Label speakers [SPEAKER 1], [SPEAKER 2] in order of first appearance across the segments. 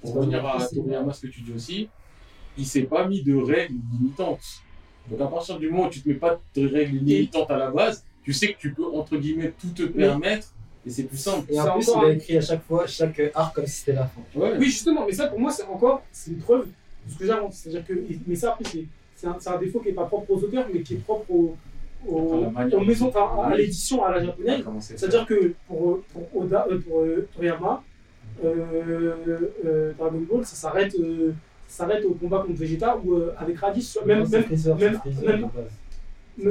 [SPEAKER 1] pour revenir à Toriyama, ce que tu dis aussi, il s'est pas mis de règles limitantes. Donc à partir du moment où tu te mets pas de règles limitantes à la base, tu sais que tu peux entre guillemets tout te permettre et c'est plus simple.
[SPEAKER 2] Et
[SPEAKER 3] C'est
[SPEAKER 2] en plus,
[SPEAKER 3] encore
[SPEAKER 2] il a
[SPEAKER 3] un-
[SPEAKER 2] écrit à chaque fois, chaque arc comme si c'était la fin.
[SPEAKER 1] Ouais.
[SPEAKER 3] Oui, justement, mais ça pour moi, c'est encore c'est une preuve de ce que j'avance. C'est-à-dire que, mais ça après, c'est- c'est un, c'est un défaut qui n'est pas propre aux auteurs, mais qui est propre aux, aux-
[SPEAKER 1] À la manière
[SPEAKER 3] aux maisons,
[SPEAKER 1] dont-
[SPEAKER 3] enfin, à, l'édition, à la japonaise. C'est-à-dire que pour, euh, pour Oda, euh, pour euh, Toriyama, euh, euh, Dragon Ball, ça s'arrête, euh, ça s'arrête au combat contre Vegeta ou euh, avec Raditz. tu vois, Même,
[SPEAKER 2] Non, c'est
[SPEAKER 3] même,
[SPEAKER 2] Freezer,
[SPEAKER 3] même-
[SPEAKER 2] c'est Freezer,
[SPEAKER 3] même-
[SPEAKER 2] de base.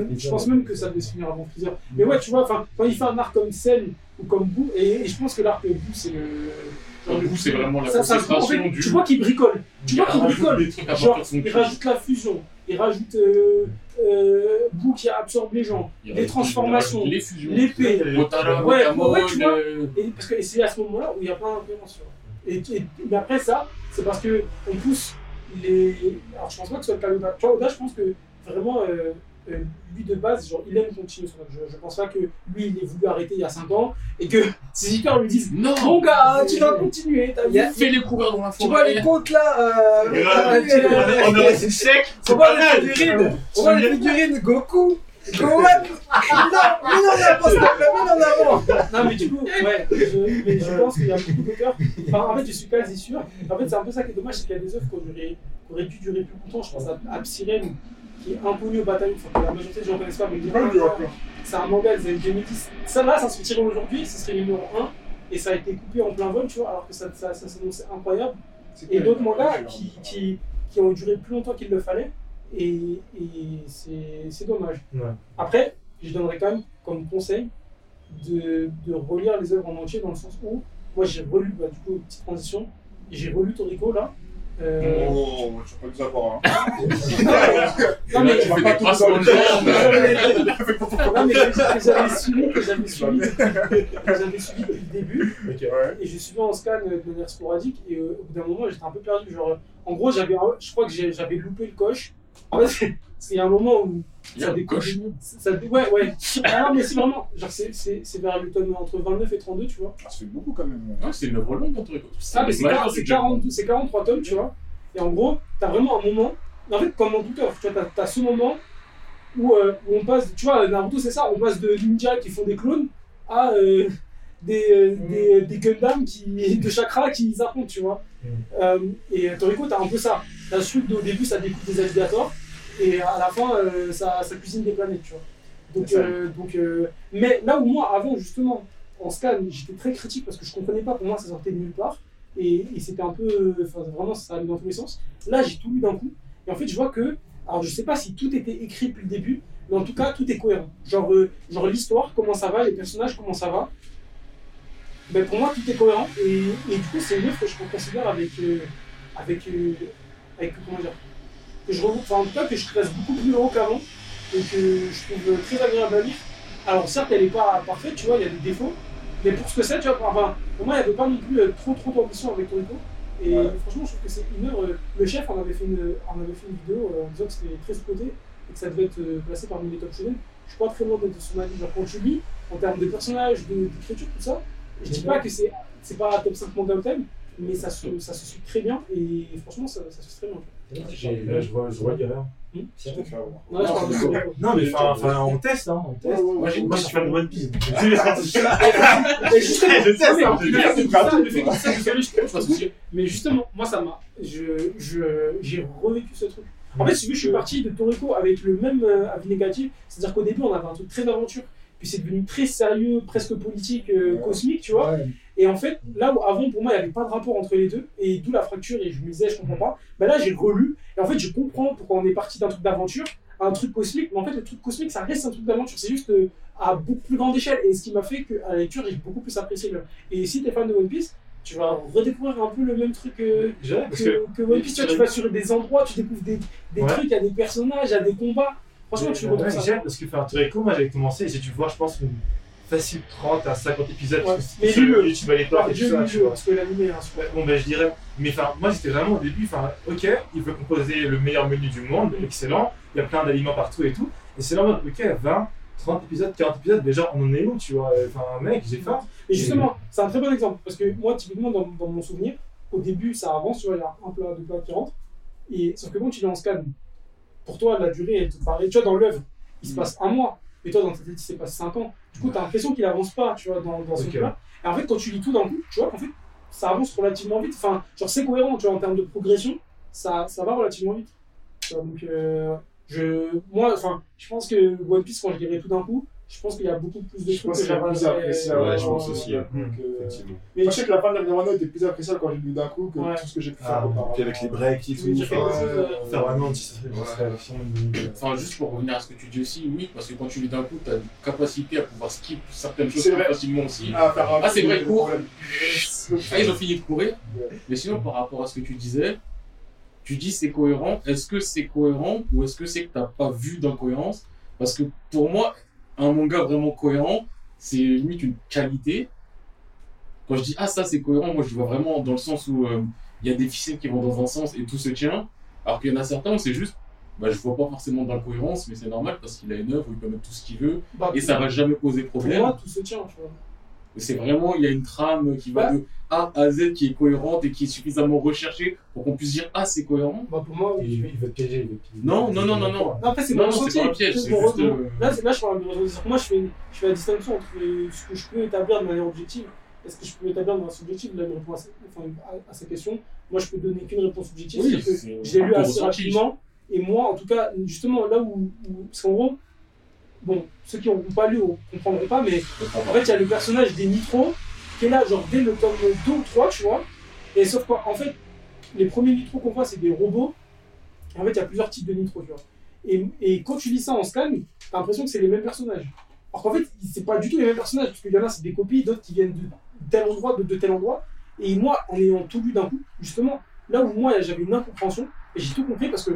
[SPEAKER 3] même- je pense même que ça devait se finir avant Freezer. Mais ouais, tu vois, enfin, quand il fait un arc comme Cell ou comme Boo, et, et je pense que l'arc Boo, c'est le.
[SPEAKER 1] du coup, c'est vraiment la
[SPEAKER 3] Ça, ça se voit, en fait,
[SPEAKER 1] concentration du.
[SPEAKER 3] Tu vois qu'il bricole. tu vois qu'il
[SPEAKER 1] rajoute
[SPEAKER 3] bricole.
[SPEAKER 1] des trucs à
[SPEAKER 3] Genre,
[SPEAKER 1] partir de son
[SPEAKER 3] il
[SPEAKER 1] cul.
[SPEAKER 3] rajoute la fusion, il rajoute euh, euh, Boo qui absorbe les gens.
[SPEAKER 1] Il
[SPEAKER 3] les
[SPEAKER 1] rajoute- il
[SPEAKER 3] transformations,
[SPEAKER 1] rajoute Les fusions.
[SPEAKER 3] l'épée.
[SPEAKER 1] Otara,
[SPEAKER 3] Ouais,
[SPEAKER 1] Okamon,
[SPEAKER 3] ouais, tu vois.
[SPEAKER 1] euh,
[SPEAKER 3] Et, parce que et c'est à ce moment-là où il y a plein d'influences. tu vois. Et, et- mais après ça, c'est parce que on pousse les. Alors je pense pas que ce soit le cas d'Oda. Tu vois, Oda, je pense que vraiment, euh, euh, lui de base, genre, il aime continuer son œuvre. Je, je pense pas que lui, il ait voulu arrêter il y a 5 ans et que ses éditeurs lui disent Bon
[SPEAKER 1] Non
[SPEAKER 3] gars, tu dois continuer, t'as
[SPEAKER 2] Il y a-
[SPEAKER 3] vu.
[SPEAKER 1] Fais les coureurs dans la
[SPEAKER 2] Tu vois
[SPEAKER 1] forêt.
[SPEAKER 2] les comptes là euh,
[SPEAKER 4] Grave.
[SPEAKER 2] tu-
[SPEAKER 4] On aurait été sec,
[SPEAKER 2] On
[SPEAKER 4] c'est
[SPEAKER 2] voit
[SPEAKER 4] pas
[SPEAKER 2] les
[SPEAKER 4] mal.
[SPEAKER 2] figurines On voit les figurines Goku Gohan Mais non, mais non, mais non, mais non,
[SPEAKER 3] Non, mais du coup, ouais, je, mais je pense qu'il y a beaucoup d'auteurs. Enfin, en fait, je suis quasi sûr. En fait, c'est un peu ça qui est dommage, c'est qu'il y a des œuvres qui auraient, qui auraient dû durer plus longtemps. Je pense à Absirem, qui est inconnu au bataillon, enfin, que la majorité des gens ne connaissent pas, mais il est
[SPEAKER 4] Ouais, je vois.
[SPEAKER 3] C'est un manga des années 2010. Ça, là, ça se sortirait aujourd'hui, ce serait numéro 1. Et ça a été coupé en plein vol, tu vois, alors que ça, ça, ça s'annonçait incroyable. Et d'autres mangas qui, qui, qui ont duré plus longtemps qu'il le fallait. Et, et c'est c'est dommage.
[SPEAKER 2] Ouais.
[SPEAKER 3] Après, je donnerais quand même comme conseil de, de relire les œuvres en entier dans le sens où, moi j'ai relu, bah, du coup, petite transition, j'ai relu Toriko là. Euh,
[SPEAKER 4] Oh, tu vas pas nous avoir. hein.
[SPEAKER 3] Ah Non,
[SPEAKER 1] Là,
[SPEAKER 3] mais,
[SPEAKER 1] tu fais des traces dans le
[SPEAKER 3] que
[SPEAKER 1] genre.
[SPEAKER 3] j'avais- non, mais que que j'avais suivi, que j'avais suivi, que j'avais suivi depuis le début.
[SPEAKER 4] Ok, ouais.
[SPEAKER 3] et je suivais en scan euh, de manière sporadique et euh, au bout d'un moment j'étais un peu perdu genre euh, en gros j'avais un- je crois que j'ai- j'avais loupé le coche en fait c'est- c'est un moment où
[SPEAKER 1] Il y a
[SPEAKER 3] ça
[SPEAKER 1] des
[SPEAKER 3] décolle.
[SPEAKER 1] coches.
[SPEAKER 3] ça dé- ouais ouais ah non mais c'est vraiment genre c'est c'est c'est vers le tome entre 29 et 32 tu vois
[SPEAKER 4] Ça fait beaucoup quand même.
[SPEAKER 1] Non, c'est une œuvre longue dans ton école.
[SPEAKER 3] ah mais c'est
[SPEAKER 1] majeur
[SPEAKER 3] quar-
[SPEAKER 1] du
[SPEAKER 3] c'est
[SPEAKER 1] Japon.
[SPEAKER 3] 42 c'est 43 tomes tu vois et en gros t'as vraiment un moment en fait comme en tout cas tu vois t'as- t'as ce moment où, euh, où on passe tu vois Naruto c'est ça on passe de ninjas qui font des clones à euh, des, euh, des, des Gundam qui, de chakra qui s'affrontent, tu vois.
[SPEAKER 2] Mm.
[SPEAKER 3] Euh, et Toriko, t'as un peu ça. T'as le truc d'au début, ça découpe des alligators, et à la fin, euh, ça, ça cuisine des planètes, tu vois. Donc,
[SPEAKER 4] C'est ça.
[SPEAKER 3] euh, donc, euh, mais là où moi, avant, justement, en scan, j'étais très critique parce que je comprenais pas, pour moi, ça sortait de nulle part. Et, et c'était un peu. euh, Enfin, vraiment, ça allait dans tous les sens. Là, j'ai tout lu d'un coup. Et en fait, je vois que. Alors, je sais pas si tout était écrit depuis le début, mais en tout cas, tout est cohérent. Genre, euh, genre l'histoire, comment ça va, les personnages, comment ça va. Ben, pour moi, tout est cohérent. Et, et du coup, c'est une œuvre que je considère avec. euh, avec, euh, avec. Comment dire Que je revois. Enfin, en tout cas, que je classe beaucoup plus haut qu'avant. Et que je trouve euh, très agréable à lire. Alors, certes, elle n'est pas parfaite, tu vois, il y a des défauts. Mais pour ce que c'est, tu vois, pour- enfin, pour moi, il n'y avait pas non plus euh, trop trop d'ambition avec Toriko. Et
[SPEAKER 4] Ouais.
[SPEAKER 3] franchement, je trouve que c'est une œuvre. euh, Le chef en avait fait une, en avait fait une vidéo euh, en disant que c'était très sous-côté et que ça devait être euh, placé parmi les top shonen. Je suis pas très loin de de son avis. Genre, quand tu lis, en termes de personnages, de- d'écriture, tout ça, je dis pas que c'est c'est pas top 5 manga au thème, mais ça se, ça se suit très bien et franchement, ça, ça se suit très bien.
[SPEAKER 5] J'ai- Là, je vois, je vois l'erreur.
[SPEAKER 4] C'est vrai que ça va.
[SPEAKER 3] Non, là, je parle de Toriko.
[SPEAKER 5] Non, mais enfin, enfin, on teste, hein, on teste.
[SPEAKER 4] Moi, j'ai une
[SPEAKER 5] Moi, je suis fan de One Piece. donc je sais les stratégies.
[SPEAKER 3] Mais justement,
[SPEAKER 4] Eh, Je sais,
[SPEAKER 3] non, mais le
[SPEAKER 4] ça,
[SPEAKER 3] fait qu'il dise ça,
[SPEAKER 4] grave.
[SPEAKER 1] Ah,
[SPEAKER 3] le fait qu'il dise ça, je suis allé, je suis allé, je suis allé. Mais justement, moi ça m'a. je- je- J'ai revécu ce truc. En fait, si tu veux, je suis parti de Toriko avec le même euh, avis négatif. C'est-à-dire qu'au début, on avait un truc très aventure, puis c'est devenu très sérieux, presque politique, euh,
[SPEAKER 4] Ouais.
[SPEAKER 3] cosmique, tu vois.
[SPEAKER 2] Ouais.
[SPEAKER 3] Et en fait, là où avant, pour moi, il n'y avait pas de rapport entre les deux, et d'où la fracture, et je me disais, je comprends pas. Bah là, j'ai relu, et en fait, je comprends pourquoi on est parti d'un truc d'aventure à un truc cosmique, mais en fait, le truc cosmique, ça reste un truc d'aventure, c'est juste euh, à beaucoup plus grande échelle. Et ce qui m'a fait qu'à la lecture, j'ai beaucoup plus apprécié l'œuvre. Et si t'es fan de One Piece, tu vas redécouvrir un peu le même truc euh,
[SPEAKER 5] Déjà, parce que
[SPEAKER 3] que, que One Piece. Tu, vois, tu vas sur des endroits, tu découvres des, des
[SPEAKER 5] Ouais.
[SPEAKER 3] trucs, il y a des personnages, il y a des combats. Franchement, tu
[SPEAKER 5] Ouais,
[SPEAKER 3] retrouves
[SPEAKER 5] ouais,
[SPEAKER 3] ça.
[SPEAKER 5] j'aime parce que faire un tour écho, moi j'avais commencé, j'ai dû voir, je pense, une facile 30 à 50 épisodes.
[SPEAKER 3] Ouais.
[SPEAKER 5] parce que
[SPEAKER 3] Mais
[SPEAKER 5] sur
[SPEAKER 3] lis-le.
[SPEAKER 5] YouTube à l'époque
[SPEAKER 3] Alors,
[SPEAKER 5] et
[SPEAKER 3] Dieu
[SPEAKER 5] tout ça,
[SPEAKER 3] lui,
[SPEAKER 5] tu
[SPEAKER 3] Dieu,
[SPEAKER 5] vois.
[SPEAKER 3] parce que hein, l'anime est un super.
[SPEAKER 5] Ouais, Bon, ben je dirais, mais enfin, moi j'étais vraiment au début, enfin, ok, ils veulent composer le meilleur menu du monde, excellent, il y a plein d'aliments partout et tout, et c'est là en mode, ok, 20, 30 épisodes, 40 épisodes, déjà on en est où, tu vois, enfin, mec, j'ai faim.
[SPEAKER 3] Et justement, c'est un très bon exemple, parce que moi, typiquement, dans, dans mon souvenir, au début, ça avance, tu vois, il y a un plat, deux plats qui rentrent. Et, sauf que bon, tu l'es en scan. Pour toi, la durée, elle te paraît. Tu vois, dans l'œuvre, il se passe un mois. Mais toi, dans ta tête, il s'est passé cinq ans. Du coup, t'as l'impression qu'il avance pas, tu vois, dans, dans ce
[SPEAKER 5] Ok.
[SPEAKER 3] truc-là. Et en fait, quand tu lis tout d'un coup, tu vois qu'en fait, ça avance relativement vite. Enfin, genre, c'est cohérent, tu vois, en termes de progression, ça, ça va relativement vite. Tu vois, donc, euh, je, moi, enfin, je pense que One Piece, quand je lirai tout d'un coup, je pense qu'il y a beaucoup plus de
[SPEAKER 4] Je
[SPEAKER 3] trucs
[SPEAKER 4] pense
[SPEAKER 3] que
[SPEAKER 4] que j'ai plus
[SPEAKER 3] j'avalerais,
[SPEAKER 4] apprécié.
[SPEAKER 3] euh,
[SPEAKER 6] Ouais, je pense
[SPEAKER 3] euh,
[SPEAKER 6] aussi,
[SPEAKER 4] Donc,
[SPEAKER 5] ouais.
[SPEAKER 4] euh,
[SPEAKER 6] effectivement.
[SPEAKER 3] Mais
[SPEAKER 4] Moi, je sais que la fin de la Mirano était plus appréciable quand j'ai lu d'un coup que
[SPEAKER 3] Ouais.
[SPEAKER 4] tout ce que j'ai pu
[SPEAKER 5] Ah,
[SPEAKER 4] faire auparavant. Ah,
[SPEAKER 6] Puis avec les breaks et
[SPEAKER 3] Je veux
[SPEAKER 6] tout.
[SPEAKER 3] dire quelque
[SPEAKER 6] enfin,
[SPEAKER 3] chose, euh,
[SPEAKER 5] Faire un anti, ça serait- ça serait sûrement une bonne idée.
[SPEAKER 1] Enfin, juste pour revenir à ce que tu dis aussi, oui, parce que quand tu lis d'un coup, tu as une capacité à pouvoir skip certaines choses
[SPEAKER 4] C'est
[SPEAKER 1] plus
[SPEAKER 4] vrai.
[SPEAKER 1] facilement aussi.
[SPEAKER 4] Ah, faire un
[SPEAKER 1] Ah, c'est vrai,
[SPEAKER 4] le
[SPEAKER 1] court.
[SPEAKER 4] problème.
[SPEAKER 1] Ah, ils ont fini de courir.
[SPEAKER 4] Ouais.
[SPEAKER 1] Mais sinon, par rapport à ce que tu disais, tu dis c'est cohérent. Est-ce que c'est cohérent ou est-ce que c'est que t'as pas vu d'incohérence Parce que pour moi, un manga vraiment cohérent, c'est limite une qualité. Quand je dis ah ça c'est cohérent, moi je vois vraiment dans le sens où euh, il y a des ficelles qui vont dans un sens et tout se tient. Alors qu'il y en a certains où c'est juste, bah je vois pas forcément d'incohérence, mais c'est normal parce qu'il a une œuvre où il peut mettre tout ce qu'il veut
[SPEAKER 3] bah,
[SPEAKER 1] et ça va jamais poser
[SPEAKER 3] Pour
[SPEAKER 1] problème.
[SPEAKER 3] moi, tout se tient, tu vois.
[SPEAKER 1] C'est vraiment, il y a une trame qui va de A à Z qui est cohérente et qui est suffisamment recherchée pour qu'on puisse dire Ah, c'est cohérent.
[SPEAKER 3] Bah, pour moi, oui.
[SPEAKER 5] Il veut- il veut te piéger, il veut te piéger.
[SPEAKER 1] Non, non, non, non, non.
[SPEAKER 3] Non, Après, c'est
[SPEAKER 1] Non,
[SPEAKER 3] mon
[SPEAKER 1] non, c'est
[SPEAKER 3] ressenti.
[SPEAKER 1] pas un piège,
[SPEAKER 3] peut-être
[SPEAKER 1] c'est
[SPEAKER 3] mon
[SPEAKER 1] juste,
[SPEAKER 3] ressenti.
[SPEAKER 1] euh,
[SPEAKER 3] Là, c'est- là, je parle de ressenti. C'est-à-dire que Moi, je fais, une- je fais la distinction entre euh, ce que je peux établir de manière objective et ce que je peux établir de manière subjective. Là, il répond à, sa- enfin, à, à sa question. Moi, je peux donner qu'une réponse objective.
[SPEAKER 1] Oui,
[SPEAKER 3] c'est que
[SPEAKER 1] c'est-
[SPEAKER 3] je l'ai lu
[SPEAKER 1] ton
[SPEAKER 3] assez
[SPEAKER 1] ressenti.
[SPEAKER 3] rapidement. Et moi, en tout cas, justement, là où. où- parce qu'en gros, bon, ceux qui n'auront pas lu on- comprendront pas, mais en fait, il y a le personnage des Nitro qui est là, genre dès le tome 2 ou 3, tu vois. Et sauf quoi, en fait, les premiers Nitro qu'on voit, c'est des robots. En fait, il y a plusieurs types de Nitro, tu vois. Et, et quand tu lis ça en scan, t'as l'impression que c'est les mêmes personnages. Alors qu'en fait, c'est pas du tout les mêmes personnages, parce qu'il y en a, c'est des copies, d'autres qui viennent de tel endroit, d'autres de tel endroit. Et moi, en ayant tout lu d'un coup, justement, là où moi j'avais une incompréhension, et j'ai tout compris parce que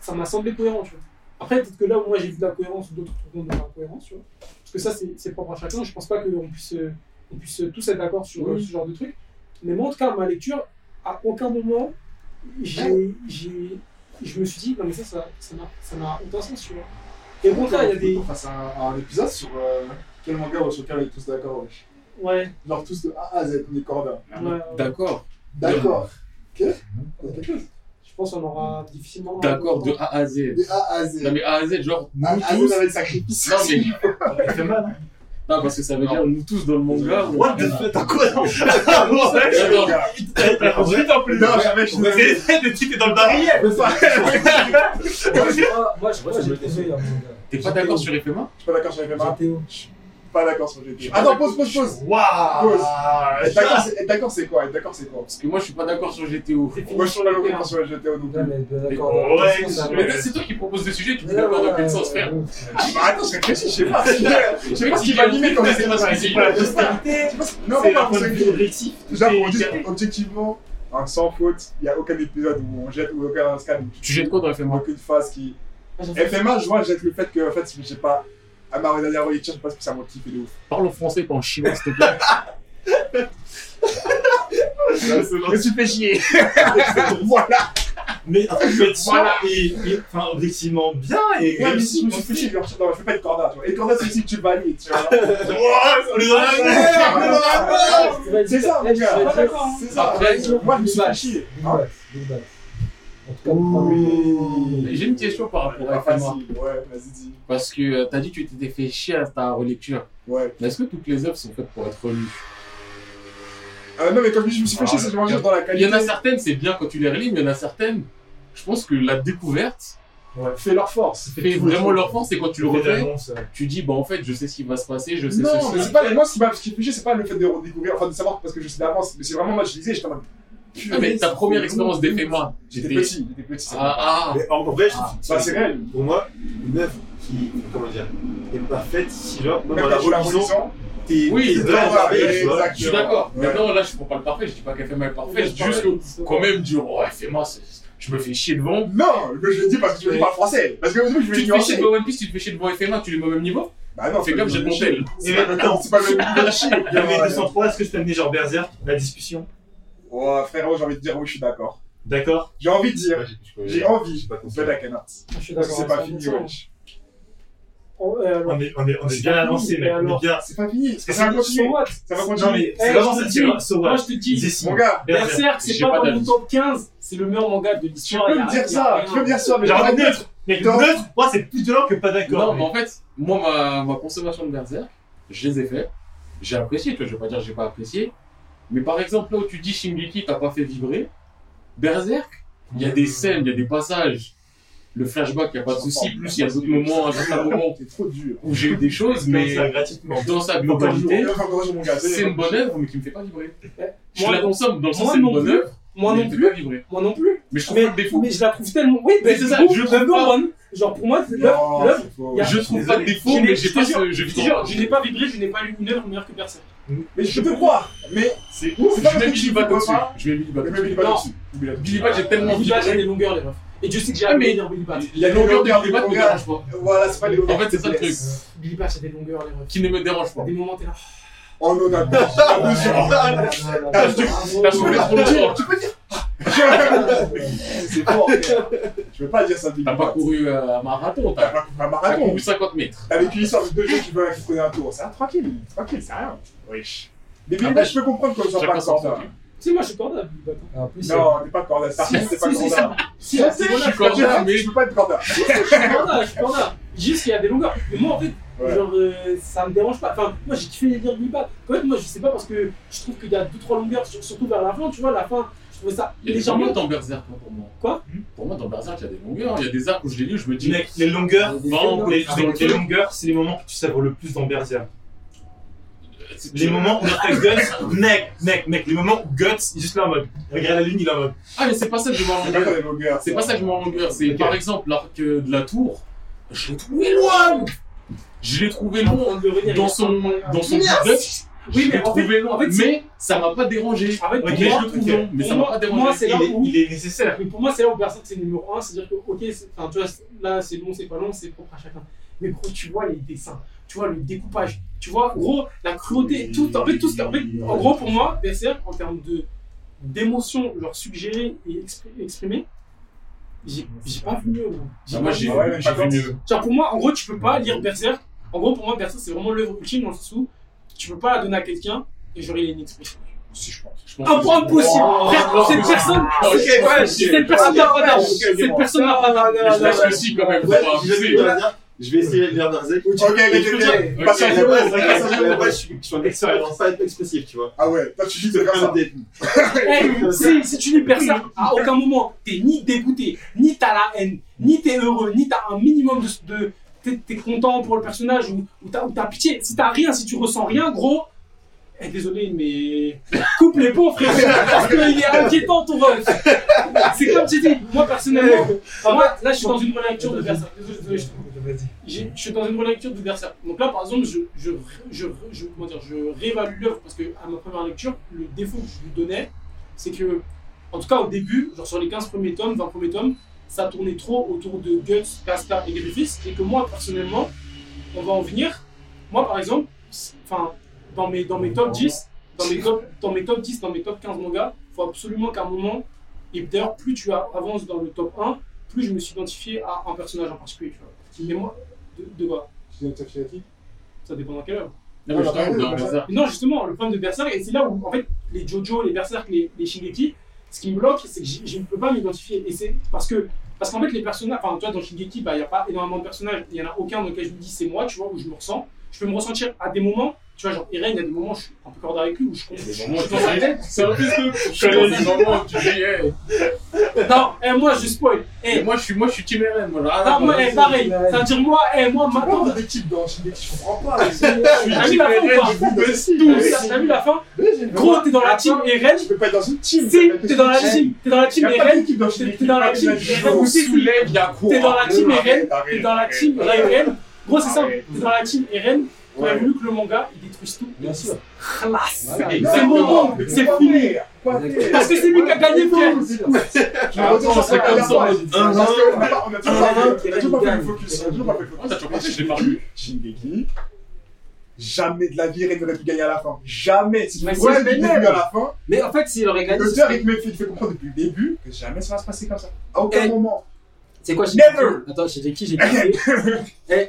[SPEAKER 3] ça m'a semblé cohérent, tu vois. Après, peut-être que là où moi j'ai vu de la cohérence, d'autres trouveront de l'incohérence, tu vois. Parce que ça, c'est c'est propre à chacun. Je pense pas qu'on puisse, euh, on puisse tous être d'accord sur euh,
[SPEAKER 1] Oui.
[SPEAKER 3] ce genre de truc. Mais moi, en tout cas, ma lecture, à aucun moment, j'ai, j'ai- je me suis dit, non, mais ça, ça ça n'a ça n'a aucun sens, tu vois. Et au contraire, il y a des.
[SPEAKER 4] On fasse un, un épisode sur euh, quel manga ou sur lequel on est tous d'accord. wesh.
[SPEAKER 3] Ouais,
[SPEAKER 4] Genre tous de A à Z, on est corda.
[SPEAKER 3] ouais, ouais.
[SPEAKER 1] D'accord,
[SPEAKER 4] D'accord. Ok C'est quelque chose.
[SPEAKER 3] Je pense qu'on aura difficilement.
[SPEAKER 1] d'accord, de A à Z.
[SPEAKER 4] De A à Z.
[SPEAKER 1] Non, mais A à Z, genre, nous
[SPEAKER 4] A à
[SPEAKER 1] tous.
[SPEAKER 4] Z avec sacrifice.
[SPEAKER 1] Non, mais. Non,
[SPEAKER 5] Il fait mal, hein.
[SPEAKER 1] parce que ça veut dire nous tous dans le manga. on-
[SPEAKER 6] What the fuck, t'as quoi non Ah, ouais.
[SPEAKER 4] Ouais, les gars.
[SPEAKER 5] En fait, en plus.
[SPEAKER 4] Non, jamais je suis désolé.
[SPEAKER 5] Le type est dans le baril.
[SPEAKER 2] Mais ça,
[SPEAKER 3] Moi, moi, je
[SPEAKER 2] Ah, moi,
[SPEAKER 3] moi,
[SPEAKER 2] j'ai
[SPEAKER 3] j'ai trouvé.
[SPEAKER 2] trouvé, hein,
[SPEAKER 1] T'es pas d'accord sur FMA
[SPEAKER 4] Je suis pas d'accord sur les
[SPEAKER 2] mon gars.
[SPEAKER 4] MMA.
[SPEAKER 2] Théo.
[SPEAKER 4] Je suis pas d'accord sur GTA. Ah non, pause, pause, pause.
[SPEAKER 5] Waouh.
[SPEAKER 4] Être d'accord, c'est- être d'accord, c'est quoi Être d'accord, c'est quoi
[SPEAKER 1] Parce que moi, je suis pas d'accord sur GTO.
[SPEAKER 4] Moi, je suis dans la location sur les GTO non
[SPEAKER 2] Non,
[SPEAKER 4] plus.
[SPEAKER 2] mais d'accord.
[SPEAKER 5] Ouais,
[SPEAKER 2] dans la question,
[SPEAKER 5] je-
[SPEAKER 2] ça,
[SPEAKER 1] Mais
[SPEAKER 2] ouais.
[SPEAKER 1] là, c'est toi qui propose des sujets, tu
[SPEAKER 2] Mais
[SPEAKER 1] dis
[SPEAKER 2] là,
[SPEAKER 1] d'accord dans
[SPEAKER 2] voilà,
[SPEAKER 1] quel sens, frère
[SPEAKER 2] euh,
[SPEAKER 4] Bah, attends, je réfléchis, je sais pas. Je sais pas ce qui va animer quand
[SPEAKER 1] C'est pas ce qu'il dit.
[SPEAKER 4] c'est pas.
[SPEAKER 2] Arrêtez.
[SPEAKER 4] Non,
[SPEAKER 5] C'est
[SPEAKER 4] mais
[SPEAKER 5] la
[SPEAKER 4] pas pour ça
[SPEAKER 5] bonne
[SPEAKER 4] que
[SPEAKER 5] directive.
[SPEAKER 4] Déjà, pour
[SPEAKER 5] Tout est
[SPEAKER 4] dire
[SPEAKER 5] carré.
[SPEAKER 4] objectivement, hein, sans faute, il n'y a aucun épisode où on jette ou aucun scan.
[SPEAKER 1] Tu jettes quoi dans
[SPEAKER 4] Il n'y a
[SPEAKER 1] FMA
[SPEAKER 4] aucune phase qui.
[SPEAKER 3] Ah, j'ai fait-
[SPEAKER 4] FMA, je vois, jette le fait que, en fait, j'ai pas. À ma dernière relecture, je sais pas spécialement kiffé de ouf.
[SPEAKER 1] Parle en français, pas en chinois, s'il te plaît.
[SPEAKER 4] Je me suis fait chier. voilà.
[SPEAKER 5] Mais en fait, je vais être sûr
[SPEAKER 4] Voilà.
[SPEAKER 5] et, et- enfin, objectivement bien et
[SPEAKER 4] Ouais, mais si je me suis fait chier, genre, non, je peux pas être corda, tu vois. Et corda, c'est aussi que tu le valides, tu vois.
[SPEAKER 2] Ah,
[SPEAKER 3] je pourrais
[SPEAKER 4] C'est
[SPEAKER 3] dire-
[SPEAKER 4] ça,
[SPEAKER 3] là,
[SPEAKER 4] mon
[SPEAKER 3] je suis pas
[SPEAKER 4] gars.
[SPEAKER 3] d'accord. hein.
[SPEAKER 4] C'est ça.
[SPEAKER 1] Après,
[SPEAKER 4] moi, je me suis fait chier. Hein.
[SPEAKER 2] Ouais, c'est dommage. En tout cas, pour
[SPEAKER 1] J'ai une question par rapport à
[SPEAKER 4] Pas
[SPEAKER 1] FMA.
[SPEAKER 4] facile. Ouais, vas-y, dis.
[SPEAKER 1] Parce que euh, t'as dit que tu t'étais fait chier à ta relecture.
[SPEAKER 4] Ouais.
[SPEAKER 1] Mais est-ce que toutes les œuvres sont faites pour être relues
[SPEAKER 4] Euh, non, mais quand je dis je me suis fait chier, c'est que je me rejette dans la
[SPEAKER 1] Ah, Il y
[SPEAKER 4] qualité.
[SPEAKER 1] en a certaines, c'est bien quand tu les relis, mais il y en a certaines, je pense que la découverte
[SPEAKER 4] Fais leur force.
[SPEAKER 1] fait vraiment leur force et quand tu le refais,
[SPEAKER 5] relances.
[SPEAKER 1] tu dis bah en fait je sais ce qui va se passer, je sais
[SPEAKER 4] Non, mais
[SPEAKER 1] ceci.
[SPEAKER 4] c'est pas, moi, ce qui m'a ce qui me fait chier, c'est pas le fait de redécouvrir, enfin de savoir parce que je suis d'avance, mais c'est vraiment moi, je lisais, j'étais en mode.
[SPEAKER 1] Ah, mais ta
[SPEAKER 4] c'est
[SPEAKER 1] première
[SPEAKER 4] vraiment-
[SPEAKER 1] expérience d'FMA,
[SPEAKER 4] J'étais
[SPEAKER 1] j'étais-
[SPEAKER 4] petit, j'étais petit. c'est vrai.
[SPEAKER 1] Ah ah
[SPEAKER 6] Mais en en vrai, je trouve-
[SPEAKER 4] Bah, c'est réel.
[SPEAKER 6] pour moi, une œuvre qui, comment dire, est parfaite si genre, même
[SPEAKER 4] Même
[SPEAKER 6] en
[SPEAKER 4] quand
[SPEAKER 6] la
[SPEAKER 4] je suis la
[SPEAKER 6] relisant,
[SPEAKER 4] relisant,
[SPEAKER 6] t'es
[SPEAKER 1] Oui,
[SPEAKER 6] t'es
[SPEAKER 1] c'est
[SPEAKER 6] vraiment
[SPEAKER 4] vrai,
[SPEAKER 6] pareil,
[SPEAKER 4] ouais,
[SPEAKER 6] tu vois.
[SPEAKER 4] exact.
[SPEAKER 1] Je suis d'accord.
[SPEAKER 4] Ouais.
[SPEAKER 1] Maintenant là je prends pas le parfait, je dis pas qu'FMA est parfait, je dis juste que
[SPEAKER 3] C'est
[SPEAKER 1] quand même dire oh FMA c'est- je me fais chier devant.
[SPEAKER 4] Non, mais je le dis parce que je ne parle français. Parce que je
[SPEAKER 1] Tu
[SPEAKER 4] vais
[SPEAKER 1] te fais chier
[SPEAKER 4] nuancer.
[SPEAKER 1] devant One Piece, tu te fais chier devant FMA, tu les mets au même niveau
[SPEAKER 4] oh, Bah non,
[SPEAKER 1] Fais comme j'ai
[SPEAKER 4] le même
[SPEAKER 1] mon
[SPEAKER 4] chier.
[SPEAKER 1] tel.
[SPEAKER 4] C'est pas le même c'est pas le même niveau de chier.
[SPEAKER 5] Il y avait
[SPEAKER 4] Ouais.
[SPEAKER 5] 203, est-ce que je peux amener genre Berserk La discussion
[SPEAKER 4] Oh, frérot, j'ai envie de dire oui, je suis d'accord.
[SPEAKER 5] D'accord
[SPEAKER 4] J'ai envie de dire,
[SPEAKER 6] Ouais, j'ai- je-
[SPEAKER 4] j'ai envie
[SPEAKER 6] pas
[SPEAKER 4] de la canette.
[SPEAKER 3] Je suis
[SPEAKER 4] Parce que
[SPEAKER 3] d'accord.
[SPEAKER 4] c'est
[SPEAKER 3] hein,
[SPEAKER 4] pas
[SPEAKER 3] c'est
[SPEAKER 4] fini,
[SPEAKER 3] intéressant.
[SPEAKER 4] wesh.
[SPEAKER 3] En- euh, alors,
[SPEAKER 5] On est, on est, on est
[SPEAKER 3] C'est
[SPEAKER 5] bien
[SPEAKER 3] pas
[SPEAKER 5] avancé,
[SPEAKER 3] fini, mais
[SPEAKER 5] mec. On est
[SPEAKER 3] alors-
[SPEAKER 5] bien.
[SPEAKER 4] C'est pas fini.
[SPEAKER 5] que
[SPEAKER 4] Ça va
[SPEAKER 3] so
[SPEAKER 4] continuer.
[SPEAKER 3] what
[SPEAKER 4] Ça va
[SPEAKER 5] Non,
[SPEAKER 4] continuer.
[SPEAKER 5] mais c'est vraiment
[SPEAKER 3] je te
[SPEAKER 5] ça,
[SPEAKER 3] dis,
[SPEAKER 5] c'est vraiment so
[SPEAKER 3] Moi,
[SPEAKER 5] what.
[SPEAKER 3] je te
[SPEAKER 5] Ils
[SPEAKER 3] dis,
[SPEAKER 5] essayent.
[SPEAKER 4] Mon gars,
[SPEAKER 5] Berserk.
[SPEAKER 3] Berserk, c'est
[SPEAKER 1] J'ai
[SPEAKER 3] pas
[SPEAKER 1] pas
[SPEAKER 3] dans le
[SPEAKER 1] d'avis.
[SPEAKER 3] top 15, c'est le meilleur manga de
[SPEAKER 4] tu
[SPEAKER 3] l'histoire. y
[SPEAKER 4] peux
[SPEAKER 3] a-
[SPEAKER 4] me dire
[SPEAKER 3] y a
[SPEAKER 4] ça.
[SPEAKER 3] rien.
[SPEAKER 4] Tu peux me dire ça, mais
[SPEAKER 5] J'ai envie
[SPEAKER 4] j'arrête
[SPEAKER 5] de
[SPEAKER 4] neutre.
[SPEAKER 5] neutre. Mais
[SPEAKER 4] Non.
[SPEAKER 5] neutre, moi, c'est plus violent que pas
[SPEAKER 1] Non,
[SPEAKER 5] d'accord.
[SPEAKER 1] mais
[SPEAKER 5] mais-
[SPEAKER 1] en fait, moi, ma, ma consommation de Berserk, je les ai fait. J'ai apprécié, tu vois, je vais pas dire que j'ai pas apprécié. Mais par exemple, là où tu dis Shingeki, t'as pas fait vibrer, Berserk, il y a des scènes, il y a des passages. Le flashback, il n'y a pas de souci. Plus, il y a d'autres moments, un certain moment
[SPEAKER 4] T'es trop dur.
[SPEAKER 1] où j'ai eu des choses,
[SPEAKER 5] mais
[SPEAKER 1] mais
[SPEAKER 5] ça gratuitement.
[SPEAKER 1] dans sa
[SPEAKER 4] Encore
[SPEAKER 1] globalité,
[SPEAKER 4] jour, mon gars.
[SPEAKER 1] c'est une bonne œuvre, mais qui me fait pas vibrer. Je
[SPEAKER 3] Moi-
[SPEAKER 1] la consomme dans le sens
[SPEAKER 3] moi
[SPEAKER 1] c'est une
[SPEAKER 3] non
[SPEAKER 1] bonne
[SPEAKER 3] plus.
[SPEAKER 1] œuvre,
[SPEAKER 3] Moi
[SPEAKER 1] mais
[SPEAKER 3] non
[SPEAKER 1] elle
[SPEAKER 3] plus.
[SPEAKER 1] me fait pas vibrer.
[SPEAKER 3] Moi non plus.
[SPEAKER 1] Mais je trouve
[SPEAKER 3] Mais,
[SPEAKER 1] pas le défaut.
[SPEAKER 3] mais je la trouve tellement. Oui,
[SPEAKER 1] Mais
[SPEAKER 3] mais
[SPEAKER 1] c'est ça, je trouve pas. Oh,
[SPEAKER 3] Genre pour moi, c'est l'œuvre.
[SPEAKER 4] Non,
[SPEAKER 3] l'œuvre-
[SPEAKER 4] c'est faux.
[SPEAKER 3] il y a-
[SPEAKER 1] Je trouve pas de
[SPEAKER 3] Je
[SPEAKER 1] défaut,
[SPEAKER 3] l'ai-
[SPEAKER 1] mais
[SPEAKER 3] je
[SPEAKER 1] j'ai
[SPEAKER 3] te
[SPEAKER 1] pas
[SPEAKER 3] jure,
[SPEAKER 1] ce.
[SPEAKER 3] Je te jure, je n'ai pas vibré, je n'ai pas lu une œuvre meilleure que personne.
[SPEAKER 4] Mais je peux croire. Mais
[SPEAKER 1] C'est
[SPEAKER 4] ouf,
[SPEAKER 1] ouf,
[SPEAKER 4] c'est pas
[SPEAKER 1] je mets
[SPEAKER 4] parce que
[SPEAKER 1] Billy
[SPEAKER 4] tu
[SPEAKER 1] Bat
[SPEAKER 4] peux
[SPEAKER 1] au-dessus.
[SPEAKER 4] pas.
[SPEAKER 1] Je mets Billy Bat
[SPEAKER 4] le
[SPEAKER 1] au-dessus.
[SPEAKER 4] Billy Bat
[SPEAKER 3] Non.
[SPEAKER 4] dessus. Oublie la-
[SPEAKER 1] Billy Bat, j'ai tellement
[SPEAKER 3] Billy Bat, j'ai
[SPEAKER 1] vibré.
[SPEAKER 3] des longueurs, les meufs. Et je sais que j'ai
[SPEAKER 1] Ah, mais-
[SPEAKER 3] adoré lire Billy Bat.
[SPEAKER 1] La longueur de Billy Bat me dérange pas.
[SPEAKER 4] Voilà, c'est pas les
[SPEAKER 1] En fait, c'est ça le truc.
[SPEAKER 3] Billy Bat, j'ai des longueurs, les meufs.
[SPEAKER 1] Qui ne me dérange
[SPEAKER 3] À
[SPEAKER 1] pas.
[SPEAKER 3] des moments, t'es là.
[SPEAKER 4] Oh non, non, non.
[SPEAKER 2] Ah,
[SPEAKER 1] Ah, je te- t'as soufflé trop longtemps.
[SPEAKER 4] Tu peux dire. C'est fort. Je peux pas dire ça, Billy
[SPEAKER 1] T'as pas
[SPEAKER 4] Bat.
[SPEAKER 1] couru euh, un marathon,
[SPEAKER 4] T'as
[SPEAKER 1] t'as
[SPEAKER 4] pas coupé un
[SPEAKER 1] t'as
[SPEAKER 4] marathon.
[SPEAKER 1] couru 50 mètres.
[SPEAKER 4] Avec une histoire de deux jeux qui veulent qui connaît un tour. C'est tranquille, tranquille, c'est rien.
[SPEAKER 1] Wesh.
[SPEAKER 4] Mais Billy
[SPEAKER 1] Ah
[SPEAKER 4] Bat,
[SPEAKER 1] bah,
[SPEAKER 4] je peux comprendre qu'on soit
[SPEAKER 1] chacun
[SPEAKER 4] pas
[SPEAKER 1] son
[SPEAKER 4] corda.
[SPEAKER 1] truc.
[SPEAKER 3] Tu sais, moi, je suis corda à Billy Bat. hein.
[SPEAKER 2] Ah, En plus, c'est-
[SPEAKER 4] Non, t'es pas corda. T'as
[SPEAKER 1] Si,
[SPEAKER 4] t'es pas
[SPEAKER 3] si, si,
[SPEAKER 4] corda.
[SPEAKER 3] Si, si,
[SPEAKER 1] je suis
[SPEAKER 3] voilà,
[SPEAKER 1] corda,
[SPEAKER 4] Corda,
[SPEAKER 1] mais-
[SPEAKER 4] Tu peux pas être corda.
[SPEAKER 3] Je suis corda, je suis corda. Juste qu'il y a des longueurs. Mais moi, en fait,
[SPEAKER 4] Ouais.
[SPEAKER 3] genre, euh, ça me dérange pas. Enfin, moi, j'ai kiffé lire Billy Bat. En fait, moi, je sais pas parce que je trouve qu'il y a 2-3 longueurs, sur- surtout vers la fin, tu vois, la fin. Je trouvais ça
[SPEAKER 1] Il y a des
[SPEAKER 3] légèrement.
[SPEAKER 1] longueurs dans Berserk, hein, pour moi.
[SPEAKER 3] Quoi
[SPEAKER 1] Pour moi, dans Berserk, il y a des longueurs. Il y a des arcs où je l'ai lu, je me dis.
[SPEAKER 5] Mec, les longueurs,
[SPEAKER 1] Bon,
[SPEAKER 5] les,
[SPEAKER 1] ah,
[SPEAKER 5] les-
[SPEAKER 1] ok.
[SPEAKER 5] les longueurs, c'est les moments que tu savres le plus dans Berserk.
[SPEAKER 1] c'est-
[SPEAKER 5] Les moments où il attaque Guts, mec, mec, mec, les moments où Guts, il est juste là en mode, regarde la lune, il est en mode.
[SPEAKER 1] Ah, mais c'est pas ça que je vois en
[SPEAKER 4] C'est pas dans
[SPEAKER 1] longueur.
[SPEAKER 4] les longueurs.
[SPEAKER 1] C'est pas ça que je vois en longueur. C'est
[SPEAKER 5] Ok.
[SPEAKER 1] par exemple l'arc euh, de la tour. Je l'ai trouvé loin Je l'ai trouvé long
[SPEAKER 3] de revenir.
[SPEAKER 1] dans son. Dans son build-up.
[SPEAKER 3] Oui,
[SPEAKER 1] Je
[SPEAKER 3] mais
[SPEAKER 1] l'ai
[SPEAKER 3] en fait-
[SPEAKER 1] trouvé long.
[SPEAKER 3] en fait, c'est-
[SPEAKER 1] Mais ça m'a pas dérangé.
[SPEAKER 3] En fait, pour
[SPEAKER 5] Ok,
[SPEAKER 1] Ok, je
[SPEAKER 3] moi,
[SPEAKER 1] le trouve long, mais ça
[SPEAKER 3] pour
[SPEAKER 1] m'a
[SPEAKER 3] moi-
[SPEAKER 1] pas
[SPEAKER 3] moi,
[SPEAKER 1] dérangé.
[SPEAKER 3] c'est là
[SPEAKER 5] il, est,
[SPEAKER 3] où.
[SPEAKER 5] il est nécessaire.
[SPEAKER 3] Mais pour moi, c'est là où Berserk c'est numéro 1, c'est-à-dire que, ok, c'est- enfin, tu vois, c'est- là c'est long, c'est pas long, c'est propre à chacun. Mais gros, tu vois les dessins, tu vois le découpage, tu vois, gros, la cruauté, tout, en fait, tout ce- en fait, en gros, pour moi, Berserk, en termes de d'émotion, genre suggérée et expri- exprimée, j'ai j'ai pas vu mieux, gros. J'ai
[SPEAKER 1] Ah,
[SPEAKER 3] pas
[SPEAKER 1] Moi,
[SPEAKER 3] vu
[SPEAKER 1] j'ai
[SPEAKER 4] Ouais, mais
[SPEAKER 1] j'ai
[SPEAKER 4] pas
[SPEAKER 1] vu
[SPEAKER 4] tant.
[SPEAKER 1] mieux.
[SPEAKER 3] Genre pour moi, en gros, tu peux pas lire Berserk. En gros, pour moi, Berserk, c'est vraiment l'œuvre ultime dans le sens où tu peux pas la donner à quelqu'un et genre il est inexprimé.
[SPEAKER 4] Si, je pense.
[SPEAKER 1] Je pense
[SPEAKER 3] Un
[SPEAKER 1] que
[SPEAKER 3] point
[SPEAKER 1] c'est-
[SPEAKER 3] impossible Frère,
[SPEAKER 1] non,
[SPEAKER 3] Cette
[SPEAKER 1] non,
[SPEAKER 3] personne,
[SPEAKER 1] non,
[SPEAKER 3] c'est-
[SPEAKER 1] ok,
[SPEAKER 3] ouais,
[SPEAKER 4] ok,
[SPEAKER 3] cette personne n'a pas d'âge.
[SPEAKER 4] ok, ok,
[SPEAKER 3] Cette
[SPEAKER 4] bon.
[SPEAKER 3] personne n'a pas d'âge.
[SPEAKER 1] Je lâche le si quand même, faut
[SPEAKER 6] Ouais,
[SPEAKER 1] pas
[SPEAKER 6] je vais
[SPEAKER 1] abuser.
[SPEAKER 6] lire Berserk. Je vais essayer de lire Berserk.
[SPEAKER 4] Ok, ok,
[SPEAKER 6] Mais je peux dire-
[SPEAKER 4] ok.
[SPEAKER 1] Ok.
[SPEAKER 4] Pas sur
[SPEAKER 6] Mais
[SPEAKER 4] les
[SPEAKER 6] la
[SPEAKER 4] mots.
[SPEAKER 6] base, la base, la base, je suis- je suis en expérience, pas être expressif, tu vois.
[SPEAKER 4] Ah ouais, toi tu dis
[SPEAKER 6] Juste
[SPEAKER 4] c'est comme ça.
[SPEAKER 6] comme des-
[SPEAKER 3] Eh, Si si tu lis Berserk, à aucun moment, t'es ni dégoûté, ni t'as la haine, ni t'es heureux, ni t'as un minimum de. de- t'es- T'es content pour le personnage ou, ou t'as ou t'as pitié. Si t'as rien, si tu ressens rien, gros. Eh, désolé, mais. Coupe les pots, frère. Parce qu'il est inquiétant, ton ref. C'est comme tu dis. Moi, personnellement, enfin, moi, là, je suis dans une relecture de Berserk. Désolé, désolé, je te coupe. J'ai- je suis dans une relecture de Berserk. Donc là, par exemple, je, je, je, je- comment dire, je réévalue l'œuvre parce que à ma première lecture, le défaut que je lui donnais, c'est que, en tout cas au début, genre sur les 15 premiers tomes, 20 premiers tomes, ça tournait trop autour de Guts, Casper et Griffiths, et que moi, personnellement, on va en venir. Moi, par exemple, c'est- enfin, dans mes, dans mes top 10, dans mes top, dans mes top 10, dans mes top 15 mangas, il faut absolument qu'à un moment, et d'ailleurs, plus tu a- avances dans le top 1, plus je me suis identifié à un personnage en particulier, tu vois. Mais moi, de, de quoi
[SPEAKER 4] Tu dis Toshi Yaki
[SPEAKER 3] Ça dépend dans quelle œuvre.
[SPEAKER 1] Non, mais justement, dans
[SPEAKER 4] Ouais,
[SPEAKER 1] Berserk,
[SPEAKER 3] Mais non, justement, le problème de Berserk, et c'est là où, en fait, les JoJo, les Berserk, les, les Shingeki, ce qui me bloque, c'est que j'y- je ne peux pas m'identifier. Et c'est parce que, parce qu'en fait, les personnages, enfin, toi, dans Shingeki, bah, il n'y a pas énormément de personnages, il n'y en a aucun dans lequel je me dis c'est moi, tu vois, où je me ressens. Je peux me ressentir à des moments, tu vois, genre Eren, il y a des moments où je suis un peu corde avec lui, où je
[SPEAKER 1] il y a
[SPEAKER 3] comprends.
[SPEAKER 1] des moments où
[SPEAKER 3] je
[SPEAKER 1] tu
[SPEAKER 3] suis dans sa
[SPEAKER 1] dis-
[SPEAKER 3] tête.
[SPEAKER 1] C'est un peu ce que je connais des moments où tu dis, hey,
[SPEAKER 3] Non, eh, moi, je spoil. Eh,
[SPEAKER 1] Et moi, je suis, moi, je suis Team RN, moi. j'ai rien à
[SPEAKER 3] ah,
[SPEAKER 1] voir.
[SPEAKER 3] moi, eh, pareil.
[SPEAKER 2] Ouais.
[SPEAKER 3] C'est-à-dire, moi, eh, moi,
[SPEAKER 4] Pourquoi on
[SPEAKER 3] maintenant,
[SPEAKER 4] a des types dans Shingeki Je comprends pas.
[SPEAKER 3] t'as vu la fin ou pas
[SPEAKER 1] vous baisse
[SPEAKER 3] T'as vu la fin Gros, t'es dans la team Eren,
[SPEAKER 4] Je peux pas être dans une team.
[SPEAKER 3] Si, t'es dans la team, t'es dans la
[SPEAKER 4] Il
[SPEAKER 3] team
[SPEAKER 4] y a pas
[SPEAKER 3] Eren,
[SPEAKER 4] d'équipe dans
[SPEAKER 3] t'es
[SPEAKER 4] Shingeki.
[SPEAKER 3] t'es dans la
[SPEAKER 4] Arrête,
[SPEAKER 3] team
[SPEAKER 1] Je vous
[SPEAKER 3] Eren,
[SPEAKER 1] soulève, il y a quoi
[SPEAKER 3] t'es dans la team Eren,
[SPEAKER 4] arrête, arrête.
[SPEAKER 3] t'es dans la team Eren. Gros, c'est simple, t'es dans la team Eren, t'aurais
[SPEAKER 4] Ouais.
[SPEAKER 3] voulu que le manga il détruise tout.
[SPEAKER 2] Bien sûr.
[SPEAKER 3] Classe
[SPEAKER 2] Voilà.
[SPEAKER 1] Et-
[SPEAKER 3] C'est mon
[SPEAKER 4] Exactement.
[SPEAKER 3] monde, c'est
[SPEAKER 4] Pourquoi
[SPEAKER 3] fini
[SPEAKER 4] faire Pourquoi
[SPEAKER 2] Exactement.
[SPEAKER 4] faire
[SPEAKER 3] Parce que c'est lui qui a gagné, frère
[SPEAKER 4] Je me retourne sur
[SPEAKER 1] c'est
[SPEAKER 4] ça
[SPEAKER 1] comme ça,
[SPEAKER 4] dernière
[SPEAKER 1] on-
[SPEAKER 4] fois.
[SPEAKER 5] un,
[SPEAKER 4] Parce
[SPEAKER 5] un,
[SPEAKER 4] qu'on a pas- on a toujours
[SPEAKER 3] un,
[SPEAKER 4] pas
[SPEAKER 3] un,
[SPEAKER 4] fait- on a toujours pas fait
[SPEAKER 3] un,
[SPEAKER 4] le focus.
[SPEAKER 3] un,
[SPEAKER 4] On a toujours pas fait le focus.
[SPEAKER 1] Ah, t'as toujours pensé, je l'ai pas vu.
[SPEAKER 4] Shingeki, jamais de la vie, Eren n'aurait pu gagner à la fin. Jamais. Si tu
[SPEAKER 2] Mais
[SPEAKER 4] vois
[SPEAKER 2] c'est
[SPEAKER 4] du début
[SPEAKER 2] vénère.
[SPEAKER 4] à la fin,
[SPEAKER 2] Mais en fait, s'il aurait gagné, ce
[SPEAKER 4] l'auteur,
[SPEAKER 2] serait-
[SPEAKER 3] Eh.
[SPEAKER 4] il te met- il te fait comprendre depuis le début que jamais ça va se passer comme ça. À aucun
[SPEAKER 2] Et-
[SPEAKER 4] moment.
[SPEAKER 7] C'est quoi chez
[SPEAKER 4] Never.
[SPEAKER 7] qui- Attends, chez qui j'ai kiffé Eh,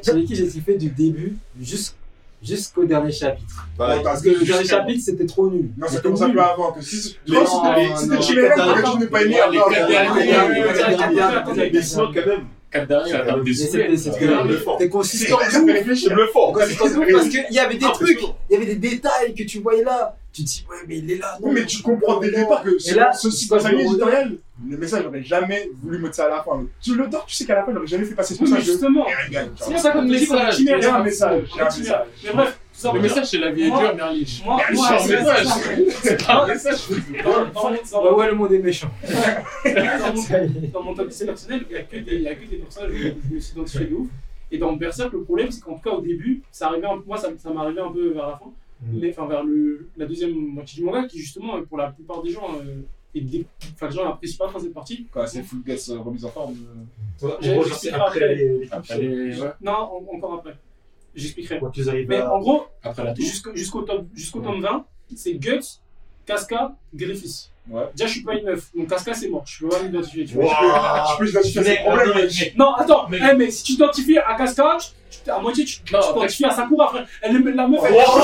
[SPEAKER 7] Chez qui j'ai kiffé du début jusqu'- jusqu'au dernier chapitre.
[SPEAKER 6] Pareil.
[SPEAKER 7] Parce que le dernier chapitre, c'était trop nul.
[SPEAKER 4] Non, ça
[SPEAKER 7] C'était
[SPEAKER 4] commence un
[SPEAKER 7] nul.
[SPEAKER 4] peu avant. Que si
[SPEAKER 6] Mais
[SPEAKER 4] non,
[SPEAKER 6] non,
[SPEAKER 4] c'était-
[SPEAKER 6] non,
[SPEAKER 4] c'était
[SPEAKER 6] Oh non.
[SPEAKER 4] Chimera,
[SPEAKER 6] Attends,
[SPEAKER 4] pourquoi tu n'es pas aimé
[SPEAKER 1] attends,
[SPEAKER 4] avant
[SPEAKER 1] les quatre
[SPEAKER 4] Ouais,
[SPEAKER 1] derniers,
[SPEAKER 4] ouais, ouais,
[SPEAKER 1] les
[SPEAKER 4] ouais,
[SPEAKER 1] quatre
[SPEAKER 4] ouais.
[SPEAKER 1] derniers.
[SPEAKER 6] Mais sinon, quand même,
[SPEAKER 1] Quatre derniers, la table des
[SPEAKER 7] Mais c'était-
[SPEAKER 1] souhaits. Ah,
[SPEAKER 7] c'était
[SPEAKER 6] Ouais, mais fort.
[SPEAKER 7] c'était
[SPEAKER 4] C'est-
[SPEAKER 7] consistant.
[SPEAKER 4] Ça fait réfléchir. Le fort.
[SPEAKER 7] Consistant de ouf, Parce qu'il y avait des
[SPEAKER 6] Ah,
[SPEAKER 7] trucs,
[SPEAKER 6] parce que-
[SPEAKER 7] il y avait des détails que tu voyais là. Tu te dis, ouais, mais il est là.
[SPEAKER 4] Oui, mais tu comprends dès le départ que ce,
[SPEAKER 7] là,
[SPEAKER 4] ceci
[SPEAKER 7] ça,
[SPEAKER 4] dans sa
[SPEAKER 7] je
[SPEAKER 4] ligne
[SPEAKER 7] le relève.
[SPEAKER 4] éditoriale, le message j'aurais jamais voulu mettre ça à la fin. Mais tu le dors, tu sais qu'à la fin, il aurait jamais fait passer ce
[SPEAKER 3] Oui, mais
[SPEAKER 4] message. de-
[SPEAKER 3] justement.
[SPEAKER 4] Eh, regarde, tu
[SPEAKER 3] C'est
[SPEAKER 4] vois.
[SPEAKER 3] pour ça qu'on me dit qu'on a
[SPEAKER 1] Message.
[SPEAKER 3] chimère.
[SPEAKER 4] Il y a un message, il y a un message.
[SPEAKER 3] Mais bref, tout ça
[SPEAKER 1] Le
[SPEAKER 3] pour dire-
[SPEAKER 1] message, c'est la vie est
[SPEAKER 3] Moi-
[SPEAKER 1] dure, Merlich.
[SPEAKER 3] Moi,
[SPEAKER 1] Elle
[SPEAKER 3] moi,
[SPEAKER 1] sort un
[SPEAKER 3] c'est-
[SPEAKER 1] message.
[SPEAKER 3] c'est-
[SPEAKER 1] C'est pas un message.
[SPEAKER 3] dans- dans- dans-
[SPEAKER 7] Ouais, ouais, le monde est méchant.
[SPEAKER 3] dans mon- dans mon top 10 personnel, il n'y a, que des- il y a que des personnages où je me suis identifié de ouf. Et dans Berserk, le problème, c'est qu'en tout cas, au début, ça arrivait un- moi, ça, ça m'arrivait un peu vers la fin,
[SPEAKER 5] Mm.
[SPEAKER 3] mais, enfin, vers le, la deuxième moitié du manga, qui justement, euh, pour la plupart des gens, euh, est dé- enfin, les gens n'apprécient pas trop cette partie.
[SPEAKER 4] Quoi, c'est full guess euh, remise en forme. euh.
[SPEAKER 5] On rejoint après les.
[SPEAKER 1] Après les- ouais.
[SPEAKER 3] Non, en- encore après. J'expliquerai.
[SPEAKER 5] Quand ils arrivent
[SPEAKER 3] Mais
[SPEAKER 5] à.
[SPEAKER 3] en gros,
[SPEAKER 1] Après la touche.
[SPEAKER 3] jusqu'au jusqu'au tome jusqu'au tome 20, c'est Guts, Casca, Griffiths.
[SPEAKER 4] Ouais.
[SPEAKER 3] Déjà, je suis pas une meuf, donc Casca, c'est mort. Je peux pas m'identifier. tu vois.
[SPEAKER 5] Ah.
[SPEAKER 4] Je peux identifier ces problèmes, mec.
[SPEAKER 3] Non, attends,
[SPEAKER 5] Mais-
[SPEAKER 3] mais, mais si tu t'identifies à Casca, tu- tu- à moitié tu tu
[SPEAKER 1] Non, après-
[SPEAKER 3] t'identifies à Sakura, frère. Elle est la meuf. elle-
[SPEAKER 5] Oh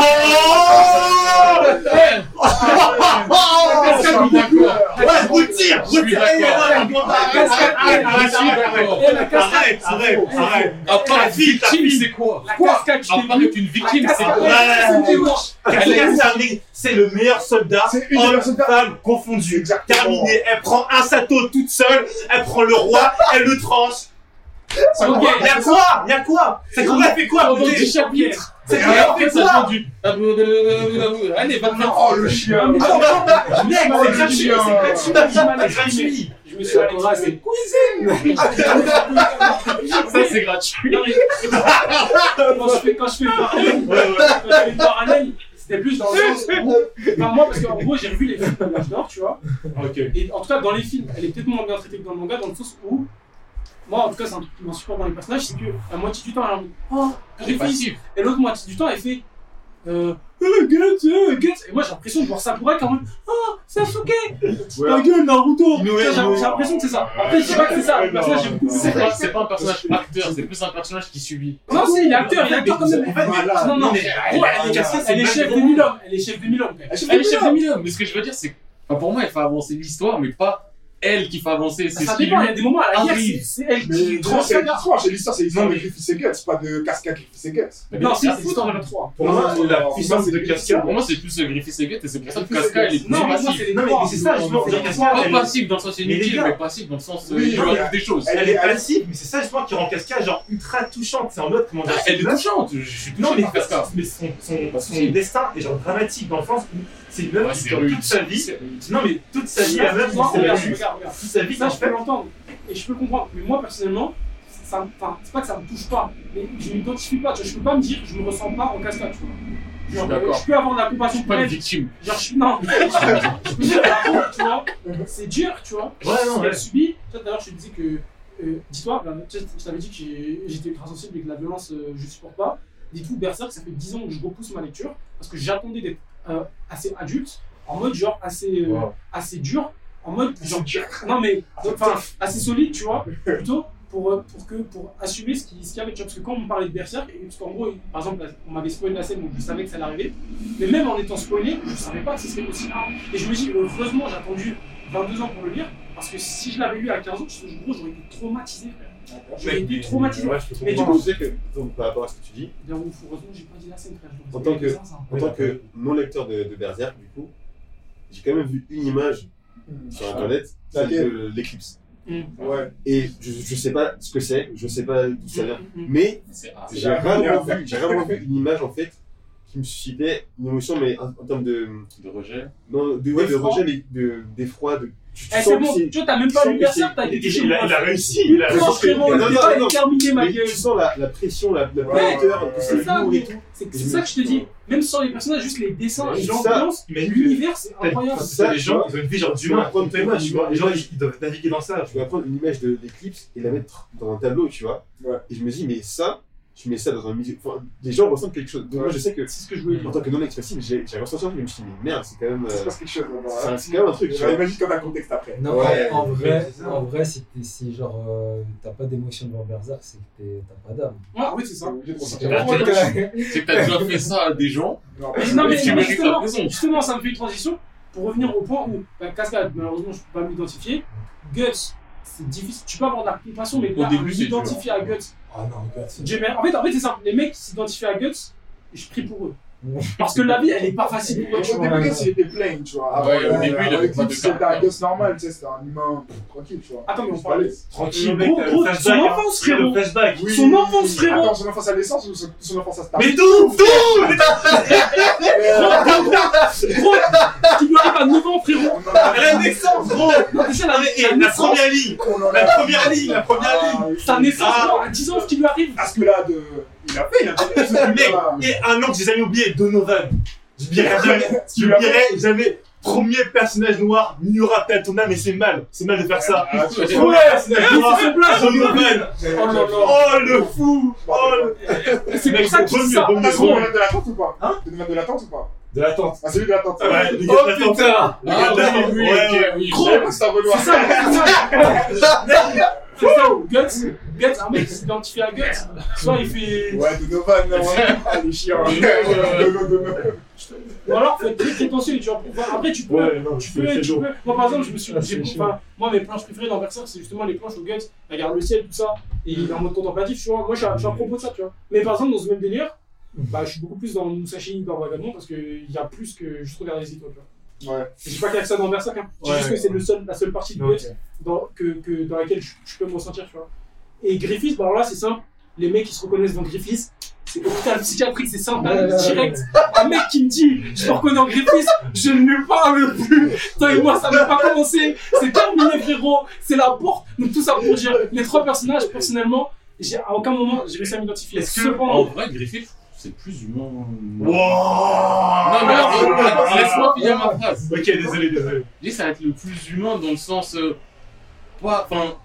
[SPEAKER 5] Eh,
[SPEAKER 1] Eh,
[SPEAKER 4] Ah, c'est un bon coup.
[SPEAKER 6] Ouais, retire,
[SPEAKER 1] Je suis
[SPEAKER 6] retire. Eh,
[SPEAKER 1] d'accord.
[SPEAKER 6] là, là,
[SPEAKER 1] Arrête, arrête,
[SPEAKER 6] arrête,
[SPEAKER 1] arrête, arrête.
[SPEAKER 3] elle, Eh, la Casca,
[SPEAKER 6] Arrête, arrête, arrête.
[SPEAKER 1] À part être une victime, c'est quoi
[SPEAKER 3] la Casca, tu
[SPEAKER 1] À
[SPEAKER 3] t'es
[SPEAKER 1] part
[SPEAKER 3] vu. Ah,
[SPEAKER 1] être une
[SPEAKER 3] La
[SPEAKER 1] victime, c'est
[SPEAKER 3] Casca,
[SPEAKER 1] quoi
[SPEAKER 3] elle,
[SPEAKER 6] Ouais.
[SPEAKER 3] c'est
[SPEAKER 1] ah,
[SPEAKER 3] mort.
[SPEAKER 1] Elle est-
[SPEAKER 6] C'est un mec- C'est le meilleur soldat,
[SPEAKER 4] C'est une
[SPEAKER 6] homme,
[SPEAKER 4] personne
[SPEAKER 6] femme confondue.
[SPEAKER 4] Exactement.
[SPEAKER 6] Terminé, elle prend un sato toute seule, elle prend le roi, elle le tranche.
[SPEAKER 3] Ok.
[SPEAKER 6] Y'a quoi Y'a quoi C'est qu'on a fait quoi
[SPEAKER 1] Pendant
[SPEAKER 6] putain
[SPEAKER 1] 10 chapitres
[SPEAKER 6] C'est qu'on
[SPEAKER 1] Et
[SPEAKER 6] a
[SPEAKER 1] après,
[SPEAKER 6] fait
[SPEAKER 1] ça
[SPEAKER 6] quoi
[SPEAKER 1] vient du. Allez, va te faire.
[SPEAKER 4] Oh le chien
[SPEAKER 6] Attends, attends, Ah, mec, c'est
[SPEAKER 4] Oh,
[SPEAKER 6] gratuit, c'est
[SPEAKER 4] Julien.
[SPEAKER 3] Je
[SPEAKER 6] gratuit, c'est
[SPEAKER 3] me suis mal exprimé.
[SPEAKER 6] gratuit.
[SPEAKER 3] Je me suis mal
[SPEAKER 7] Sakura, c'est
[SPEAKER 3] exprimé.
[SPEAKER 7] cuisine.
[SPEAKER 1] Ça, c'est gratuit.
[SPEAKER 3] Non, mais- quand je fais quand je fais le parallèle, quand je fais le parallèle, c'était plus dans le sens où, enfin, moi parce qu'en gros j'ai revu les films de l'âge d'or, tu vois.
[SPEAKER 5] Ok.
[SPEAKER 3] Et en tout cas dans les films, elle est peut-être moins bien traitée que dans le manga, dans le sens où moi en tout cas c'est un truc qui m'insupporte dans les personnages, c'est que la moitié du temps elle est en mode, oh
[SPEAKER 1] C'est
[SPEAKER 3] Griffith,
[SPEAKER 1] passif.
[SPEAKER 3] et l'autre moitié du temps elle fait euh, euh, Guts, euh, Guts. Et moi j'ai l'impression de voir Sakura qui est en mode Oh, Sasuke Ta gueule, Naruto
[SPEAKER 6] Il nous est-
[SPEAKER 3] J'ai
[SPEAKER 6] il nous-
[SPEAKER 3] j'ai l'impression que c'est ça. Après, je dis pas que c'est ça, le personnage j'ai beaucoup
[SPEAKER 1] C'est
[SPEAKER 3] aimé.
[SPEAKER 1] pas, c'est pas un personnage acteur, c'est plus un personnage qui subit.
[SPEAKER 3] Non, si, il est acteur, il est acteur quand même.
[SPEAKER 4] Voilà.
[SPEAKER 3] Non, non, mais
[SPEAKER 6] elle-
[SPEAKER 3] gros, elle est cassée, elle est chef des mille hommes. Elle est chef des mille hommes, quand même.
[SPEAKER 1] Elle est chef de mille hommes, mais ce que je veux dire, c'est que enfin, pour moi, elle fait avancer l'histoire, mais pas elle qui fait avancer. C'est
[SPEAKER 3] Ça
[SPEAKER 1] ce qui
[SPEAKER 3] dépend, il
[SPEAKER 1] lui.
[SPEAKER 3] y a des moments à la guerre,
[SPEAKER 1] arrive.
[SPEAKER 3] c'est- c'est elle
[SPEAKER 4] Mais
[SPEAKER 3] qui
[SPEAKER 4] gros, c'est
[SPEAKER 3] transfère.
[SPEAKER 4] l'histoire, c'est l'histoire, c'est l'histoire
[SPEAKER 5] Non,
[SPEAKER 4] de
[SPEAKER 5] mais-
[SPEAKER 4] Griffith et Guts, pas de Casca Griffith et Guts.
[SPEAKER 3] Non, c'est
[SPEAKER 1] Ça,
[SPEAKER 3] fou dans le 3.
[SPEAKER 5] Pour moi, la puissance de
[SPEAKER 1] Pour
[SPEAKER 5] Casca.
[SPEAKER 1] moi, c'est plus le Griffith et Guts, et c'est pour ça que
[SPEAKER 4] Griffith et
[SPEAKER 1] Casca, elle
[SPEAKER 4] Guts.
[SPEAKER 1] est plus
[SPEAKER 3] Non, mais moi,
[SPEAKER 1] passive.
[SPEAKER 3] c'est les
[SPEAKER 5] Non, mais
[SPEAKER 3] 3.
[SPEAKER 5] mais c'est ça, justement,
[SPEAKER 3] Non,
[SPEAKER 5] dire
[SPEAKER 3] non,
[SPEAKER 5] Casca.
[SPEAKER 1] Pas
[SPEAKER 5] elle-
[SPEAKER 1] passive dans le sens inutile,
[SPEAKER 5] gars-
[SPEAKER 1] mais passive dans le sens euh,
[SPEAKER 4] Oui,
[SPEAKER 1] il lui
[SPEAKER 4] mais-
[SPEAKER 1] arrive des choses.
[SPEAKER 4] Elle-
[SPEAKER 5] Elle est passive, mais c'est ça justement qui rend Casca genre ultra touchante. C'est en mode comment dire.
[SPEAKER 1] Ah, Elle est touchante, je suis
[SPEAKER 5] Non
[SPEAKER 1] touché
[SPEAKER 5] mais,
[SPEAKER 1] par Casca.
[SPEAKER 5] mais son, son,
[SPEAKER 1] Pas de
[SPEAKER 5] son
[SPEAKER 1] souci.
[SPEAKER 5] destin est genre dramatique dans le sens où c'est une meuf
[SPEAKER 1] Ouais,
[SPEAKER 5] qui
[SPEAKER 1] c'est
[SPEAKER 5] dure
[SPEAKER 1] rude.
[SPEAKER 5] toute sa vie. Non mais toute sa vie, la meuf
[SPEAKER 3] Moi,
[SPEAKER 5] c'est
[SPEAKER 3] regarde,
[SPEAKER 5] la vie.
[SPEAKER 3] regarde, regarde.
[SPEAKER 5] Toute sa vie,
[SPEAKER 3] Ça,
[SPEAKER 5] en
[SPEAKER 3] je peux
[SPEAKER 5] fait.
[SPEAKER 3] l'entendre. Et je peux comprendre. Mais moi, personnellement, ça me- enfin, c'est pas que ça me touche pas, mais je m'identifie pas. tu vois, Je peux pas me dire que je me ressens pas en cascade, tu vois.
[SPEAKER 1] suis
[SPEAKER 3] Genre,
[SPEAKER 1] d'accord.
[SPEAKER 3] euh, Je peux avoir de la
[SPEAKER 1] Je
[SPEAKER 3] compassion
[SPEAKER 1] suis
[SPEAKER 3] pour
[SPEAKER 1] pas une
[SPEAKER 3] elle.
[SPEAKER 1] victime.
[SPEAKER 3] Genre, je suis. Non, je peux dire, par contre, tu vois, c'est dur, tu vois.
[SPEAKER 5] Ouais, Ah non,
[SPEAKER 3] ce
[SPEAKER 5] ouais.
[SPEAKER 3] qu'elle subit. Toi, tout à l'heure, je te disais que. euh, Dis-toi, ben, tu sais, je t'avais dit que j'ai- j'étais ultra sensible et que la violence, euh, je supporte pas. Dis-toi, Berserk, ça fait 10 ans que je repousse ma lecture parce que j'attendais d'être euh, assez adulte, en mode genre assez, euh,
[SPEAKER 5] Wow.
[SPEAKER 3] assez dur, en mode genre. Non, mais enfin, assez solide, tu vois, plutôt pour, euh, pour, que, pour assumer ce qui- ce qu'il y avait. tu vois, Parce que quand on me parlait de Berserk, et- parce qu'en gros, il- par exemple, on m'avait spoilé la scène, donc je savais que ça allait arriver. Mais même en étant spoilé, je savais pas que ce serait aussi hard. Et je me dis, heureusement, j'ai attendu 22 ans pour le lire, parce que si je l'avais lu à 15 ans, je, gros, j'aurais été traumatisé, frère. J'aurais été traumatisé.
[SPEAKER 5] Ouais, je peux
[SPEAKER 3] Mais du
[SPEAKER 5] comprendre.
[SPEAKER 3] coup-
[SPEAKER 6] Je sais que, donc, par rapport à ce que tu dis,
[SPEAKER 3] Bien, ouf, heureusement, j'ai pas dit la scène, frère.
[SPEAKER 6] En
[SPEAKER 3] j'aurais
[SPEAKER 6] tant
[SPEAKER 3] spoilé
[SPEAKER 6] que-
[SPEAKER 3] ça, ça.
[SPEAKER 6] en tant que non-lecteur de, de Berserk, du coup, j'ai quand même vu une image
[SPEAKER 4] Ah.
[SPEAKER 6] sur internet, celle
[SPEAKER 4] Laquelle
[SPEAKER 6] de l'éclipse.
[SPEAKER 4] Ouais.
[SPEAKER 6] Et je, je sais pas ce que c'est, je sais pas d'où ça vient,
[SPEAKER 3] Mm, mm, mm.
[SPEAKER 6] mais
[SPEAKER 1] C'est ah,
[SPEAKER 6] j'ai vraiment vu, j'ai vraiment vu une image en fait qui me suscitait une émotion, mais en, en termes de,
[SPEAKER 1] de rejet.
[SPEAKER 6] non, de, ouais, de
[SPEAKER 3] D'effroi.
[SPEAKER 6] rejet, mais de- d'effroi, de, tu, tu
[SPEAKER 3] Eh, c'est
[SPEAKER 6] sens que
[SPEAKER 3] bon,
[SPEAKER 6] c'est-
[SPEAKER 3] tu vois, t'as même pas
[SPEAKER 6] sens
[SPEAKER 3] lu
[SPEAKER 6] que
[SPEAKER 3] Berserk, t'as
[SPEAKER 5] Il
[SPEAKER 3] été
[SPEAKER 5] il a il a réussi. Il a réussi.
[SPEAKER 3] Franchement,
[SPEAKER 6] Non,
[SPEAKER 3] le
[SPEAKER 6] non,
[SPEAKER 3] débat
[SPEAKER 6] non.
[SPEAKER 3] est terminé, ma
[SPEAKER 6] mais
[SPEAKER 3] gueule.
[SPEAKER 6] tu sens la, la pression, la, la
[SPEAKER 4] Ouais.
[SPEAKER 6] hauteur,
[SPEAKER 3] C'est
[SPEAKER 6] c'est
[SPEAKER 3] ça,
[SPEAKER 6] lourd
[SPEAKER 3] mais-
[SPEAKER 6] et tout.
[SPEAKER 3] C'est c'est ça que je te dis. Même sans les personnages, juste les dessins et
[SPEAKER 6] Ça-
[SPEAKER 3] l'ambiance,
[SPEAKER 5] Imagine que-
[SPEAKER 3] l'univers, c'est
[SPEAKER 5] T'as-
[SPEAKER 3] incroyable.
[SPEAKER 5] t'as- t'as Les gens, ils ont une vie genre d'humain.
[SPEAKER 6] Tu vois,
[SPEAKER 5] T'as une image, tu vois. Les gens, ils ils doivent naviguer dans ça.
[SPEAKER 6] Je vais prendre une image de l'éclipse et la mettre dans un tableau, tu vois.
[SPEAKER 4] Ouais.
[SPEAKER 6] Et je me dis, mais ça, tu mets ça dans un musée. Enfin, les gens ressentent quelque chose. Moi, je sais que,
[SPEAKER 3] C'est ce que je voulais dire.
[SPEAKER 6] en tant que non-expressif, j'ai j'ai ressenti un truc, je me suis dit, merde, c'est quand même. euh,
[SPEAKER 4] Ça se passe quelque chose. vraiment,
[SPEAKER 6] c'est
[SPEAKER 4] hein.
[SPEAKER 6] un- c'est quand même un truc, tu vois.
[SPEAKER 4] J'aurais imaginé comme un contexte après.
[SPEAKER 7] Non,
[SPEAKER 6] Ouais,
[SPEAKER 7] en, vrai,
[SPEAKER 5] c'est ça.
[SPEAKER 7] en vrai, si, t'es- si genre euh, t'as pas d'émotion devant Berserk, c'est que t'es- t'as pas d'âme.
[SPEAKER 3] Ah, oui, c'est ça.
[SPEAKER 4] J'ai trop senti.
[SPEAKER 1] C'est la tête. C'est que t'as déjà fait ça à des gens.
[SPEAKER 4] Non,
[SPEAKER 3] Mais non, mais
[SPEAKER 1] Et tu
[SPEAKER 3] non,
[SPEAKER 1] mérites la
[SPEAKER 3] justement,
[SPEAKER 1] prison.
[SPEAKER 3] justement, ça me fait une transition pour revenir au point où, bah, cascade, malheureusement, je peux pas m'identifier. Guts, c'est difficile. Tu peux avoir de la compassion, mais
[SPEAKER 1] Au
[SPEAKER 3] pas
[SPEAKER 1] début, c'est
[SPEAKER 3] m'identifier à Guts.
[SPEAKER 5] Ah non, regarde, c'est
[SPEAKER 3] J'ai- mais En fait, en fait c'est simple. Les mecs qui s'identifient à Guts, je prie pour eux. Parce que la vie, elle est pas facile pour eux,
[SPEAKER 4] Au
[SPEAKER 3] tu vois.
[SPEAKER 4] début, Guts, il était plain, tu vois.
[SPEAKER 1] Ouais,
[SPEAKER 4] Avant,
[SPEAKER 1] au début, il
[SPEAKER 4] avant
[SPEAKER 1] avait
[SPEAKER 4] le
[SPEAKER 1] pas de
[SPEAKER 4] clip, C'était un
[SPEAKER 1] caractère.
[SPEAKER 4] gosse normal, tu sais, c'était un humain pff, tranquille, tu vois.
[SPEAKER 3] Attends, mais on
[SPEAKER 4] C'est
[SPEAKER 3] parle-
[SPEAKER 4] pas les-
[SPEAKER 5] Tranquille,
[SPEAKER 3] Gros,
[SPEAKER 5] mec,
[SPEAKER 3] gros,
[SPEAKER 5] t'as le
[SPEAKER 3] son
[SPEAKER 5] flashback,
[SPEAKER 3] enfance,
[SPEAKER 5] hein.
[SPEAKER 3] frérot.
[SPEAKER 5] Le flashback.
[SPEAKER 4] Oui.
[SPEAKER 3] Son enfance, frérot.
[SPEAKER 4] Attends, son enfance à l'essence ou son son enfance à Star
[SPEAKER 5] Mais d'où D'où
[SPEAKER 3] Gros, qui lui arrive à 9 ans, frérot.
[SPEAKER 4] On en a-
[SPEAKER 5] La naissance, gros
[SPEAKER 3] Non, déjà, la,
[SPEAKER 5] Ah, Et
[SPEAKER 3] la
[SPEAKER 5] la
[SPEAKER 3] naissance,
[SPEAKER 5] première ligne
[SPEAKER 4] on en a-
[SPEAKER 5] La première ligne La première ligne
[SPEAKER 4] Ah, oui.
[SPEAKER 3] sa naissance,
[SPEAKER 5] Ah.
[SPEAKER 3] gros, à 10 ans, ce qui lui arrive.
[SPEAKER 4] Parce que là, de... il a fait, il a fait ce truc-là.
[SPEAKER 5] Mec, et un nom que j'ai jamais oublié, Donovan. J'oublierai jamais, j'oublierai jamais. Premier personnage noir, Miura Platona, mais c'est mal, c'est mal de faire ça.
[SPEAKER 4] Ah, tu vois,
[SPEAKER 5] Premier personnage noir, Donovan.
[SPEAKER 4] j'avais-
[SPEAKER 3] Oh là
[SPEAKER 4] j'avais-
[SPEAKER 3] là.
[SPEAKER 5] Oh le fou Oh le
[SPEAKER 3] C'est pour
[SPEAKER 5] Mec,
[SPEAKER 3] ça qu'il
[SPEAKER 5] premier,
[SPEAKER 3] dit ça.
[SPEAKER 5] premier,
[SPEAKER 4] T'as trouvé
[SPEAKER 5] premier.
[SPEAKER 4] le domaine de la tente ou pas
[SPEAKER 5] Hein
[SPEAKER 4] Le domaine de la tente ou pas
[SPEAKER 5] De la tente.
[SPEAKER 4] Ah, celui de la tente.
[SPEAKER 5] Ouais,
[SPEAKER 4] Ouais.
[SPEAKER 1] Oh,
[SPEAKER 5] le gars de la tente.
[SPEAKER 7] putain
[SPEAKER 5] Le gars de la tente,
[SPEAKER 1] Ah oui,
[SPEAKER 5] ouais, ouais.
[SPEAKER 1] ok, oui.
[SPEAKER 3] Gros,
[SPEAKER 4] C'est un Renoir.
[SPEAKER 3] C'est ça, c'est ça. C'est ça, ou Guts, Guts, un mec qui s'identifie à Guts, soit il fait.
[SPEAKER 4] Ouais, Donovan, non, ouais. Ah, les chiens.
[SPEAKER 1] Ouais.
[SPEAKER 4] Dono, Dono.
[SPEAKER 3] Ou alors, faut être très prétentieux et tu vas pouvoir. Après, tu peux.
[SPEAKER 5] Ouais, non,
[SPEAKER 3] Tu peux, tu peux. Moi, par exemple, je me suis.
[SPEAKER 5] Ah,
[SPEAKER 3] j'ai-
[SPEAKER 5] c'est chaud.
[SPEAKER 3] enfin, moi, mes planches préférées dans Berserk, c'est justement les planches où Guts elle regarde le ciel, tout ça, et il est en mode contemplatif, tu vois. Moi, je suis à, je suis à propos de ça, tu vois. Mais par exemple, dans ce même délire, bah, je suis beaucoup plus dans Musashi dans Vagabond parce qu'il y a plus que juste regarder les étoiles, tu vois.
[SPEAKER 4] Ouais.
[SPEAKER 3] Je dis pas qu'il y a que ça dans Berserk, hein. Je dis
[SPEAKER 5] Ouais.
[SPEAKER 3] juste que c'est le seul, la seule partie de Guts dans, que, que- dans laquelle je, je peux me ressentir, tu vois. Et Griffith, bah alors là, c'est simple. Les mecs qui se reconnaissent dans Griffith, c'est hôpital psychiatrique, c'est simple, hein, direct. Un mec qui me dit, je me reconnais en Griffith, je ne lui parle plus. Toi et moi, ça n'a pas commencé. C'est terminé, frérot. C'est la porte. Donc, tout ça pour dire, les trois personnages, personnellement, j'ai, à aucun moment, j'ai réussi à m'identifier.
[SPEAKER 5] Est-ce que-
[SPEAKER 1] En
[SPEAKER 3] Cependant,
[SPEAKER 1] vrai, Griffith, c'est plus humain.
[SPEAKER 5] Wow. Ah, Oh,
[SPEAKER 1] Non, mais attends, laisse-moi finir ma phrase.
[SPEAKER 5] Ok, désolé, désolé.
[SPEAKER 1] Lui, ça va être le plus humain dans le sens. euh, pas. Enfin.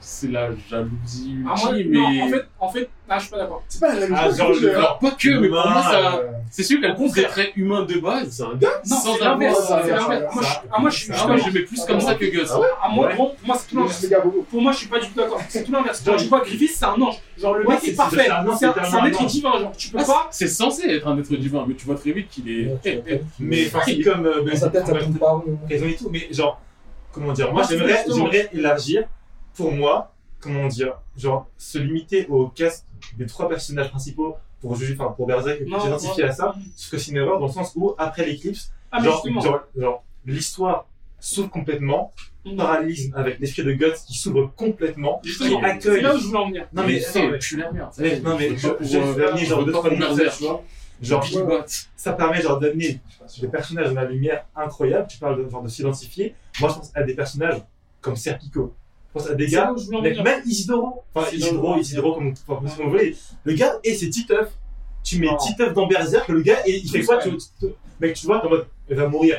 [SPEAKER 1] C'est la jalousie ultime,
[SPEAKER 3] à Ah, moi,
[SPEAKER 1] mais.
[SPEAKER 3] non, en fait, en fait, ah, je suis pas d'accord.
[SPEAKER 4] C'est pas la même
[SPEAKER 5] Ah,
[SPEAKER 4] chose,
[SPEAKER 5] genre
[SPEAKER 4] je-
[SPEAKER 5] le
[SPEAKER 4] Ouais,
[SPEAKER 1] Alors, pas que, mais pour moi, ça.
[SPEAKER 5] euh,
[SPEAKER 1] C'est sûr qu'elle compte des traits humains de base.
[SPEAKER 6] C'est un gars
[SPEAKER 3] Non,
[SPEAKER 1] Sans
[SPEAKER 3] c'est l'inverse.
[SPEAKER 4] avoir-
[SPEAKER 3] C'est l'inverse. Moi, je, ah, moi, je suis,
[SPEAKER 1] Ah ouais, je mets plus comme ça que Gus.
[SPEAKER 3] à moi, gros, pour moi, c'est tout
[SPEAKER 4] mais
[SPEAKER 3] l'inverse.
[SPEAKER 4] juste les gars bobos.
[SPEAKER 3] Pour moi, je suis pas du tout d'accord. C'est tout l'inverse. Quand tu vois Griffith, c'est un ange. Genre, le
[SPEAKER 5] Ouais,
[SPEAKER 3] mec
[SPEAKER 5] c'est-
[SPEAKER 3] est parfait.
[SPEAKER 5] c'est un ange,
[SPEAKER 3] C'est un,
[SPEAKER 5] c'est
[SPEAKER 3] c'est un
[SPEAKER 5] un
[SPEAKER 3] être
[SPEAKER 5] ange.
[SPEAKER 3] divin. Genre, tu peux
[SPEAKER 1] Ah,
[SPEAKER 3] pas.
[SPEAKER 1] C'est censé être un être divin, mais tu vois très vite qu'il est. Eh, eh,
[SPEAKER 5] Mais enfin, c'est comme. euh,
[SPEAKER 7] Dans sa tête, ça
[SPEAKER 5] ben,
[SPEAKER 7] tombe par où
[SPEAKER 5] raison et tout, mais genre, comment dire, moi
[SPEAKER 3] Ah, c'est
[SPEAKER 5] j'aimerais
[SPEAKER 3] justement.
[SPEAKER 5] j'aimerais élargir, pour moi, comment dire, genre, se limiter au cast des trois personnages principaux pour juger, enfin pour Berserk,
[SPEAKER 3] Non,
[SPEAKER 5] j'identifiais à ça, sauf que c'est une erreur dans le sens où, après l'éclipse,
[SPEAKER 3] Ah, mais
[SPEAKER 5] genre,
[SPEAKER 3] justement.
[SPEAKER 5] genre, genre, l'histoire s'ouvre complètement,
[SPEAKER 3] Mm.
[SPEAKER 5] paralysme avec l'esprit de Guts qui s'ouvre complètement, qui
[SPEAKER 3] Justement. C'est
[SPEAKER 5] accueille...
[SPEAKER 3] là où je voulais en venir.
[SPEAKER 5] Non mais,
[SPEAKER 1] c'est
[SPEAKER 5] attends, mais-
[SPEAKER 1] pue la merde.
[SPEAKER 5] mais- non mais,
[SPEAKER 1] Je
[SPEAKER 5] je
[SPEAKER 1] veux pas
[SPEAKER 5] je
[SPEAKER 1] pour,
[SPEAKER 5] vais
[SPEAKER 1] euh,
[SPEAKER 5] amener genre
[SPEAKER 1] je veux
[SPEAKER 5] deux,
[SPEAKER 1] pas
[SPEAKER 5] trois
[SPEAKER 1] pour
[SPEAKER 5] messages,
[SPEAKER 1] Berserk.
[SPEAKER 5] tu vois. Genre,
[SPEAKER 1] Big Bat.
[SPEAKER 5] ça permet genre d'amener des personnages dans la lumière incroyable. Tu parles de, genre de s'identifier. Moi, je pense à des personnages comme Serpico. Je pense à des
[SPEAKER 3] C'est là
[SPEAKER 5] gars,
[SPEAKER 3] où je voulais en
[SPEAKER 5] mais-
[SPEAKER 3] venir.
[SPEAKER 5] même Isidoro. Enfin, Isidoro, Isidoro, comme enfin, comme vous voulez. Le gars, et c'est Titeuf. Tu mets
[SPEAKER 3] Non.
[SPEAKER 5] Titeuf dans Berserk, le gars, et il fait quoi tu, tu- tu- Mec, tu vois, t'es en mode, elle va mourir.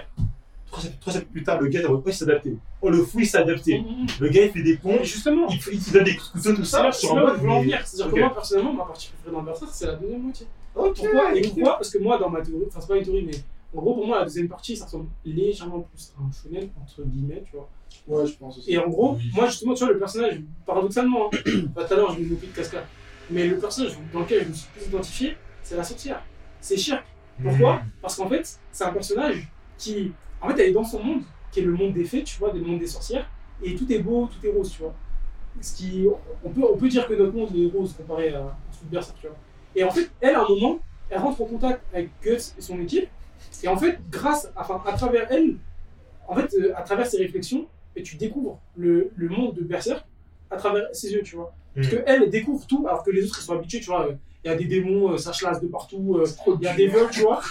[SPEAKER 5] Trois siècles trois siècles plus tard, le gars, t'es en mode, oh, il s'est adapté. Oh, le fou, il s'est adapté.
[SPEAKER 3] Mm, mm.
[SPEAKER 5] Le gars, il fait des ponts,
[SPEAKER 3] Mais Justement.
[SPEAKER 5] il, il te donne des coups de couteau, tout
[SPEAKER 3] C'est là
[SPEAKER 5] ça.
[SPEAKER 3] où
[SPEAKER 5] Je
[SPEAKER 3] c'est là
[SPEAKER 5] suis en
[SPEAKER 3] où je
[SPEAKER 5] mode,
[SPEAKER 3] voulais en
[SPEAKER 5] mais-
[SPEAKER 3] venir. C'est-à-dire
[SPEAKER 5] Ok.
[SPEAKER 3] que moi, personnellement, ma partie préférée dans Berserk, c'est la deuxième moitié.
[SPEAKER 5] Ok.
[SPEAKER 3] Pourquoi Et pourquoi Parce que moi, dans ma théorie, enfin, c'est pas une théorie, mais en gros, pour moi, la deuxième partie, ça ressemble légèrement plus à un shonen, entre guillemets, tu vois.
[SPEAKER 4] Ouais, je pense aussi.
[SPEAKER 3] Et en gros,
[SPEAKER 1] Oui.
[SPEAKER 3] moi justement, tu vois, le personnage, paradoxalement, hein, bah, tout à l'heure je me moquais de Casca, mais le personnage dans lequel je me suis plus identifié, c'est la sorcière. C'est Shirk. Pourquoi Parce qu'en fait, c'est un personnage qui, en fait, elle est dans son monde, qui est le monde des fées, tu vois, le monde des sorcières, et tout est beau, tout est rose, tu vois. Ce qui, on peut, on peut dire que notre monde est rose comparé à celui de Berserk, tu vois. Et en fait, elle, à un moment, elle rentre en contact avec Guts et son équipe, et en fait, grâce, enfin, à travers elle, en fait, euh, à travers ses réflexions, et tu découvres le, le monde de Berserk à travers ses yeux, tu vois. Parce
[SPEAKER 5] Mm.
[SPEAKER 3] que elle elle découvre tout, alors que les autres, ils sont habitués, tu vois. euh, Il y a des démons, euh, ça chlasse de partout, euh, il y a des vols, tu vois.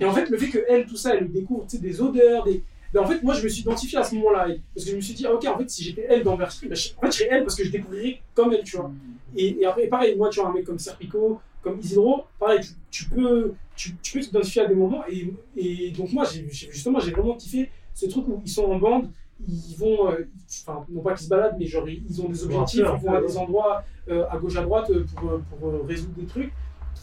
[SPEAKER 3] Et en fait, le fait que elle, tout ça, elle découvre, tu sais, des odeurs, des... Ben, en fait, moi, je me suis identifié à ce moment-là, elle. parce que je me suis dit, ah, ok, en fait, si j'étais elle dans Berserk, ben, je- en fait, je serais elle parce que je découvrirais comme elle, tu vois.
[SPEAKER 5] Mm.
[SPEAKER 3] Et, et après, pareil, moi, tu vois, un mec comme Serpico, comme Isidro, pareil, tu, tu peux tu, tu peux t'identifier à des moments. Et, et donc, moi, j'ai j'ai- justement, j'ai vraiment kiffé ce truc où ils sont en bande, ils vont, euh, enfin, non pas qu'ils se baladent, mais genre, ils ils ont des
[SPEAKER 5] Ouais,
[SPEAKER 3] objectifs,
[SPEAKER 5] un peu,
[SPEAKER 3] ils vont
[SPEAKER 5] un peu,
[SPEAKER 3] à
[SPEAKER 5] ouais.
[SPEAKER 3] des endroits euh, à gauche, à droite euh, pour, euh, pour euh, résoudre des trucs.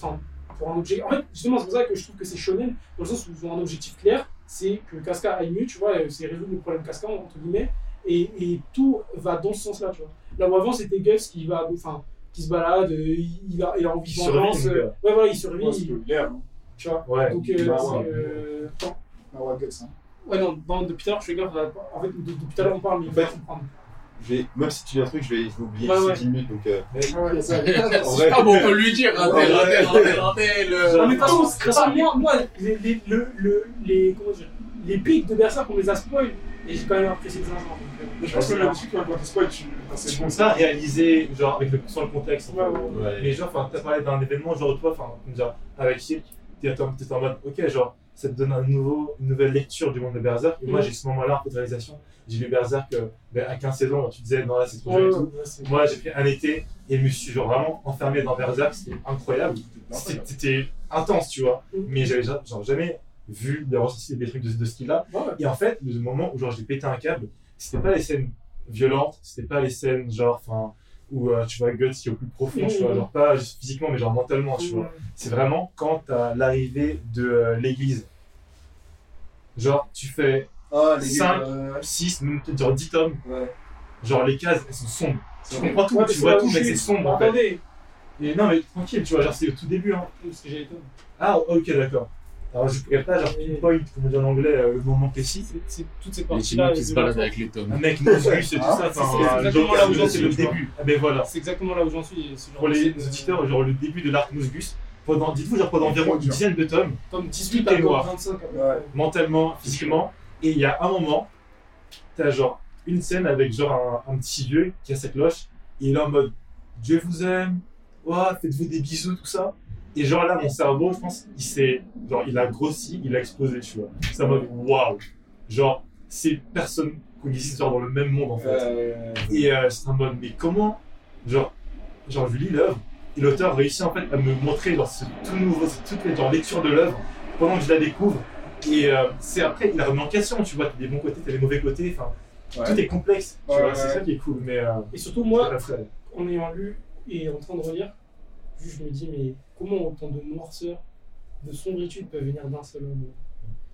[SPEAKER 3] Enfin, pour un objet. En fait, justement, c'est pour ça que je trouve que c'est shonen, dans le sens où ils ont un objectif clair, c'est que Casca aille mieux, tu vois, euh, c'est résoudre le problème Casca, entre guillemets, et, et tout va dans ce sens-là, tu vois. Là où avant, c'était Gus qui va, enfin, qui se balade, euh, il, il a, il a envie
[SPEAKER 5] Il
[SPEAKER 3] de
[SPEAKER 5] survit,
[SPEAKER 3] vengeance,
[SPEAKER 5] le
[SPEAKER 3] euh,
[SPEAKER 5] gars.
[SPEAKER 3] ouais, voilà, il survit,
[SPEAKER 4] Ouais, c'est
[SPEAKER 3] il-
[SPEAKER 4] populaire. hein.
[SPEAKER 3] tu vois.
[SPEAKER 5] Ouais.
[SPEAKER 3] Donc, euh,
[SPEAKER 4] bah,
[SPEAKER 3] c'est,
[SPEAKER 4] ouais.
[SPEAKER 3] euh, attends.
[SPEAKER 4] Ah ouais, Guts, hein.
[SPEAKER 3] Ouais, non, dans- depuis tout à l'heure, je fais gaffe. là, En fait, de- depuis tout à l'heure, on parle, mais
[SPEAKER 6] En
[SPEAKER 3] il
[SPEAKER 6] fait,
[SPEAKER 3] va comprendre.
[SPEAKER 6] Je vais- Même si tu dis un truc, je vais, je vais oublier
[SPEAKER 3] Ouais,
[SPEAKER 6] d'ici
[SPEAKER 3] ouais.
[SPEAKER 6] 10 minutes. Donc, euh,
[SPEAKER 4] Ah ouais, ça,
[SPEAKER 6] en vrai,
[SPEAKER 1] Ah bon, on peut lui dire, un tel, un tel, un tel, un tel, euh,
[SPEAKER 3] Non, mais de toute façon,
[SPEAKER 1] pardon.
[SPEAKER 3] de toute façon, moi, moi les, les, le- le- les, comment dire, les pics de Berserk, on les a spoil, et j'ai quand même apprécié les instants. donc, euh,
[SPEAKER 4] Je pense que l'habitude, quand tu spoil, tu. enfin,
[SPEAKER 5] Je
[SPEAKER 4] C'est bon
[SPEAKER 5] pense ça réalisé, genre, avec le, sans le contexte. en fait.
[SPEAKER 3] Ouais, ouais, ouais.
[SPEAKER 6] ouais.
[SPEAKER 5] Mais genre, enfin, t'as parlé d'un événement, genre, toi, enfin, comment dire, avec Silk, t'es en, t'es en mode, ok, genre, ça te donne un nouveau, une nouvelle lecture du monde de Berserk. Et moi,
[SPEAKER 3] Mhm.
[SPEAKER 5] j'ai ce moment-là, en fait, de réalisation. J'ai lu Berserk euh, ben, à 15 ans, tu disais, non, là, c'est trop
[SPEAKER 3] Ouais,
[SPEAKER 5] jeune et
[SPEAKER 3] ouais,
[SPEAKER 5] tout.
[SPEAKER 3] ouais, c'est-
[SPEAKER 5] Moi, j'ai pris un été et je me suis genre vraiment enfermé dans Berserk, c'était incroyable. C'était- C'était intense, tu vois.
[SPEAKER 3] Mhm.
[SPEAKER 5] Mais j'avais ja- genre jamais vu des ressorties des trucs de, de ce style-là.
[SPEAKER 3] Ouais, ouais.
[SPEAKER 5] Et en fait, le moment où genre j'ai pété un câble, c'était pas les scènes violentes, c'était pas les scènes genre, enfin, où euh, tu vois Guts qui est au plus profond, tu vois,
[SPEAKER 3] Mhm.
[SPEAKER 5] genre pas juste physiquement, mais genre mentalement, tu vois. C'est vraiment quand t'as l'arrivée de euh, l'église. Genre, tu fais
[SPEAKER 4] Ah, les
[SPEAKER 5] Cinq.
[SPEAKER 4] gars. euh,
[SPEAKER 5] 6, même peut-être genre 10 tomes.
[SPEAKER 4] Ouais.
[SPEAKER 5] Genre, les cases, elles sont sombres. Tu
[SPEAKER 4] vrai.
[SPEAKER 5] comprends tout,
[SPEAKER 3] Ouais, mais
[SPEAKER 5] tu
[SPEAKER 3] c'est
[SPEAKER 5] vois
[SPEAKER 3] là
[SPEAKER 5] tout,
[SPEAKER 3] où
[SPEAKER 5] mais
[SPEAKER 3] je
[SPEAKER 5] c'est
[SPEAKER 3] suis.
[SPEAKER 5] sombre en fait.
[SPEAKER 3] Attendez,
[SPEAKER 5] Et non, mais tranquille, tu vois, genre, c'est au tout début, hein.
[SPEAKER 3] parce que j'ai étonné.
[SPEAKER 5] Ah, ok, d'accord. Alors, je pourrais pas, genre, pinpoint, comme on dit en anglais, euh, le moment précis.
[SPEAKER 3] C'est- C'est toutes ces
[SPEAKER 1] Les
[SPEAKER 3] parties-là.
[SPEAKER 1] Chinois qui se baladent avec les tomes.
[SPEAKER 5] Un mec Nausius et tout
[SPEAKER 4] Ah,
[SPEAKER 5] ça, enfin,
[SPEAKER 3] Hein c'est
[SPEAKER 5] euh,
[SPEAKER 3] exactement
[SPEAKER 5] genre,
[SPEAKER 3] là où j'en
[SPEAKER 5] c'est
[SPEAKER 3] suis,
[SPEAKER 5] le
[SPEAKER 3] tu vois.
[SPEAKER 5] début. Ah, ben voilà.
[SPEAKER 3] C'est exactement là où j'en suis. et c'est genre-
[SPEAKER 5] Pour les
[SPEAKER 3] c'est, euh,
[SPEAKER 5] auditeurs, genre, le début de l'arc Nausgus, pendant, dites-vous, genre, pendant environ une dizaine de tomes,
[SPEAKER 3] Comme 18
[SPEAKER 5] tout est
[SPEAKER 3] à
[SPEAKER 5] noir.
[SPEAKER 3] 25. à peu
[SPEAKER 4] Ouais.
[SPEAKER 3] près.
[SPEAKER 5] mentalement, physiquement. Et il y a un moment, t'as genre une scène avec genre un, un petit vieux qui a sa cloche. Et il est en mode Dieu vous aime, ouah, faites-vous des bisous, tout ça. Et genre là, mon cerveau, je pense, il s'est. Genre, il a grossi, il a explosé, tu vois. C'est en mode waouh. Genre, ces personnes qu'on existe genre dans le même monde en fait.
[SPEAKER 4] Euh,
[SPEAKER 5] Et euh, c'est un mode, mais comment Genre, genre je lis l'œuvre, et l'auteur réussit en fait à me montrer genre, ce tout nouveau, cette toute les genre, lecture de l'œuvre pendant que je la découvre. Et euh, c'est après, il a remis en question, tu vois, t'as des bons côtés, t'as des mauvais côtés, enfin,
[SPEAKER 4] Ouais.
[SPEAKER 5] tout est complexe, tu
[SPEAKER 4] Ouais,
[SPEAKER 5] vois,
[SPEAKER 4] ouais,
[SPEAKER 5] c'est
[SPEAKER 4] ouais.
[SPEAKER 5] ça qui est cool, mais euh,
[SPEAKER 3] Et surtout,
[SPEAKER 5] c'est
[SPEAKER 3] moi,
[SPEAKER 5] pas frais.
[SPEAKER 3] en ayant lu et en train de relire, juste je me dis, mais comment autant de noirceur, de sombritude peut venir d'un seul homme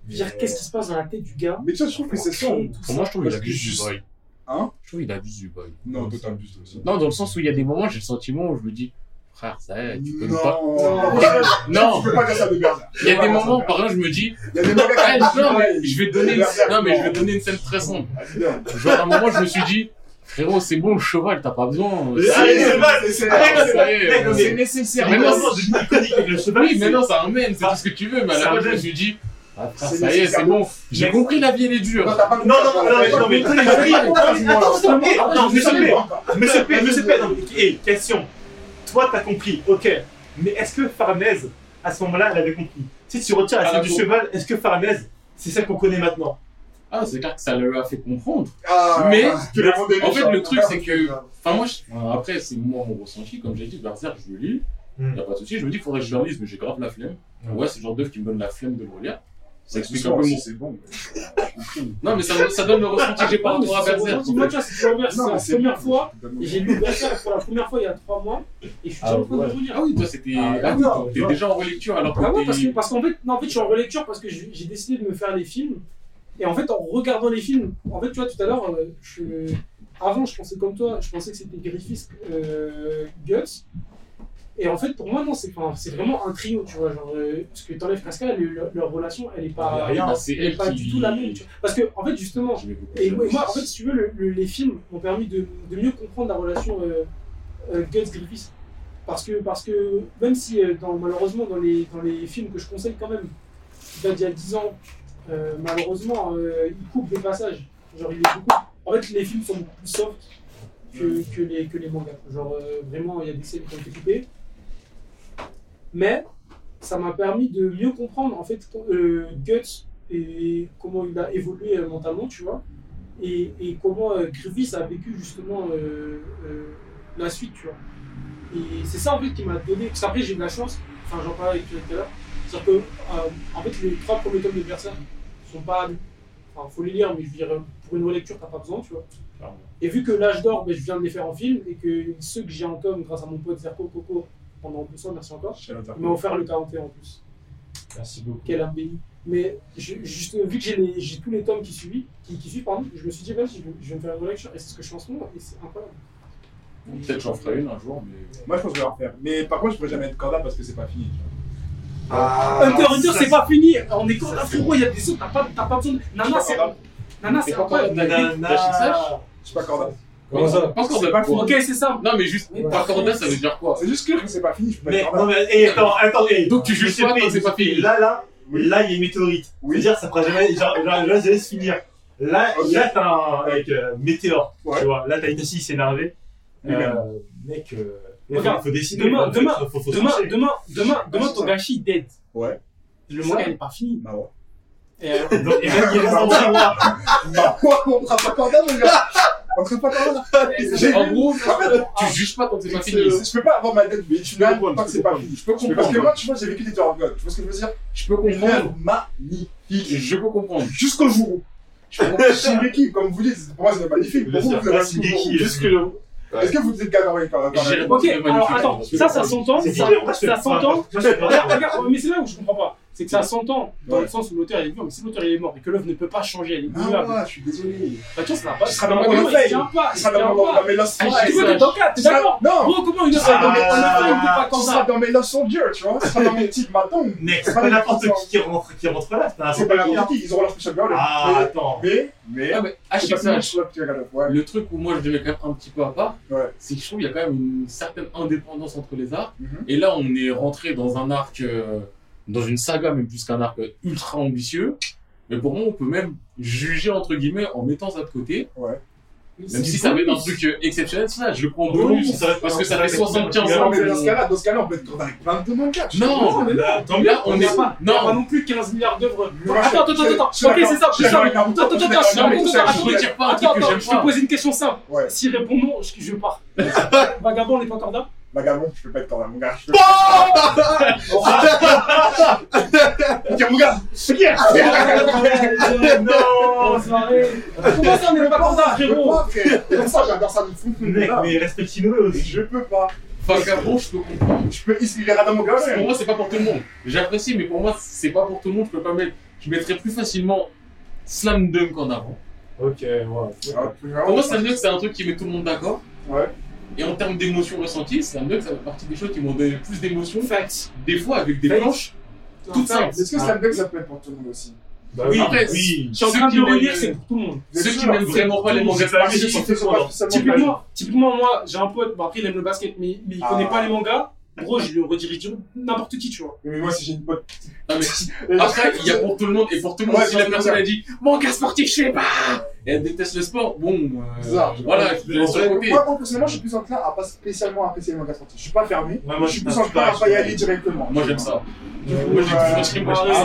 [SPEAKER 3] Je veux dire, qu'est-ce qui se passe dans la tête du gars
[SPEAKER 4] Mais tu vois, je trouve que c'est hein. sombre.
[SPEAKER 1] Pour moi, je trouve qu'il
[SPEAKER 4] Parce que
[SPEAKER 1] abuse du
[SPEAKER 4] juste-
[SPEAKER 1] boy.
[SPEAKER 4] Hein
[SPEAKER 1] Je trouve qu'il abuse du boy.
[SPEAKER 4] Non, toi, t'abuses de ça.
[SPEAKER 1] Non, dans le sens où il y a des moments, j'ai le sentiment où je me dis, frère, ça y est, Eh, tu peux
[SPEAKER 4] non.
[SPEAKER 1] pas.
[SPEAKER 4] Non,
[SPEAKER 1] Non,
[SPEAKER 4] tu peux pas dire ça de Berserk.
[SPEAKER 1] il y a des moments, par exemple, je me dis,
[SPEAKER 4] Il y a des mecs
[SPEAKER 1] eh,
[SPEAKER 4] qui
[SPEAKER 1] non, mais
[SPEAKER 4] disent,
[SPEAKER 1] je vais te donner, une...
[SPEAKER 4] Berserk,
[SPEAKER 1] non, mais je vais
[SPEAKER 4] non.
[SPEAKER 1] te donner une scène très sombre.
[SPEAKER 4] Ah, dis-donc.
[SPEAKER 1] Genre, à un moment, je me suis dit, frérot, c'est bon, le cheval, t'as pas besoin. Ah,
[SPEAKER 5] Mais
[SPEAKER 1] Ça y est,
[SPEAKER 5] arrêtez,
[SPEAKER 1] ça
[SPEAKER 5] mal,
[SPEAKER 4] Ah, c'est- Ah, c'est-
[SPEAKER 1] y est,
[SPEAKER 5] arrêtez,
[SPEAKER 1] ça y est,
[SPEAKER 5] mais-
[SPEAKER 1] euh,
[SPEAKER 5] C'est
[SPEAKER 1] nécessaire. Mais non,
[SPEAKER 5] vraiment devenu iconique avec le cheval.
[SPEAKER 1] oui,
[SPEAKER 5] c'est-
[SPEAKER 1] mais non, c'est un mème, c'est tout ce que tu veux, mais à la
[SPEAKER 5] C'est un
[SPEAKER 1] fin, je me
[SPEAKER 5] mème.
[SPEAKER 1] suis dit, ah, frère,
[SPEAKER 4] C'est
[SPEAKER 1] ça y est,
[SPEAKER 4] nécessaire.
[SPEAKER 1] c'est bon. J'ai compris, la vie, elle est dure.
[SPEAKER 4] Non, t'as pas
[SPEAKER 5] Non, non, non, mais- non, mais tous les
[SPEAKER 1] compris,
[SPEAKER 5] jeux-
[SPEAKER 1] attends,
[SPEAKER 5] Attends, attends, eh, attends,
[SPEAKER 1] je
[SPEAKER 5] monsieur
[SPEAKER 1] sais
[SPEAKER 5] P, monsieur P, monsieur P, non, mais- eh, question. Toi, t'as compris, ok. Mais est-ce que Farnèse, à ce moment-là, elle avait compris Si tu retires la
[SPEAKER 1] Ah,
[SPEAKER 5] scène du
[SPEAKER 1] bon.
[SPEAKER 5] cheval, est-ce que Farnèse, c'est celle qu'on connaît maintenant
[SPEAKER 1] Ah, c'est clair que ça leur a fait comprendre.
[SPEAKER 4] Ah,
[SPEAKER 1] Mais,
[SPEAKER 4] tu l'as demandé,
[SPEAKER 1] en fait, le
[SPEAKER 4] Richard.
[SPEAKER 1] truc, c'est que, enfin, moi, je- enfin, après, c'est moi mon ressenti, comme j'ai dit, Berserk, je le lis,
[SPEAKER 5] Hmm.
[SPEAKER 1] y a pas de souci, je me dis, faudrait que je le relise, mais j'ai grave la flemme.
[SPEAKER 4] Hmm.
[SPEAKER 5] Ouais.
[SPEAKER 1] Ouais, c'est le genre d'œuvre qui me donne la flemme de le relire. Ça
[SPEAKER 4] C'est
[SPEAKER 1] explique un peu mon.
[SPEAKER 4] c'est bon.
[SPEAKER 1] Non, mais ça, ça donne le ressenti que j'ai par
[SPEAKER 3] Non, Ah, mais
[SPEAKER 1] rapport à
[SPEAKER 3] c'est-
[SPEAKER 1] Berserk.
[SPEAKER 3] Moi, tu vois, c'est toujours l'inverse.
[SPEAKER 4] Non, mais
[SPEAKER 3] C'est la première fois, et j'ai
[SPEAKER 4] J'ai
[SPEAKER 3] lu Berserk pour la première fois il y a 3 mois, et je suis
[SPEAKER 5] Ah,
[SPEAKER 3] déjà en train de
[SPEAKER 5] ouais.
[SPEAKER 3] le relire.
[SPEAKER 1] Ah oui, toi, c'était.
[SPEAKER 5] Ah,
[SPEAKER 1] Ah oui,
[SPEAKER 5] non,
[SPEAKER 1] t'es
[SPEAKER 5] non.
[SPEAKER 1] déjà en relecture alors que.
[SPEAKER 3] Ah ouais,
[SPEAKER 1] t'es-
[SPEAKER 3] parce que- parce qu'en fait, non, en fait, je suis en relecture parce que j'ai j'ai décidé de me faire des films. Et en fait, en regardant les films, en fait, tu vois, tout à l'heure, euh, je- avant, je pensais comme toi, je pensais que c'était Griffith, euh, Guts. Et en fait, pour moi, non, c'est enfin, c'est vraiment un trio, tu vois. Genre, euh, parce que t'enlèves Casca, le- leur, leur relation, elle est
[SPEAKER 1] Ah,
[SPEAKER 3] pas,
[SPEAKER 1] rien, bah, c'est
[SPEAKER 3] elle est
[SPEAKER 1] elle
[SPEAKER 3] pas
[SPEAKER 1] qui-
[SPEAKER 3] du tout la même. tu vois. Parce que, en fait, justement,
[SPEAKER 1] Je vais beaucoup
[SPEAKER 3] et
[SPEAKER 1] plus
[SPEAKER 3] moi,
[SPEAKER 1] loin.
[SPEAKER 3] moi, en fait, si tu veux, le- le- les films m'ont permis de, de mieux comprendre la relation euh, euh, Guts-Griffith. Parce que, parce que même si, euh, dans- malheureusement, dans les, dans les films que je conseille quand même, qui datent d'il y a 10 ans, euh, malheureusement, euh, ils coupent des passages. Genre, ils les coupent. En fait, les films sont beaucoup plus soft que, que les, que les mangas. Genre, euh, vraiment, il y a des scènes qui ont été coupées. Mais ça m'a permis de mieux comprendre, en fait, euh, Guts et comment il a évolué euh, mentalement, tu vois et, et comment euh, Grievous a vécu justement euh, euh, la suite, tu vois. Et c'est ça en fait qui m'a donné, parce qu'après j'ai eu de la chance, enfin j'en parlais avec toi tout à l'heure, c'est-à-dire que euh, en fait les trois premiers tomes de Berserk sont pas, enfin faut les lire, mais je veux dire, pour une relecture, t'as pas besoin, tu vois.
[SPEAKER 1] Ah,
[SPEAKER 3] Et vu que l'âge d'or, ben, je viens de les faire en film, et que ceux que j'ai en com, grâce à mon pote Zerko Coco, pendant 200, merci encore, il m'a offert le 41 en plus.
[SPEAKER 5] Merci beaucoup.
[SPEAKER 3] Quel âme bénie. Mais je- juste, euh, vu que j'ai les- j'ai tous les tomes qui suivent, qui, qui suivent pardon, je me suis dit, vas-y, je, vais- je vais me faire une relecture, et c'est ce que je fais en ce moment, et c'est incroyable.
[SPEAKER 1] Peut-être j'en ferai une un jour, mais.
[SPEAKER 4] Moi, je pense que je vais la refaire. Mais par contre, je pourrais jamais être corda parce que c'est pas fini. tu vois.
[SPEAKER 1] Ah,
[SPEAKER 5] Ah,
[SPEAKER 3] Hunter x Hunter, c'est pas fini. On est corda, frérot. Il y a des autres, t'as pas, t'as pas besoin de. Nana, c'est. Nana, c'est
[SPEAKER 1] C'est pas
[SPEAKER 3] incroyable.
[SPEAKER 1] corda, Nana. Nana.
[SPEAKER 4] Je suis pas corda.
[SPEAKER 2] Comment ça
[SPEAKER 1] Pas
[SPEAKER 4] C'est
[SPEAKER 1] corda,
[SPEAKER 4] pas
[SPEAKER 1] quoi.
[SPEAKER 3] Ok, c'est ça.
[SPEAKER 1] Non, mais juste,
[SPEAKER 3] Mais
[SPEAKER 1] par
[SPEAKER 3] par
[SPEAKER 1] corda,
[SPEAKER 3] contre-
[SPEAKER 1] ça veut dire quoi
[SPEAKER 4] C'est juste que c'est pas fini, je peux pas
[SPEAKER 5] Mais,
[SPEAKER 4] être
[SPEAKER 5] non,
[SPEAKER 4] corda.
[SPEAKER 5] mais eh, attends, attends, eh.
[SPEAKER 1] Donc tu juges
[SPEAKER 5] Mais
[SPEAKER 1] pas
[SPEAKER 5] c'est
[SPEAKER 1] quand c'est pas fini.
[SPEAKER 5] Là, là,
[SPEAKER 4] Oui.
[SPEAKER 5] là, il y a une météorite.
[SPEAKER 4] Oui.
[SPEAKER 5] C'est-à-dire, ça fera jamais. Genre, genre, là, je laisse finir. Là,
[SPEAKER 4] Ok.
[SPEAKER 5] là t'as un. Avec euh, météore.
[SPEAKER 4] Ouais.
[SPEAKER 5] Tu vois, là, t'as Itachi, il s'est énervé.
[SPEAKER 4] Oui,
[SPEAKER 5] Euh, mec, euh, il faut,
[SPEAKER 3] Regarde,
[SPEAKER 5] faut décider.
[SPEAKER 3] demain-
[SPEAKER 5] quoi. Faut-
[SPEAKER 3] demain-
[SPEAKER 5] faut, faut se
[SPEAKER 3] Demain,
[SPEAKER 5] pencher.
[SPEAKER 3] demain, demain, demain,
[SPEAKER 4] c'est
[SPEAKER 3] ton
[SPEAKER 4] ça.
[SPEAKER 3] gâchis dead.
[SPEAKER 4] Ouais.
[SPEAKER 3] Le
[SPEAKER 4] C'est
[SPEAKER 3] manga,
[SPEAKER 4] ça.
[SPEAKER 3] il est pas fini.
[SPEAKER 4] Bah ouais.
[SPEAKER 3] Et, euh,
[SPEAKER 5] Donc, et même, il y a des
[SPEAKER 4] Bah,
[SPEAKER 5] enfants.
[SPEAKER 4] Bah ouais, on sera pas corda, mon gars. On sera pas corda. J'ai
[SPEAKER 1] En
[SPEAKER 4] vu.
[SPEAKER 1] gros,
[SPEAKER 4] En fait,
[SPEAKER 1] tu juges pas quand c'est pas
[SPEAKER 4] C'est-
[SPEAKER 1] fini.
[SPEAKER 4] Je peux pas avoir ma dette, mais tu
[SPEAKER 1] peux
[SPEAKER 4] l'as
[SPEAKER 1] comprendre,
[SPEAKER 4] tant que
[SPEAKER 1] tu
[SPEAKER 4] c'est
[SPEAKER 1] peux
[SPEAKER 4] pas
[SPEAKER 1] comprendre.
[SPEAKER 4] fini. Je peux
[SPEAKER 1] Tu peux
[SPEAKER 4] comprendre. Parce que
[SPEAKER 1] comprendre.
[SPEAKER 4] moi, tu vois, j'ai vécu des Tower of God. Tu vois ce que je veux dire
[SPEAKER 1] Je peux
[SPEAKER 4] Une œuvre
[SPEAKER 1] comprendre.
[SPEAKER 4] magnifique.
[SPEAKER 1] Je peux comprendre.
[SPEAKER 4] Jusqu'au jour où. Je peux comprendre Shingeki, comme vous dites, pour moi, c'est magnifique. Pour vous, vous
[SPEAKER 5] Là,
[SPEAKER 4] avez
[SPEAKER 5] c'est Geki,
[SPEAKER 4] Shingeki.
[SPEAKER 5] Jusque le.
[SPEAKER 4] Est-ce que vous êtes Gagaway quand même quand
[SPEAKER 1] J'ai-
[SPEAKER 4] même
[SPEAKER 3] Ok,
[SPEAKER 1] C'est
[SPEAKER 3] alors
[SPEAKER 1] magnifique.
[SPEAKER 3] attends, ça, ça s'entend.
[SPEAKER 5] C'est
[SPEAKER 3] Ça
[SPEAKER 5] stylé, moi, je
[SPEAKER 3] ça
[SPEAKER 5] fais-
[SPEAKER 3] s'entend.
[SPEAKER 5] moi, je fais pas.
[SPEAKER 3] Regarde, regarde, mais c'est là où je comprends pas. C'est que ça s'entend dans
[SPEAKER 4] Ouais.
[SPEAKER 3] le sens où l'auteur il est vivant, mais si l'auteur il est mort et que l'œuvre ne peut pas changer, elle est
[SPEAKER 4] Ah
[SPEAKER 3] immuable.
[SPEAKER 4] ouais, je suis désolé.
[SPEAKER 3] Bah, tu vois, ça n'a pas.
[SPEAKER 4] Ce sera dans mon
[SPEAKER 3] Non, il
[SPEAKER 4] conseil.
[SPEAKER 3] tient pas.
[SPEAKER 4] Ce
[SPEAKER 3] Il
[SPEAKER 4] sera
[SPEAKER 3] tient
[SPEAKER 4] dans mon
[SPEAKER 3] pas.
[SPEAKER 4] dans mes Lost
[SPEAKER 1] Ah,
[SPEAKER 3] Ah,
[SPEAKER 1] j'ai
[SPEAKER 3] tu
[SPEAKER 4] Boys.
[SPEAKER 3] vois, t'es dans le cadre, t'es
[SPEAKER 4] Ce sera-
[SPEAKER 3] d'accord.
[SPEAKER 4] Non
[SPEAKER 3] Gros, comment une
[SPEAKER 4] Ce
[SPEAKER 3] œuvre
[SPEAKER 4] sera
[SPEAKER 3] elle
[SPEAKER 4] dans mes
[SPEAKER 3] ne peut pas- elle ne peut pas
[SPEAKER 4] Love
[SPEAKER 3] comme
[SPEAKER 4] Ce
[SPEAKER 3] ça
[SPEAKER 4] sera dans mes Love Soldier, tu vois. Ce sera dans mes Tig Matong.
[SPEAKER 5] Mec, c'est pas n'importe qui qui rentre, qui rentre là. Ah, C'est un
[SPEAKER 4] C'est pas la
[SPEAKER 5] gars.
[SPEAKER 4] partie, ils auront leur special girl.
[SPEAKER 5] Ah,
[SPEAKER 4] Mais-
[SPEAKER 5] attends.
[SPEAKER 4] Mais, mais.
[SPEAKER 1] Ah, mais à
[SPEAKER 4] C'est
[SPEAKER 1] chaque
[SPEAKER 4] pas seulement
[SPEAKER 1] fois,
[SPEAKER 4] que je vois que tu regardes. Ouais.
[SPEAKER 1] Le truc où moi je devais quand même un petit peu à part,
[SPEAKER 4] Ouais.
[SPEAKER 1] c'est que je trouve qu'il y a quand même une certaine indépendance entre les arts.
[SPEAKER 4] Mhm.
[SPEAKER 1] Et là, on est rentré dans un arc, euh, dans une saga, même plus qu'un arc euh, ultra ambitieux. Mais pour moi, on peut même juger, entre guillemets, en mettant ça de côté.
[SPEAKER 4] Ouais.
[SPEAKER 1] Même si ça va être un truc euh, exceptionnel, ça, je le prends en bonus.
[SPEAKER 5] Parce
[SPEAKER 1] Parce que ça fait 75
[SPEAKER 4] Non,
[SPEAKER 1] ans.
[SPEAKER 4] mais dans ce cas-là, dans ce cas-là, on peut être correct avec plein de mangas. tu vois.
[SPEAKER 1] Non,
[SPEAKER 5] Là, tant mieux.
[SPEAKER 1] là, on
[SPEAKER 3] Il n'y a
[SPEAKER 1] est
[SPEAKER 3] pas,
[SPEAKER 1] pas.
[SPEAKER 3] il y a pas
[SPEAKER 1] Non,
[SPEAKER 3] non plus 15 milliards d'œuvres.
[SPEAKER 4] Je-
[SPEAKER 3] Attends, attends,
[SPEAKER 4] je-
[SPEAKER 3] attends, attends.
[SPEAKER 4] je-
[SPEAKER 3] Ok,
[SPEAKER 4] je-
[SPEAKER 3] c'est ça,
[SPEAKER 4] je-
[SPEAKER 3] c'est ça.
[SPEAKER 4] je-
[SPEAKER 3] Attends, attends,
[SPEAKER 4] je-
[SPEAKER 3] attends,
[SPEAKER 4] je-
[SPEAKER 1] non, mais
[SPEAKER 4] je-
[SPEAKER 1] ça,
[SPEAKER 3] attends,
[SPEAKER 1] je retire pas un truc
[SPEAKER 3] Attends,
[SPEAKER 1] que
[SPEAKER 3] attends,
[SPEAKER 1] j'aime
[SPEAKER 3] je te
[SPEAKER 1] pas.
[SPEAKER 3] pose une question simple.
[SPEAKER 4] Ouais.
[SPEAKER 3] S'il répond non, je, je pars. Vagabond, on n'est pas corda
[SPEAKER 4] Vagabond, je peux pas être corda, mon gars. Je peux pas. Tiens, mon gars, c'est bien.
[SPEAKER 3] Non, c'est vrai. Comment ça, on n'est pas corda,
[SPEAKER 4] Je peux
[SPEAKER 3] frérot
[SPEAKER 4] pas, frère. C'est pour ça, que j'adore ça de fou.
[SPEAKER 5] Mec, mais respectez-nous aussi.
[SPEAKER 4] Je peux pas.
[SPEAKER 1] Vagabond, je peux comprendre.
[SPEAKER 4] Je peux issuer Radam mon gars.
[SPEAKER 1] Pour moi, c'est pas pour tout le monde. J'apprécie, mais pour moi, c'est pas pour tout le monde. Je peux pas mettre. Je mettrais plus facilement Slam Dunk en avant.
[SPEAKER 5] Ok, ouais.
[SPEAKER 4] Ah,
[SPEAKER 1] Pour moi, Slam Dunk, c'est un truc qui met tout le monde d'accord.
[SPEAKER 4] Ouais.
[SPEAKER 1] Et en termes d'émotions ressenties, Slam Dunk, ça fait partie des choses qui m'ont donné le plus d'émotions.
[SPEAKER 3] Fact.
[SPEAKER 1] Des fois, avec des
[SPEAKER 3] Fact.
[SPEAKER 1] planches.
[SPEAKER 3] Tout
[SPEAKER 1] Tout
[SPEAKER 3] ça.
[SPEAKER 1] ça.
[SPEAKER 4] Est-ce que Slam Dunk, ça peut être pour tout le monde aussi
[SPEAKER 5] Bah
[SPEAKER 1] Oui, après,
[SPEAKER 5] oui.
[SPEAKER 3] Je suis en train de le relire, c'est pour tout le monde.
[SPEAKER 1] Ceux qui n'aiment vraiment pas les mangas de
[SPEAKER 5] Parce que
[SPEAKER 1] Archie,
[SPEAKER 5] c'est
[SPEAKER 4] C'est
[SPEAKER 5] forcément
[SPEAKER 4] pas
[SPEAKER 5] dans-
[SPEAKER 4] seulement
[SPEAKER 3] Typiquement, typiquement, moi, j'ai un pote, bon, après, il aime le basket, mais, mais il
[SPEAKER 4] Ah.
[SPEAKER 3] connaît pas les mangas. Bro, je le redirige sur n'importe qui, tu vois.
[SPEAKER 4] Mais moi, si j'ai une pote.
[SPEAKER 1] Non, mais après, il y a pour tout le monde. Et pour tout le monde,
[SPEAKER 4] Ouais,
[SPEAKER 1] si
[SPEAKER 4] c'est
[SPEAKER 1] la
[SPEAKER 4] ça.
[SPEAKER 1] personne a dit manga sportif, je sais pas Et elle déteste le sport, bon. euh,
[SPEAKER 4] Bizarre.
[SPEAKER 1] Voilà, je le laisse sur le côté.
[SPEAKER 4] Moi, moi, personnellement, je suis plus enclin à pas spécialement apprécier les mangas sportifs. Je suis pas fermé.
[SPEAKER 5] Ouais,
[SPEAKER 4] je
[SPEAKER 5] moi,
[SPEAKER 4] suis
[SPEAKER 5] je
[SPEAKER 4] plus
[SPEAKER 5] suis pas-
[SPEAKER 4] enclin à pas y aller directement.
[SPEAKER 1] Moi, j'aime ça. Du coup, moi, j'ai toujours inscrit moi, j'aime ça.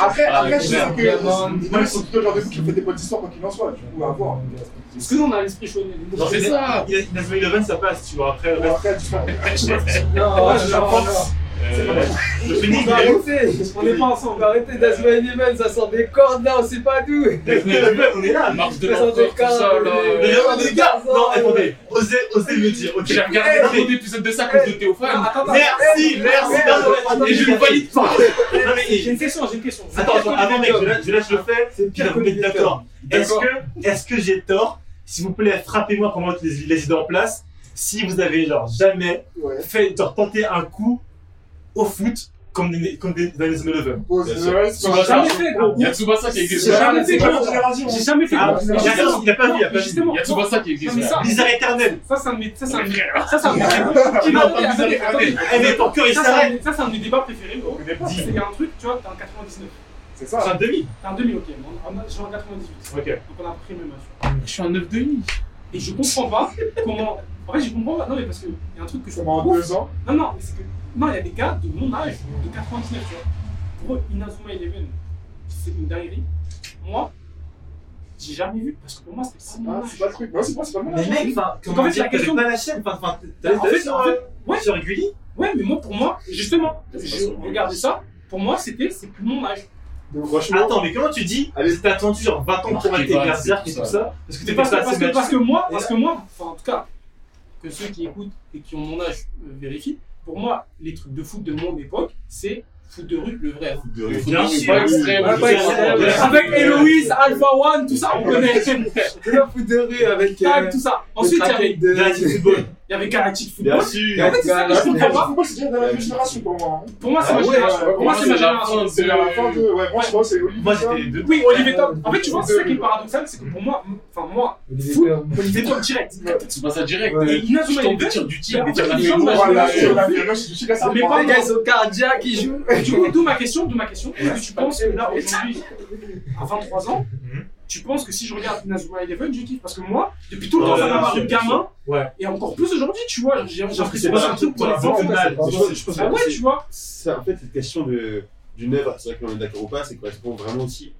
[SPEAKER 4] Ah, Après,
[SPEAKER 1] Ah,
[SPEAKER 4] après, je sais
[SPEAKER 1] clairement.
[SPEAKER 4] que. Moi, ils sont plutôt le genre de bouc qui fait des bonnes histoires quoi qu'il en soit. Du coup, à voir.
[SPEAKER 3] Parce que nous, on a l'esprit chaud.
[SPEAKER 5] Non,
[SPEAKER 1] C'est ça.
[SPEAKER 5] Il a- il a joué Eleven, ça passe, tu vois. Après, le reste.
[SPEAKER 4] Après, tu
[SPEAKER 7] Non,
[SPEAKER 3] je la pense.
[SPEAKER 5] euh, Le Phoenix,
[SPEAKER 7] On va
[SPEAKER 5] il est-
[SPEAKER 7] arrêter.
[SPEAKER 3] On n'est pas
[SPEAKER 7] On
[SPEAKER 3] ensemble.
[SPEAKER 7] va arrêter d'assumer Eleven, ça sort des cordes là, on sait pas d'où.
[SPEAKER 5] Eleven, on est là.
[SPEAKER 1] Marche de
[SPEAKER 7] Ça sort
[SPEAKER 1] l'empereur,
[SPEAKER 7] des
[SPEAKER 1] tout ça,
[SPEAKER 7] cordes.
[SPEAKER 1] là.
[SPEAKER 5] Mais non, les gars, non, attendez. Osez, osez le dire. ok.
[SPEAKER 1] J'ai regardé un autre épisode de ça à cause de Théophane.
[SPEAKER 2] Ah,
[SPEAKER 5] Merci, merci.
[SPEAKER 7] Eh,
[SPEAKER 5] non, non,
[SPEAKER 7] attends,
[SPEAKER 5] non,
[SPEAKER 1] Et je
[SPEAKER 5] non,
[SPEAKER 1] le valide pas.
[SPEAKER 5] non, mais-
[SPEAKER 3] J'ai une question, j'ai une question.
[SPEAKER 5] Attends, attends, avant mec, je lâche, je lâche le fait,
[SPEAKER 7] C'est
[SPEAKER 5] puis la vous mettez d'accord. Est-ce que, est-ce que j'ai tort S'il vous plaît, frappez-moi pendant que les, les idées en place. Si vous avez genre jamais
[SPEAKER 4] Ouais.
[SPEAKER 5] fait, genre tenté un coup au foot comme des, comme des, dans les Eleven.
[SPEAKER 4] poses
[SPEAKER 6] Bien
[SPEAKER 4] le
[SPEAKER 6] sûr.
[SPEAKER 4] reste.
[SPEAKER 3] J'ai jamais fait, gros.
[SPEAKER 1] Il y a Tsubasa qui existe.
[SPEAKER 3] C'est jamais fait,
[SPEAKER 4] C'est pas notre
[SPEAKER 3] gros.
[SPEAKER 4] génération.
[SPEAKER 3] J'ai jamais fait,
[SPEAKER 5] Ah,
[SPEAKER 3] gros.
[SPEAKER 5] il a pas vu, il a pas vu, il a pas vu.
[SPEAKER 3] Justement.
[SPEAKER 1] Il y a Tsubasa qui
[SPEAKER 3] Non,
[SPEAKER 1] existe.
[SPEAKER 3] mais ça,
[SPEAKER 5] Bizarre éternel.
[SPEAKER 3] ça, c'est un de mes- ça, c'est un de mes-
[SPEAKER 1] frère.
[SPEAKER 3] ça, c'est un de mes-
[SPEAKER 1] Non,
[SPEAKER 3] Non,
[SPEAKER 1] pas
[SPEAKER 3] attendez,
[SPEAKER 1] Bizarre éternel.
[SPEAKER 3] attendez.
[SPEAKER 5] Eh mais ton cœur il
[SPEAKER 3] Ça, c'est
[SPEAKER 5] s'arrête.
[SPEAKER 3] un- ça, c'est un de mes débats préférés, gros.
[SPEAKER 4] On est pas.
[SPEAKER 5] Dis.
[SPEAKER 3] Il y a un truc, tu vois, t'es en 99.
[SPEAKER 4] C'est
[SPEAKER 5] C'est
[SPEAKER 4] ça.
[SPEAKER 5] un demi.
[SPEAKER 3] T'es en 2000, ok. On- on- Je suis en 98.
[SPEAKER 5] Ok.
[SPEAKER 3] Donc on a pris le même hein, âge.
[SPEAKER 1] Je suis un 9,5.
[SPEAKER 3] Et je comprends pas comment. En fait, je comprends pas. Non, mais parce que il y a un truc que je
[SPEAKER 4] Comment
[SPEAKER 3] comprends
[SPEAKER 4] en deux ans.
[SPEAKER 3] Non, non, mais c'est que. Non, il y a des gars de mon âge, de 99, tu vois. Pour eux, Inazuma Eleven, c'est une dinguerie. Moi, j'ai jamais vu parce que pour moi,
[SPEAKER 4] C'est
[SPEAKER 3] c'était pas
[SPEAKER 4] pas
[SPEAKER 3] mon
[SPEAKER 4] Ah, c'est pas
[SPEAKER 3] âge.
[SPEAKER 4] le truc. Non, c'est pas c'est pas mon
[SPEAKER 7] Mais
[SPEAKER 4] âge.
[SPEAKER 7] mec, enfin,
[SPEAKER 3] en
[SPEAKER 7] comment
[SPEAKER 3] fait, la
[SPEAKER 7] dire, t'avais
[SPEAKER 3] question-
[SPEAKER 7] pas la chaîne, enfin, enfin,
[SPEAKER 3] En
[SPEAKER 7] t'avais
[SPEAKER 5] Bah,
[SPEAKER 3] fait,
[SPEAKER 7] sur,
[SPEAKER 3] en fait,
[SPEAKER 7] euh,
[SPEAKER 3] ouais.
[SPEAKER 7] sur Gulli
[SPEAKER 3] Ouais, mais moi, pour moi, justement,
[SPEAKER 1] C'est pas
[SPEAKER 3] je
[SPEAKER 1] son
[SPEAKER 3] regardais ça. Pour moi, c'était, c'est plus mon âge.
[SPEAKER 4] Ah,
[SPEAKER 6] Franchement,
[SPEAKER 5] Attends, mais comment tu dis
[SPEAKER 6] Allez.
[SPEAKER 5] T'as attendu genre 20 ans pour
[SPEAKER 1] Marquez
[SPEAKER 5] mater
[SPEAKER 1] pas,
[SPEAKER 5] Berserk
[SPEAKER 1] c'est
[SPEAKER 5] et
[SPEAKER 1] tout
[SPEAKER 5] tout
[SPEAKER 1] ça.
[SPEAKER 5] ça Parce que t'es
[SPEAKER 3] parce,
[SPEAKER 5] passé
[SPEAKER 3] que,
[SPEAKER 5] à
[SPEAKER 3] parce,
[SPEAKER 5] ces
[SPEAKER 3] que, parce
[SPEAKER 5] matchs
[SPEAKER 3] que moi, parce que moi, enfin en tout cas, que ceux qui écoutent et qui ont mon âge euh, vérifient, pour moi, les trucs de foot de mon époque, c'est foot de rue, le vrai.
[SPEAKER 6] de
[SPEAKER 1] Il
[SPEAKER 6] rire.
[SPEAKER 1] faut
[SPEAKER 5] Bien
[SPEAKER 1] donner
[SPEAKER 5] sûr.
[SPEAKER 1] pas extrême.
[SPEAKER 2] Ouais, pas extrême.
[SPEAKER 1] Ah, Ouais.
[SPEAKER 3] Avec Héloïse, Alpha One, tout ça, on connaît.
[SPEAKER 2] C'est la foot de rue avec. euh,
[SPEAKER 3] Tag, tout ça. Ensuite,
[SPEAKER 2] le
[SPEAKER 3] il y avait,
[SPEAKER 2] trafic de-
[SPEAKER 5] Galactic Football.
[SPEAKER 3] il y avait Galactic Football.
[SPEAKER 5] Bien sûr.
[SPEAKER 3] Et en fait, c'est ça que je comprends pas.
[SPEAKER 4] Moi, c'est bien dans la même génération pour moi. hein.
[SPEAKER 3] Pour moi, c'est
[SPEAKER 4] Ah
[SPEAKER 3] ma
[SPEAKER 4] ouais,
[SPEAKER 3] génération.
[SPEAKER 4] ouais,
[SPEAKER 3] Pour moi,
[SPEAKER 4] ouais,
[SPEAKER 3] c'est ma
[SPEAKER 1] c'est la
[SPEAKER 3] génération.
[SPEAKER 1] fin
[SPEAKER 4] C'est la fin de. Ouais, moi, je crois que c'est Olivier.
[SPEAKER 5] Moi j'étais les deux.
[SPEAKER 3] Oui, Olivier Top. En fait, tu vois, c'est ça qui est paradoxal, c'est que pour moi, enfin moi, foot, Olivier Top direct.
[SPEAKER 1] Tu passes ça direct.
[SPEAKER 2] Ouais.
[SPEAKER 1] Et
[SPEAKER 3] Inazuma
[SPEAKER 1] Tu tombes
[SPEAKER 3] Eleven,
[SPEAKER 1] des tirs du
[SPEAKER 3] mais
[SPEAKER 1] tir,
[SPEAKER 3] en
[SPEAKER 1] des tirs
[SPEAKER 3] fait,
[SPEAKER 1] à
[SPEAKER 3] les
[SPEAKER 1] la
[SPEAKER 3] gens,
[SPEAKER 1] main.
[SPEAKER 3] moi,
[SPEAKER 4] Voilà,
[SPEAKER 1] Ouais.
[SPEAKER 4] je la je suis cassé.
[SPEAKER 3] Mais
[SPEAKER 2] Les
[SPEAKER 3] pas
[SPEAKER 2] gars, ils sont cardiaques, ils jouent.
[SPEAKER 3] Du coup, d'où ma question, d'où ma question. Est-ce que tu penses que là, aujourd'hui, à 23 ans,
[SPEAKER 5] Mhm.
[SPEAKER 3] tu penses que si je regarde Inazuma Eleven, je kiffe Parce que moi, depuis tout le temps,
[SPEAKER 5] Ouais,
[SPEAKER 3] ça m'a
[SPEAKER 5] bien
[SPEAKER 3] paru
[SPEAKER 5] sûr,
[SPEAKER 3] gamin.
[SPEAKER 5] Ouais.
[SPEAKER 3] Et encore plus aujourd'hui, tu vois. J'ai j'ai l'impression que
[SPEAKER 5] C'est
[SPEAKER 3] c'est
[SPEAKER 5] pas
[SPEAKER 3] pas un
[SPEAKER 5] un truc pour les
[SPEAKER 3] enfants.
[SPEAKER 5] enfants.
[SPEAKER 6] Je pense- je pense
[SPEAKER 3] Ah ouais,
[SPEAKER 6] que
[SPEAKER 3] tu vois.
[SPEAKER 6] c'est en fait cette question de d'une œuvre, c'est vrai que l'on est d'accord ou pas, c'est correspond vraiment aussi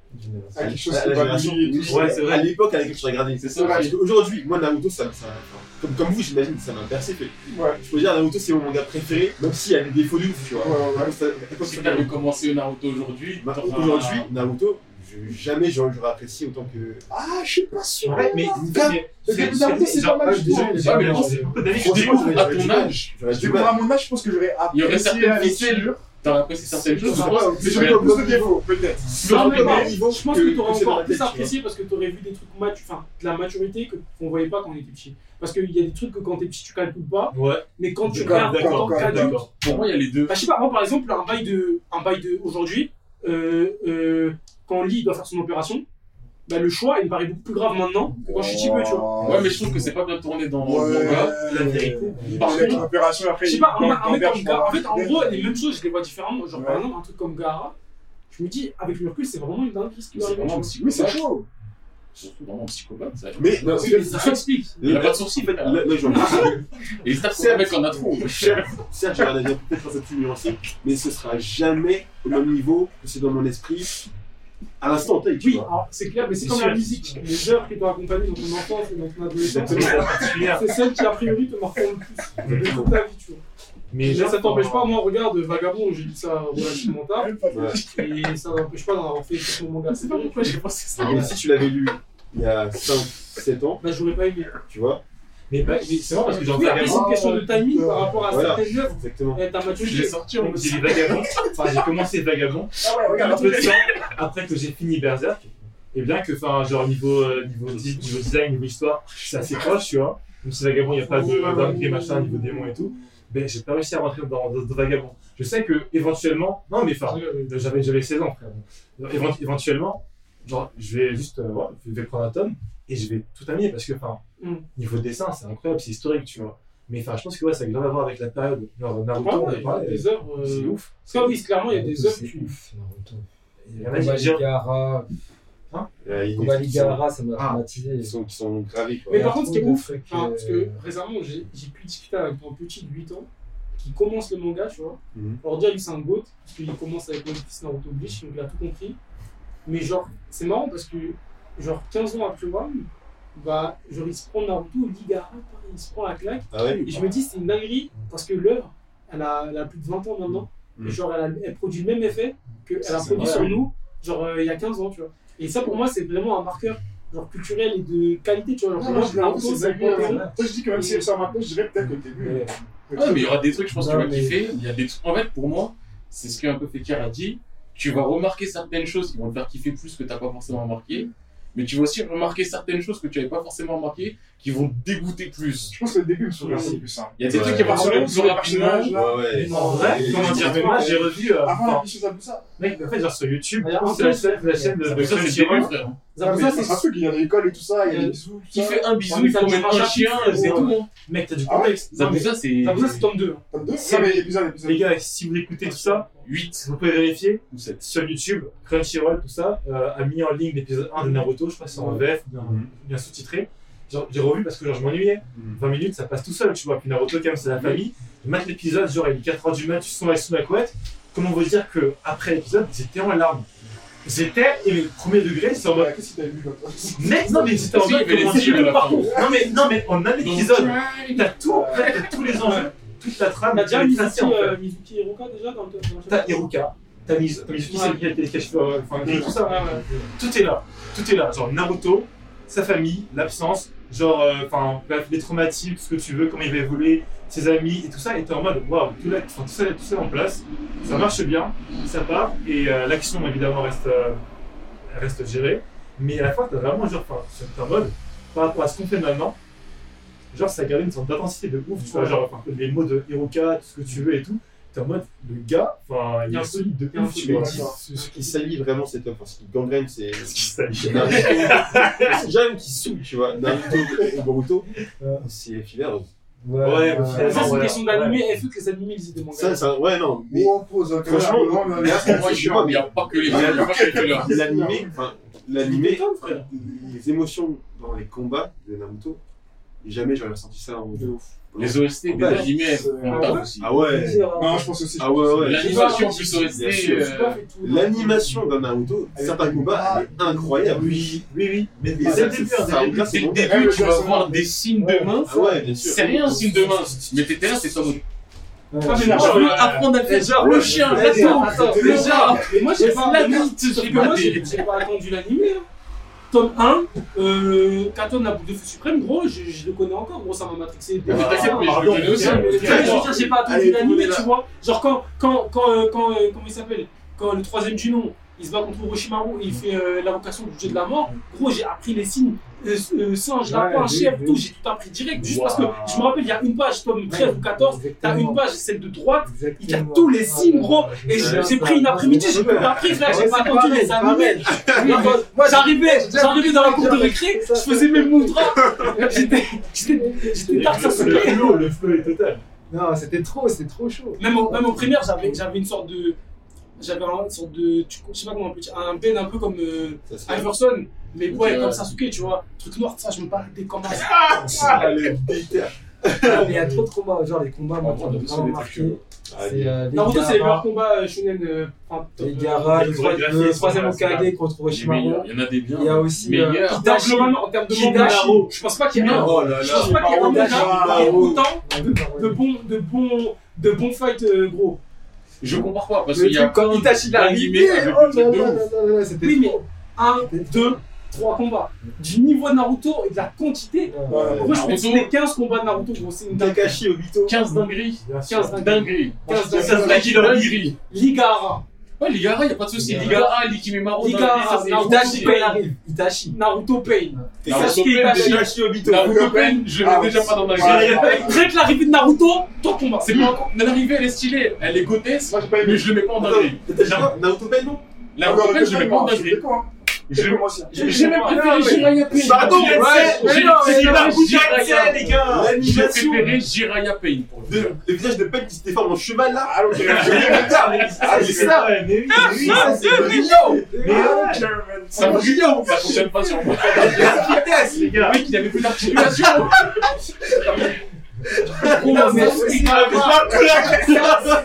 [SPEAKER 4] Ah, quelque chose
[SPEAKER 6] à
[SPEAKER 4] qui
[SPEAKER 6] la
[SPEAKER 4] va
[SPEAKER 6] génération.
[SPEAKER 4] briller et tout.
[SPEAKER 5] Ouais, c'est vrai.
[SPEAKER 6] À l'époque à laquelle je regardais.
[SPEAKER 1] C'est ça,
[SPEAKER 6] Parce
[SPEAKER 1] ouais.
[SPEAKER 6] que Aujourd'hui, moi Naruto, ça, me- ça- enfin, comme, comme vous, j'imagine, que ça m'a percé. fait.
[SPEAKER 4] Ouais.
[SPEAKER 6] Je peux dire Naruto, c'est mon manga préféré, même s'il y a des défauts de ouf, tu vois.
[SPEAKER 4] Ouais, ouais, ouais.
[SPEAKER 6] Naruto, ça-
[SPEAKER 1] Quand tu regardes commencer Naruto aujourd'hui,
[SPEAKER 6] Bah,
[SPEAKER 1] t'auras-
[SPEAKER 6] Aujourd'hui, Naruto, je- jamais j'aurais j'aurais apprécié autant que.
[SPEAKER 4] Ah, je suis pas sûr.
[SPEAKER 5] Ouais, mais
[SPEAKER 4] Le début d'Arthur, c'est pas mal. du tout.
[SPEAKER 5] déjà, mais bon, c'est beaucoup d'années que je
[SPEAKER 6] Franchement,
[SPEAKER 5] découvre.
[SPEAKER 6] j'aurais-
[SPEAKER 1] à
[SPEAKER 6] j'aurais
[SPEAKER 1] ton
[SPEAKER 6] du mal.
[SPEAKER 1] âge,
[SPEAKER 6] J'aurais
[SPEAKER 4] Du
[SPEAKER 6] du
[SPEAKER 4] coup,
[SPEAKER 6] mal.
[SPEAKER 4] à mon âge, je pense que j'aurais
[SPEAKER 1] Il y aurait
[SPEAKER 4] apprécié
[SPEAKER 1] certaines
[SPEAKER 4] la
[SPEAKER 1] ficelles,
[SPEAKER 4] lecture.
[SPEAKER 1] t'aurais apprécié certaines choses. je pense.
[SPEAKER 4] Mais j'aurais eu plus de défauts, peut-être.
[SPEAKER 3] Non,
[SPEAKER 6] J'aurais
[SPEAKER 3] mais
[SPEAKER 6] au
[SPEAKER 3] bon,
[SPEAKER 6] même niveau
[SPEAKER 3] Je pense que, t'aurais
[SPEAKER 6] c'est dans
[SPEAKER 3] encore
[SPEAKER 6] la tête,
[SPEAKER 3] plus
[SPEAKER 6] tu vois.
[SPEAKER 3] apprécié parce que t'aurais vu des trucs matu- enfin, de la maturité que- qu'on voyait pas quand on était petit. Parce qu'il y a des trucs que quand t'es petit, tu calcules pas.
[SPEAKER 5] Ouais,
[SPEAKER 3] Mais quand tu
[SPEAKER 5] d'accord,
[SPEAKER 3] regardes en
[SPEAKER 5] d'accord,
[SPEAKER 3] tant qu'adulte,
[SPEAKER 5] d'accord.
[SPEAKER 1] Pour moi, il y a les deux.
[SPEAKER 3] Bah, je sais pas, moi par exemple, un bail de. Un bail de. Aujourd'hui, euh, euh, quand Lee doit faire son opération, bah, le choix, il me paraît beaucoup plus grave maintenant que quand je suis petit peu, tu vois.
[SPEAKER 1] Ouais, mais je trouve que c'est pas bien tourné dans le
[SPEAKER 4] Ouais.
[SPEAKER 1] manga.
[SPEAKER 5] la vérité.
[SPEAKER 1] Par
[SPEAKER 4] Avec
[SPEAKER 1] contre,
[SPEAKER 4] l'opération après.
[SPEAKER 3] Je sais pas, un,
[SPEAKER 4] dans-
[SPEAKER 3] un
[SPEAKER 4] dans
[SPEAKER 3] mec comme
[SPEAKER 4] Berge,
[SPEAKER 3] Gara- En fait,
[SPEAKER 4] dans-
[SPEAKER 3] en gros, les mêmes choses, je les vois différemment. Genre, par
[SPEAKER 4] Ouais.
[SPEAKER 3] exemple, un truc comme Gara, je me dis, avec le recul, c'est vraiment une dinguerie ce qui va
[SPEAKER 1] c'est
[SPEAKER 3] arriver.
[SPEAKER 1] vraiment un
[SPEAKER 4] Oui, c'est
[SPEAKER 1] psychopathe.
[SPEAKER 4] chaud.
[SPEAKER 1] C'est vraiment un psychopathe. ça.
[SPEAKER 6] Mais non,
[SPEAKER 3] Oui, mais ça s'explique.
[SPEAKER 1] Il a pas de
[SPEAKER 6] En
[SPEAKER 1] sourcil.
[SPEAKER 6] fait, là, là, je vois
[SPEAKER 1] Et il se tape sur le mec en a trop.
[SPEAKER 6] Certes, je regarde bien peut-être un peu plus nuancé, mais ce sera jamais au même niveau que c'est dans mon esprit à l'instant T, tu
[SPEAKER 3] Oui,
[SPEAKER 6] vois.
[SPEAKER 3] alors, c'est clair, mais c'est
[SPEAKER 5] C'est
[SPEAKER 3] comme
[SPEAKER 5] sûr.
[SPEAKER 3] la musique. Les heures qui t'ont accompagné dans ton enfance et dans ton adolescence,
[SPEAKER 5] Exactement, c'est particulière.
[SPEAKER 3] c'est celles qui, a priori, te marqueront le plus de toute ta vie, tu vois.
[SPEAKER 5] Mais
[SPEAKER 3] Mais
[SPEAKER 5] genre,
[SPEAKER 3] ça t'empêche pas, moi, regarde, Vagabond, j'ai dit ça relativement tard.
[SPEAKER 4] Même pas de-
[SPEAKER 6] Ouais.
[SPEAKER 3] Et ça n'empêche pas d'en avoir fait sur mon manga. C'est pas pourquoi j'ai pensé ça.
[SPEAKER 6] Même si tu l'avais lu il y a 5, 7 ans,
[SPEAKER 3] Bah, j'aurais pas aimé.
[SPEAKER 6] tu vois,
[SPEAKER 5] Mais bah, mais c'est vrai parce que j'en
[SPEAKER 3] Oui, après, c'est
[SPEAKER 5] vagabond.
[SPEAKER 3] une question de timing par rapport à
[SPEAKER 6] Voilà.
[SPEAKER 3] certaines œuvres. Eh,
[SPEAKER 6] exactement.
[SPEAKER 3] Et ta
[SPEAKER 1] Je l'ai
[SPEAKER 3] maturité.
[SPEAKER 1] sorti en
[SPEAKER 5] Donc,
[SPEAKER 1] mode.
[SPEAKER 5] J'ai les vagabonds. Enfin, j'ai commencé vagabond.
[SPEAKER 4] Ah ouais, regarde,
[SPEAKER 5] Peu
[SPEAKER 4] après,
[SPEAKER 5] de temps après que j'ai fini Berserk. Et bien que, enfin, genre niveau euh, niveau, di- niveau design, niveau histoire, c'est assez proche, tu vois. Même si vagabond, il n'y a pas de dinguerie, machin, niveau démon et tout. Ben, j'ai pas réussi à rentrer dans, dans, dans vagabond. Je sais que éventuellement, non, mais enfin, J'avais, j'avais 16 ans, frère. Alors, évent- éventuellement, genre, je vais juste euh, ouais, je vais prendre un tome et je vais tout amener parce que, enfin,
[SPEAKER 3] Mm.
[SPEAKER 5] niveau dessin, c'est incroyable, c'est historique, tu vois. Mais enfin, je pense que ouais, ça a grave à voir avec la période. Genre,
[SPEAKER 3] Ouais,
[SPEAKER 5] Naruto, on
[SPEAKER 3] ouais,
[SPEAKER 5] en
[SPEAKER 3] Il y a
[SPEAKER 5] parlait,
[SPEAKER 3] des œuvres. euh,
[SPEAKER 5] c'est ouf.
[SPEAKER 3] Ça, oui, clairement, il y a des œuvres.
[SPEAKER 7] C'est
[SPEAKER 3] tu-
[SPEAKER 7] ouf, Naruto.
[SPEAKER 5] Il y en a qui disent-
[SPEAKER 7] Kobaligara,
[SPEAKER 6] Euh, il y a des trucs qui sont-
[SPEAKER 7] Kobaligara, ça m'a
[SPEAKER 5] Ah.
[SPEAKER 7] traumatisé.
[SPEAKER 6] qui sont, qui sont gravés, quoi.
[SPEAKER 3] Mais par contre, ce qui est
[SPEAKER 7] Trop de
[SPEAKER 3] ouf,
[SPEAKER 7] trucs,
[SPEAKER 3] enfin,
[SPEAKER 7] euh,
[SPEAKER 3] parce que récemment, j'ai j'ai pu discuter avec un petit de 8 ans qui commence le manga, tu vois.
[SPEAKER 6] Mhm.
[SPEAKER 3] Pour dire, lui, c'est un goat, parce qu'il commence avec One Piece Naruto Bleach, donc il a tout compris. Mais genre, c'est marrant parce que, genre, 15 ans après One, bah, genre, il se prend Naruto, Ligara, il se prend la claque.
[SPEAKER 6] Ah ouais
[SPEAKER 3] Et je me dis, c'est une dinguerie parce que l'œuvre, elle a, elle a plus de 20 ans maintenant.
[SPEAKER 6] Mm.
[SPEAKER 3] Et genre, elle, a- elle produit le même effet qu'elle a
[SPEAKER 1] C'est
[SPEAKER 3] produit
[SPEAKER 1] vrai,
[SPEAKER 3] sur
[SPEAKER 1] oui.
[SPEAKER 3] nous, genre euh, il y a 15 ans, tu vois. Et ça, pour moi, c'est vraiment un marqueur genre culturel et de qualité, tu vois. Genre,
[SPEAKER 4] Non,
[SPEAKER 3] pour
[SPEAKER 4] non,
[SPEAKER 3] moi,
[SPEAKER 4] je l'ai un peu,
[SPEAKER 3] Naruto,
[SPEAKER 4] c'est
[SPEAKER 3] c'est
[SPEAKER 4] dingue, ouais.
[SPEAKER 3] le
[SPEAKER 4] Toi, je dis que même si elle sort maintenant, je dirais peut-être que t'es vu.
[SPEAKER 7] Ouais.
[SPEAKER 1] Ouais, mais il y aura des trucs, je pense, que tu
[SPEAKER 7] Non,
[SPEAKER 1] vas
[SPEAKER 7] mais-
[SPEAKER 1] kiffer. Il y a des trucs. En fait, pour moi, c'est ce qu'un peu Fekir a dit. Tu vas remarquer certaines choses qui vont te faire kiffer plus que t'as pas forcément remarqué. Mais tu vas aussi remarquer certaines choses que tu n'avais pas forcément remarqué qui vont te dégoûter plus.
[SPEAKER 4] Je pense que le début me souvient aussi plus simple.
[SPEAKER 1] Il y a des
[SPEAKER 6] Ouais.
[SPEAKER 1] trucs qui vont
[SPEAKER 4] Sur les-
[SPEAKER 1] sortir plus
[SPEAKER 4] sur les
[SPEAKER 1] rapidement.
[SPEAKER 4] personnages, là.
[SPEAKER 6] Ouais, ouais.
[SPEAKER 5] En vrai,
[SPEAKER 6] Et-
[SPEAKER 5] comment dire, mais moi, j'ai revu, euh,
[SPEAKER 4] Avant,
[SPEAKER 5] enfin,
[SPEAKER 4] la chose à tout ça.
[SPEAKER 5] mec, en fait, genre sur YouTube,
[SPEAKER 3] Il y a un
[SPEAKER 5] c'est la chaîne, la chaîne de,
[SPEAKER 1] Ça,
[SPEAKER 5] de
[SPEAKER 1] c'est
[SPEAKER 5] Crunchyroll.
[SPEAKER 1] le début, frère.
[SPEAKER 4] Non, mais
[SPEAKER 3] ça,
[SPEAKER 4] c'est
[SPEAKER 3] c'est
[SPEAKER 4] un truc, il y a l'école et tout ça, il y a
[SPEAKER 3] Euh,
[SPEAKER 4] les bisous. tout
[SPEAKER 1] Qui
[SPEAKER 4] ça.
[SPEAKER 1] fait un bisou,
[SPEAKER 3] Ouais,
[SPEAKER 1] il faut
[SPEAKER 3] ça change
[SPEAKER 1] mettre un
[SPEAKER 3] un
[SPEAKER 1] chien,
[SPEAKER 3] chapitre,
[SPEAKER 1] c'est
[SPEAKER 3] ouais.
[SPEAKER 1] tout.
[SPEAKER 5] Mec, t'as du
[SPEAKER 4] Ah ouais
[SPEAKER 5] contexte. Non, mais
[SPEAKER 1] Zabuza, c'est
[SPEAKER 3] Zabuza, c'est tome 2. hein.
[SPEAKER 4] Tome deux
[SPEAKER 5] C'est-
[SPEAKER 4] Non, mais épisode,
[SPEAKER 5] les
[SPEAKER 4] épisode.
[SPEAKER 5] gars, si vous écoutez tout ça,
[SPEAKER 1] 8
[SPEAKER 5] vous pouvez vérifier.
[SPEAKER 1] ou 7.
[SPEAKER 5] sur YouTube, Crunchyroll, tout ça, euh, a mis en ligne l'épisode 1 de Naruto, je sais pas si c'est en VF ou bien,
[SPEAKER 6] Mhm.
[SPEAKER 5] bien sous-titré. Genre, J'ai revu parce que genre, je m'ennuyais.
[SPEAKER 6] Mhm.
[SPEAKER 5] 20 minutes, ça passe tout seul, tu vois. Puis Naruto, quand même, c'est la famille. Je mate l'épisode, genre, il est 4h du mat, tu sens la sous la couette. Comment vous dire que après l'épisode, j'étais en larmes J'étais, et le premier degré, c'est en mode.
[SPEAKER 4] Ouais, Qu'est-ce que t'as vu, toi
[SPEAKER 5] Mec, non, mais j'étais en
[SPEAKER 1] Si, il y
[SPEAKER 5] mode.
[SPEAKER 1] avait
[SPEAKER 5] comment
[SPEAKER 1] les
[SPEAKER 5] dire,
[SPEAKER 1] signes à la
[SPEAKER 5] par
[SPEAKER 1] fin.
[SPEAKER 5] contre, Non, mais, non, mais en un épisode, t'as tout, t'as tous les enjeux, toute la trame,
[SPEAKER 3] T'as Bah, déjà euh,
[SPEAKER 5] tout est
[SPEAKER 3] Mizuki,
[SPEAKER 5] tracé, en fait.
[SPEAKER 3] euh, Mizuki Hiroka déjà dans le tome
[SPEAKER 5] T'as Hiruka, t'as Mizuki, c'est lui qui a été caché, enfin, tout ça.
[SPEAKER 3] Ah, ouais.
[SPEAKER 5] Tout est là, tout est là. Genre Naruto, sa famille, l'absence, genre, euh, enfin, les traumatismes, ce que tu veux, comment il va évoluer, ses amis et tout ça. Et t'es en mode, waouh, tout, là- enfin, tout ça, tout ça est en place, ça marche bien, ça part, et euh, l'action évidemment reste, euh, reste gérée. Mais à la fin, t'as vraiment, genre, enfin, t'es en mode, par rapport à ce qu'on fait maintenant, genre, ça a gardé une sorte d'intensité de ouf, tu vois, genre, enfin, les mots de Hiroka, tout ce que tu veux et tout. T'es en mode, le gars, enfin, il
[SPEAKER 3] Il y a un
[SPEAKER 5] est solide de
[SPEAKER 3] il y a un
[SPEAKER 5] ouf,
[SPEAKER 3] truc
[SPEAKER 5] tu
[SPEAKER 6] de
[SPEAKER 5] vois.
[SPEAKER 6] ouf. Ce ce qui salit vraiment cette œuvre, enfin, ce qui gangrène, c'est.
[SPEAKER 5] Qu'est-ce qu'il s'agit
[SPEAKER 6] c'est Naruto. C'est Jeanne qui souille, tu vois. Naruto et Boruto, c'est Fever.
[SPEAKER 5] Ouais,
[SPEAKER 2] euh,
[SPEAKER 5] finalement,
[SPEAKER 3] Ça, c'est une
[SPEAKER 5] voilà.
[SPEAKER 3] question d'animé. Est-ce que les animés lisent des
[SPEAKER 6] Ça,
[SPEAKER 3] mangas
[SPEAKER 6] ça, ouais, non. Mais
[SPEAKER 2] Ou on pose un
[SPEAKER 6] Franchement,
[SPEAKER 2] câlin, non, mais-
[SPEAKER 1] Mais à ce moment-là, je
[SPEAKER 6] Je vois,
[SPEAKER 1] il n'y a pas que les
[SPEAKER 6] mais-
[SPEAKER 1] il y a pas que les couleurs.
[SPEAKER 6] l'animé, enfin, l'animé,
[SPEAKER 3] Détends, frère.
[SPEAKER 6] les émotions dans les combats de Naruto, jamais j'aurais ressenti ça en
[SPEAKER 1] Les OST des
[SPEAKER 6] Ouais.
[SPEAKER 1] animés, on tape aussi.
[SPEAKER 6] Ah ouais.
[SPEAKER 3] euh,
[SPEAKER 4] Non, je pense aussi.
[SPEAKER 6] Ah ouais, ouais.
[SPEAKER 1] L'animation
[SPEAKER 6] Bien
[SPEAKER 1] plus
[SPEAKER 6] sûr.
[SPEAKER 1] OST.
[SPEAKER 6] Bien sûr.
[SPEAKER 1] euh,
[SPEAKER 6] L'animation d'un Naruto, certains combats, elle est incroyable.
[SPEAKER 5] Oui, oui, oui. Mais
[SPEAKER 6] Et ça,
[SPEAKER 5] c'est
[SPEAKER 6] c'est
[SPEAKER 5] début,
[SPEAKER 6] ça, au
[SPEAKER 1] Dès
[SPEAKER 6] c'est
[SPEAKER 1] le
[SPEAKER 6] bon.
[SPEAKER 1] début,
[SPEAKER 4] Ouais,
[SPEAKER 1] tu
[SPEAKER 4] le
[SPEAKER 1] vas
[SPEAKER 4] personnage.
[SPEAKER 1] voir des signes de main.
[SPEAKER 6] Ah ouais, bien sûr.
[SPEAKER 1] C'est rien un signe de main. Mais t'étais là, c'est comme.
[SPEAKER 3] Ah, mais
[SPEAKER 1] Moi,
[SPEAKER 3] moi,
[SPEAKER 1] je veux
[SPEAKER 5] ouais.
[SPEAKER 1] apprendre à faire
[SPEAKER 7] Déjà,
[SPEAKER 1] le chien,
[SPEAKER 7] ouais,
[SPEAKER 1] la
[SPEAKER 7] déjà,
[SPEAKER 1] tombe,
[SPEAKER 7] attends,
[SPEAKER 1] le
[SPEAKER 7] déjà.
[SPEAKER 1] rat,
[SPEAKER 3] Mais moi, j'ai pas.
[SPEAKER 1] la bite, j'ai
[SPEAKER 3] Mais moi,
[SPEAKER 1] pas
[SPEAKER 3] j'ai
[SPEAKER 1] des-
[SPEAKER 3] j'ai pas attendu l'animé. hein. Tome 1, euh, Katon, la boule de feu suprême, gros, je, je le connais encore, gros, ça m'a matrixé.
[SPEAKER 1] Mais t'inquiète, mais je le
[SPEAKER 5] Pardon.
[SPEAKER 1] connais aussi.
[SPEAKER 3] Ouais, mais
[SPEAKER 5] Ok,
[SPEAKER 3] tu vois, je veux
[SPEAKER 5] d'accord.
[SPEAKER 3] dire, j'ai pas attendu
[SPEAKER 6] Allez,
[SPEAKER 3] l'animé,
[SPEAKER 6] on est
[SPEAKER 3] tu vois. Genre, quand, quand, quand, euh, quand, euh, comment il s'appelle Quand le troisième du nom, il se bat contre Orochimaru et il fait euh, l'invocation du dieu de la mort, gros, j'ai appris les signes. Euh, euh, singe, lapin,
[SPEAKER 2] Ouais,
[SPEAKER 3] chef,
[SPEAKER 2] oui,
[SPEAKER 3] tout,
[SPEAKER 2] oui.
[SPEAKER 3] j'ai tout appris direct. Juste
[SPEAKER 5] Waouh.
[SPEAKER 3] parce que je me rappelle, il y a une page, tome 13 ou 14, t'as une page, celle de droite, il y a
[SPEAKER 2] Exactement. Ah,
[SPEAKER 3] tous les signes, gros. Et j'ai
[SPEAKER 2] Ouais.
[SPEAKER 3] j'ai pris une après-midi, j'ai tout appris, frère, j'ai pas attendu les animés. Moi, j'arrivais, j'arrivais dans la cour de récré, je faisais mes moudras. J'étais, j'étais, j'étais tard sur ce
[SPEAKER 5] Le flow, le flow est total.
[SPEAKER 2] Non, c'était trop, c'était trop chaud.
[SPEAKER 3] Même au, même au primaire, j'avais, j'avais une sorte de. J'avais un- une sorte de. tu- Je sais pas comment on peut dire. Un ben un peu comme euh,
[SPEAKER 6] Ça, c'est-
[SPEAKER 3] Iverson, mais
[SPEAKER 1] Ok,
[SPEAKER 3] ouais,
[SPEAKER 1] ouais.
[SPEAKER 3] comme Sasuke, tu vois. Truc noir, ça, je me battais comme un.
[SPEAKER 6] Elle est déter.
[SPEAKER 2] Ah, mais il y a trop de combats, genre les combats, moi, qui m'ont
[SPEAKER 1] Naruto,
[SPEAKER 2] vraiment
[SPEAKER 1] Ah, c'est
[SPEAKER 2] marqué. C'est euh, les
[SPEAKER 3] Naruto, c'est les meilleurs
[SPEAKER 2] Gaara,
[SPEAKER 3] combats euh, shonen. euh, enfin,
[SPEAKER 2] les Gaara,
[SPEAKER 5] Les
[SPEAKER 2] le trois-
[SPEAKER 5] chorégraphies,
[SPEAKER 2] le troisième
[SPEAKER 5] c'est pas-
[SPEAKER 2] Okage contre
[SPEAKER 1] Mais
[SPEAKER 2] Orochimaru.
[SPEAKER 1] Il y en a des biens.
[SPEAKER 2] Il y a aussi euh,
[SPEAKER 1] Meilleur.
[SPEAKER 2] Itachi.
[SPEAKER 3] globalement, en termes de
[SPEAKER 2] Hidashi.
[SPEAKER 3] manga, je pense pas qu'il y ait un.
[SPEAKER 6] Oh là
[SPEAKER 3] Je
[SPEAKER 6] là.
[SPEAKER 3] pense pas qu'il y ait un
[SPEAKER 2] Hidashi,
[SPEAKER 3] manga qui ait
[SPEAKER 2] Hidashi.
[SPEAKER 3] autant de bons, de bons, de bons fights, euh, gros.
[SPEAKER 1] Je comprends pas parce
[SPEAKER 2] Le
[SPEAKER 1] qu'il y a
[SPEAKER 2] truc quand
[SPEAKER 1] Itachi
[SPEAKER 2] Oh
[SPEAKER 1] l'animé
[SPEAKER 2] là
[SPEAKER 1] avec
[SPEAKER 2] là
[SPEAKER 1] le truc de
[SPEAKER 2] là
[SPEAKER 1] ouf.
[SPEAKER 2] là là là, c'était
[SPEAKER 3] Oui, mais
[SPEAKER 2] trop.
[SPEAKER 3] un, deux, trois combats. Du niveau de Naruto et de la quantité. Moi, je peux
[SPEAKER 1] Naruto.
[SPEAKER 3] citer 15 combats de Naruto, gros. C'est une dingue.
[SPEAKER 6] Takashi Obito.
[SPEAKER 1] 15 dingueries.
[SPEAKER 3] 15
[SPEAKER 1] Dingueries.
[SPEAKER 3] 15
[SPEAKER 1] Ça se dit dans l'Iri.
[SPEAKER 3] Ligara,
[SPEAKER 1] Ouais, Ligara, y a pas de souci. Ligara, Likimemaru,
[SPEAKER 3] Ligara, Naruto,
[SPEAKER 2] Itachi, quand il
[SPEAKER 3] Pain,
[SPEAKER 2] arrive, Itachi.
[SPEAKER 3] Naruto Pain.
[SPEAKER 1] Naruto
[SPEAKER 3] Sasuke
[SPEAKER 1] Pain,
[SPEAKER 3] Itachi.
[SPEAKER 6] Takashi Obito.
[SPEAKER 1] Naruto Pen, je l'ai
[SPEAKER 4] Ah,
[SPEAKER 1] déjà pas dans ma
[SPEAKER 4] ouais.
[SPEAKER 1] grille.
[SPEAKER 3] Rien que l'arrivée de Naruto, toi combat.
[SPEAKER 1] C'est pas encore. L'arrivée, elle est stylée. Elle est gothesse,
[SPEAKER 4] Moi, j'ai pas
[SPEAKER 1] mais
[SPEAKER 4] aimé.
[SPEAKER 1] je le mets pas en dinguerie.
[SPEAKER 6] Takashi quoi Naruto Ben non
[SPEAKER 4] Ah,
[SPEAKER 1] Naruto
[SPEAKER 4] non,
[SPEAKER 1] Pen, je le mets pas en
[SPEAKER 4] moi, je
[SPEAKER 1] dinguerie.
[SPEAKER 4] fais quoi, hein
[SPEAKER 1] Je-
[SPEAKER 4] Moi aussi.
[SPEAKER 1] J'ai j'ai
[SPEAKER 2] Ah,
[SPEAKER 1] même préféré Jiraiya Pain.
[SPEAKER 6] Pardon,
[SPEAKER 1] J'ai-
[SPEAKER 6] ouais,
[SPEAKER 1] Bah, j'ai-
[SPEAKER 6] Bah, mais non,
[SPEAKER 1] j'ai-
[SPEAKER 6] mais
[SPEAKER 1] j'ai-
[SPEAKER 6] non,
[SPEAKER 1] j'ai-
[SPEAKER 6] Jiraiya,
[SPEAKER 1] Jiraiya.
[SPEAKER 6] les gars.
[SPEAKER 1] J'ai
[SPEAKER 6] L'animation.
[SPEAKER 1] préféré Jiraiya Pain pour le
[SPEAKER 6] de- Le visage de Pen qui se déforme en cheval là.
[SPEAKER 4] Ah, ok.
[SPEAKER 6] Ah, mais c'est ça.
[SPEAKER 5] mais oui,
[SPEAKER 2] Ah,
[SPEAKER 5] mais oui.
[SPEAKER 6] Ça, c'est brillant.
[SPEAKER 1] Ça brillant, ça fonctionne pas sur moi.
[SPEAKER 6] La vitesse.
[SPEAKER 5] Les gars,
[SPEAKER 1] Le mec, il avait plus d'articulation.
[SPEAKER 2] Non, mais aussi-
[SPEAKER 3] Ah,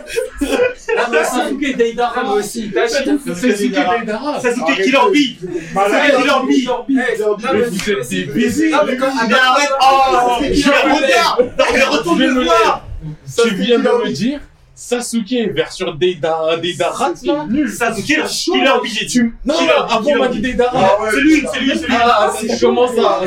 [SPEAKER 3] mais Sasuke
[SPEAKER 2] Ah, mais
[SPEAKER 3] Deidara.
[SPEAKER 2] aussi Itachi.
[SPEAKER 1] C'est Suke Deidara.
[SPEAKER 5] Sasuke Killer Bee. Sasuke Killer Bee.
[SPEAKER 2] Eh, non,
[SPEAKER 1] Mais
[SPEAKER 2] mais-
[SPEAKER 1] vous êtes des baisers.
[SPEAKER 2] Non, mais quand-
[SPEAKER 6] Mais arrête. Oh,
[SPEAKER 1] Je
[SPEAKER 6] je
[SPEAKER 1] me
[SPEAKER 6] regarde. Non, mais retourne
[SPEAKER 1] Je me
[SPEAKER 6] le voir.
[SPEAKER 1] Tu viens de
[SPEAKER 6] Killer
[SPEAKER 1] me dire, Sasuke version Deidara, Deidara, là
[SPEAKER 5] Sasuke Killer Bee. j'ai tué.
[SPEAKER 1] Tu... Non,
[SPEAKER 5] Killer,
[SPEAKER 1] avant on m'a dit Deidara.
[SPEAKER 4] Ah ouais,
[SPEAKER 5] C'est lui, c'est lui, c'est lui.
[SPEAKER 1] Ah, ça commence à...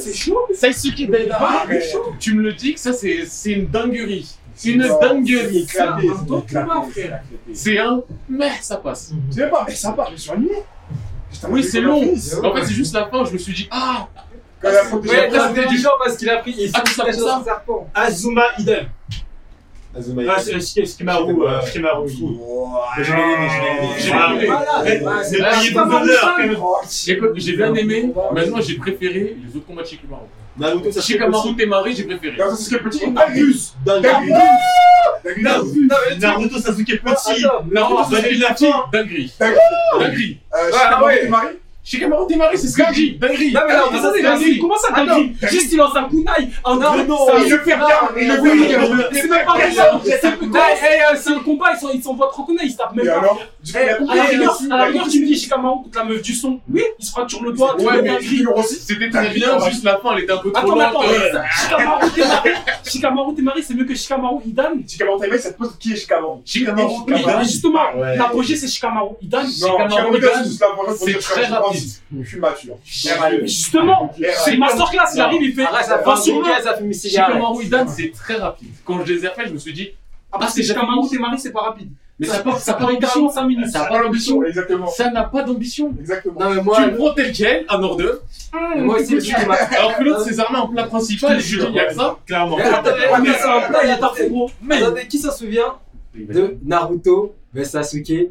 [SPEAKER 3] C'est chaud.
[SPEAKER 1] Sasuke Deidara,
[SPEAKER 4] Arrête.
[SPEAKER 1] tu me le dis que ça, c'est c'est une dinguerie. C'est une
[SPEAKER 4] Non,
[SPEAKER 1] dinguerie.
[SPEAKER 3] C'est un
[SPEAKER 4] Éclaté, c'est
[SPEAKER 3] Naruto
[SPEAKER 4] éclaté,
[SPEAKER 3] combat,
[SPEAKER 4] c'est
[SPEAKER 3] frère.
[SPEAKER 1] C'est un... Mais ça passe.
[SPEAKER 4] Je sais pas, mais ça part, je me suis ennuyé. Putain,
[SPEAKER 1] Oui,
[SPEAKER 4] mais
[SPEAKER 1] c'est
[SPEAKER 4] comment
[SPEAKER 1] long.
[SPEAKER 4] on fait
[SPEAKER 1] En fait, c'est juste la fin où je me suis dit, ah,
[SPEAKER 4] Quand il a protégé
[SPEAKER 2] Ouais,
[SPEAKER 4] la
[SPEAKER 2] t'as
[SPEAKER 4] place,
[SPEAKER 2] c'était du genre parce qu'il a pris. Il
[SPEAKER 1] Ah, tu savais
[SPEAKER 2] s'attache dans
[SPEAKER 1] ça
[SPEAKER 2] un serpent.
[SPEAKER 5] Azuma Idem.
[SPEAKER 6] Azuma.
[SPEAKER 5] Ah, c'est c'est Shikimaru. euh, Shikimaru. oui.
[SPEAKER 6] Je l'ai aimé, je l'ai aimé.
[SPEAKER 1] j'ai
[SPEAKER 5] Ah,
[SPEAKER 1] aimé.
[SPEAKER 5] Ouais,
[SPEAKER 2] Voilà.
[SPEAKER 5] C'est
[SPEAKER 1] Ah,
[SPEAKER 5] payé
[SPEAKER 1] c'est
[SPEAKER 5] pour
[SPEAKER 1] pas mal,
[SPEAKER 5] l'honneur,
[SPEAKER 1] ça.
[SPEAKER 5] quand même.
[SPEAKER 4] Oh,
[SPEAKER 1] j'ai j'ai bien aimé. Maintenant, j'ai préféré les autres combats de Shikamaru.
[SPEAKER 6] Naruto, ça fait aussi
[SPEAKER 1] Shikamaru Temari, j'ai préféré. Ah,
[SPEAKER 4] Quand Sasuke est petit, il
[SPEAKER 6] Abuse. Dingue.
[SPEAKER 4] abuse.
[SPEAKER 5] Naruto Sasuke Petit.
[SPEAKER 2] Attends,
[SPEAKER 1] Non,
[SPEAKER 5] Naruto
[SPEAKER 1] Sasuke
[SPEAKER 5] Sasuke
[SPEAKER 1] ah, bah, Dinguerie.
[SPEAKER 5] Petit.
[SPEAKER 1] Dinguerie. Dinguerie.
[SPEAKER 4] Euh, je sais pas,
[SPEAKER 2] ouais.
[SPEAKER 4] t'es marié
[SPEAKER 1] Chez Camaro Temari, c'est ce que je dis. Dinguerie.
[SPEAKER 3] Non, mais là,
[SPEAKER 1] Dinguerie.
[SPEAKER 3] ça, c'est
[SPEAKER 1] Dinguerie.
[SPEAKER 3] dingue. Comment ça,
[SPEAKER 1] Ah, non.
[SPEAKER 3] dingue Juste, il lance un kunai. Un
[SPEAKER 1] Non,
[SPEAKER 3] non,
[SPEAKER 1] il le fait bien, il le fait bien.
[SPEAKER 3] C'est même pas raison. C'est un combat, ils sont- ils s'envoient trois kunai, ils se tapent même
[SPEAKER 4] Et
[SPEAKER 3] pas.
[SPEAKER 4] alors Du coup,
[SPEAKER 3] Eh,
[SPEAKER 4] il a
[SPEAKER 3] À la
[SPEAKER 4] compris
[SPEAKER 3] rigueur,
[SPEAKER 4] aussi.
[SPEAKER 3] à la rigueur, tu me dis, Shikamaru contre la meuf du son. Oui, il se frappe sur le doigt, tu
[SPEAKER 1] Ouais,
[SPEAKER 3] vois,
[SPEAKER 1] mais-
[SPEAKER 3] dinguerie.
[SPEAKER 1] C'était très bien, juste la fin, elle était un peu trop
[SPEAKER 3] Attends, mais
[SPEAKER 1] lente.
[SPEAKER 3] attends,
[SPEAKER 1] euh.
[SPEAKER 3] Shikamaru Temari, Shikamaru Temari, c'est mieux que Shikamaru Idan.
[SPEAKER 4] Shikamaru Taimei, ça te pose qui est Shikamaru
[SPEAKER 1] Shikamaru
[SPEAKER 4] Shikamaru
[SPEAKER 1] Idan.
[SPEAKER 3] Justement,
[SPEAKER 5] Ouais.
[SPEAKER 3] l'apogée, c'est Shikamaru Idan.
[SPEAKER 4] Non, Shikamaru Taimei, c'est juste la vraie
[SPEAKER 1] C'est
[SPEAKER 4] première
[SPEAKER 1] très
[SPEAKER 4] chose, je pense.
[SPEAKER 1] rapide.
[SPEAKER 4] Je suis mature. E.
[SPEAKER 3] Mais Justement, c'est masterclass, il arrive, il fait
[SPEAKER 2] Ah, ça fait
[SPEAKER 3] 20 sur
[SPEAKER 2] un
[SPEAKER 3] 20.
[SPEAKER 2] gaz, ça fait une cigarette.
[SPEAKER 1] Shikamaru Idan, c'est très rapide. Quand je les ai faits, je me suis dit,
[SPEAKER 3] Après, c'est Shikamaru Temari, c'est pas rapide.
[SPEAKER 1] mais ça part, ça
[SPEAKER 3] Ça prend
[SPEAKER 1] part
[SPEAKER 3] littéralement
[SPEAKER 1] d'ambition.
[SPEAKER 3] 5 minutes.
[SPEAKER 1] Ça n'a pas d'ambition.
[SPEAKER 4] Exactement.
[SPEAKER 1] Ça n'a pas d'ambition.
[SPEAKER 4] Exactement.
[SPEAKER 2] Non, mais
[SPEAKER 1] Tu
[SPEAKER 2] moi,
[SPEAKER 1] le prends tel quel, un hors deux.
[SPEAKER 2] moi aussi, je suis ma-
[SPEAKER 1] Alors que l'autre, ses armes en plat principal, et je dis, il y a que ça.
[SPEAKER 5] Clairement.
[SPEAKER 2] Mais attends,
[SPEAKER 3] Ah, mais c'est un
[SPEAKER 2] attends,
[SPEAKER 3] plat, il est parfait, gros.
[SPEAKER 1] Mais.
[SPEAKER 2] Attendez, qui s'en souvient de Naruto vs Sasuke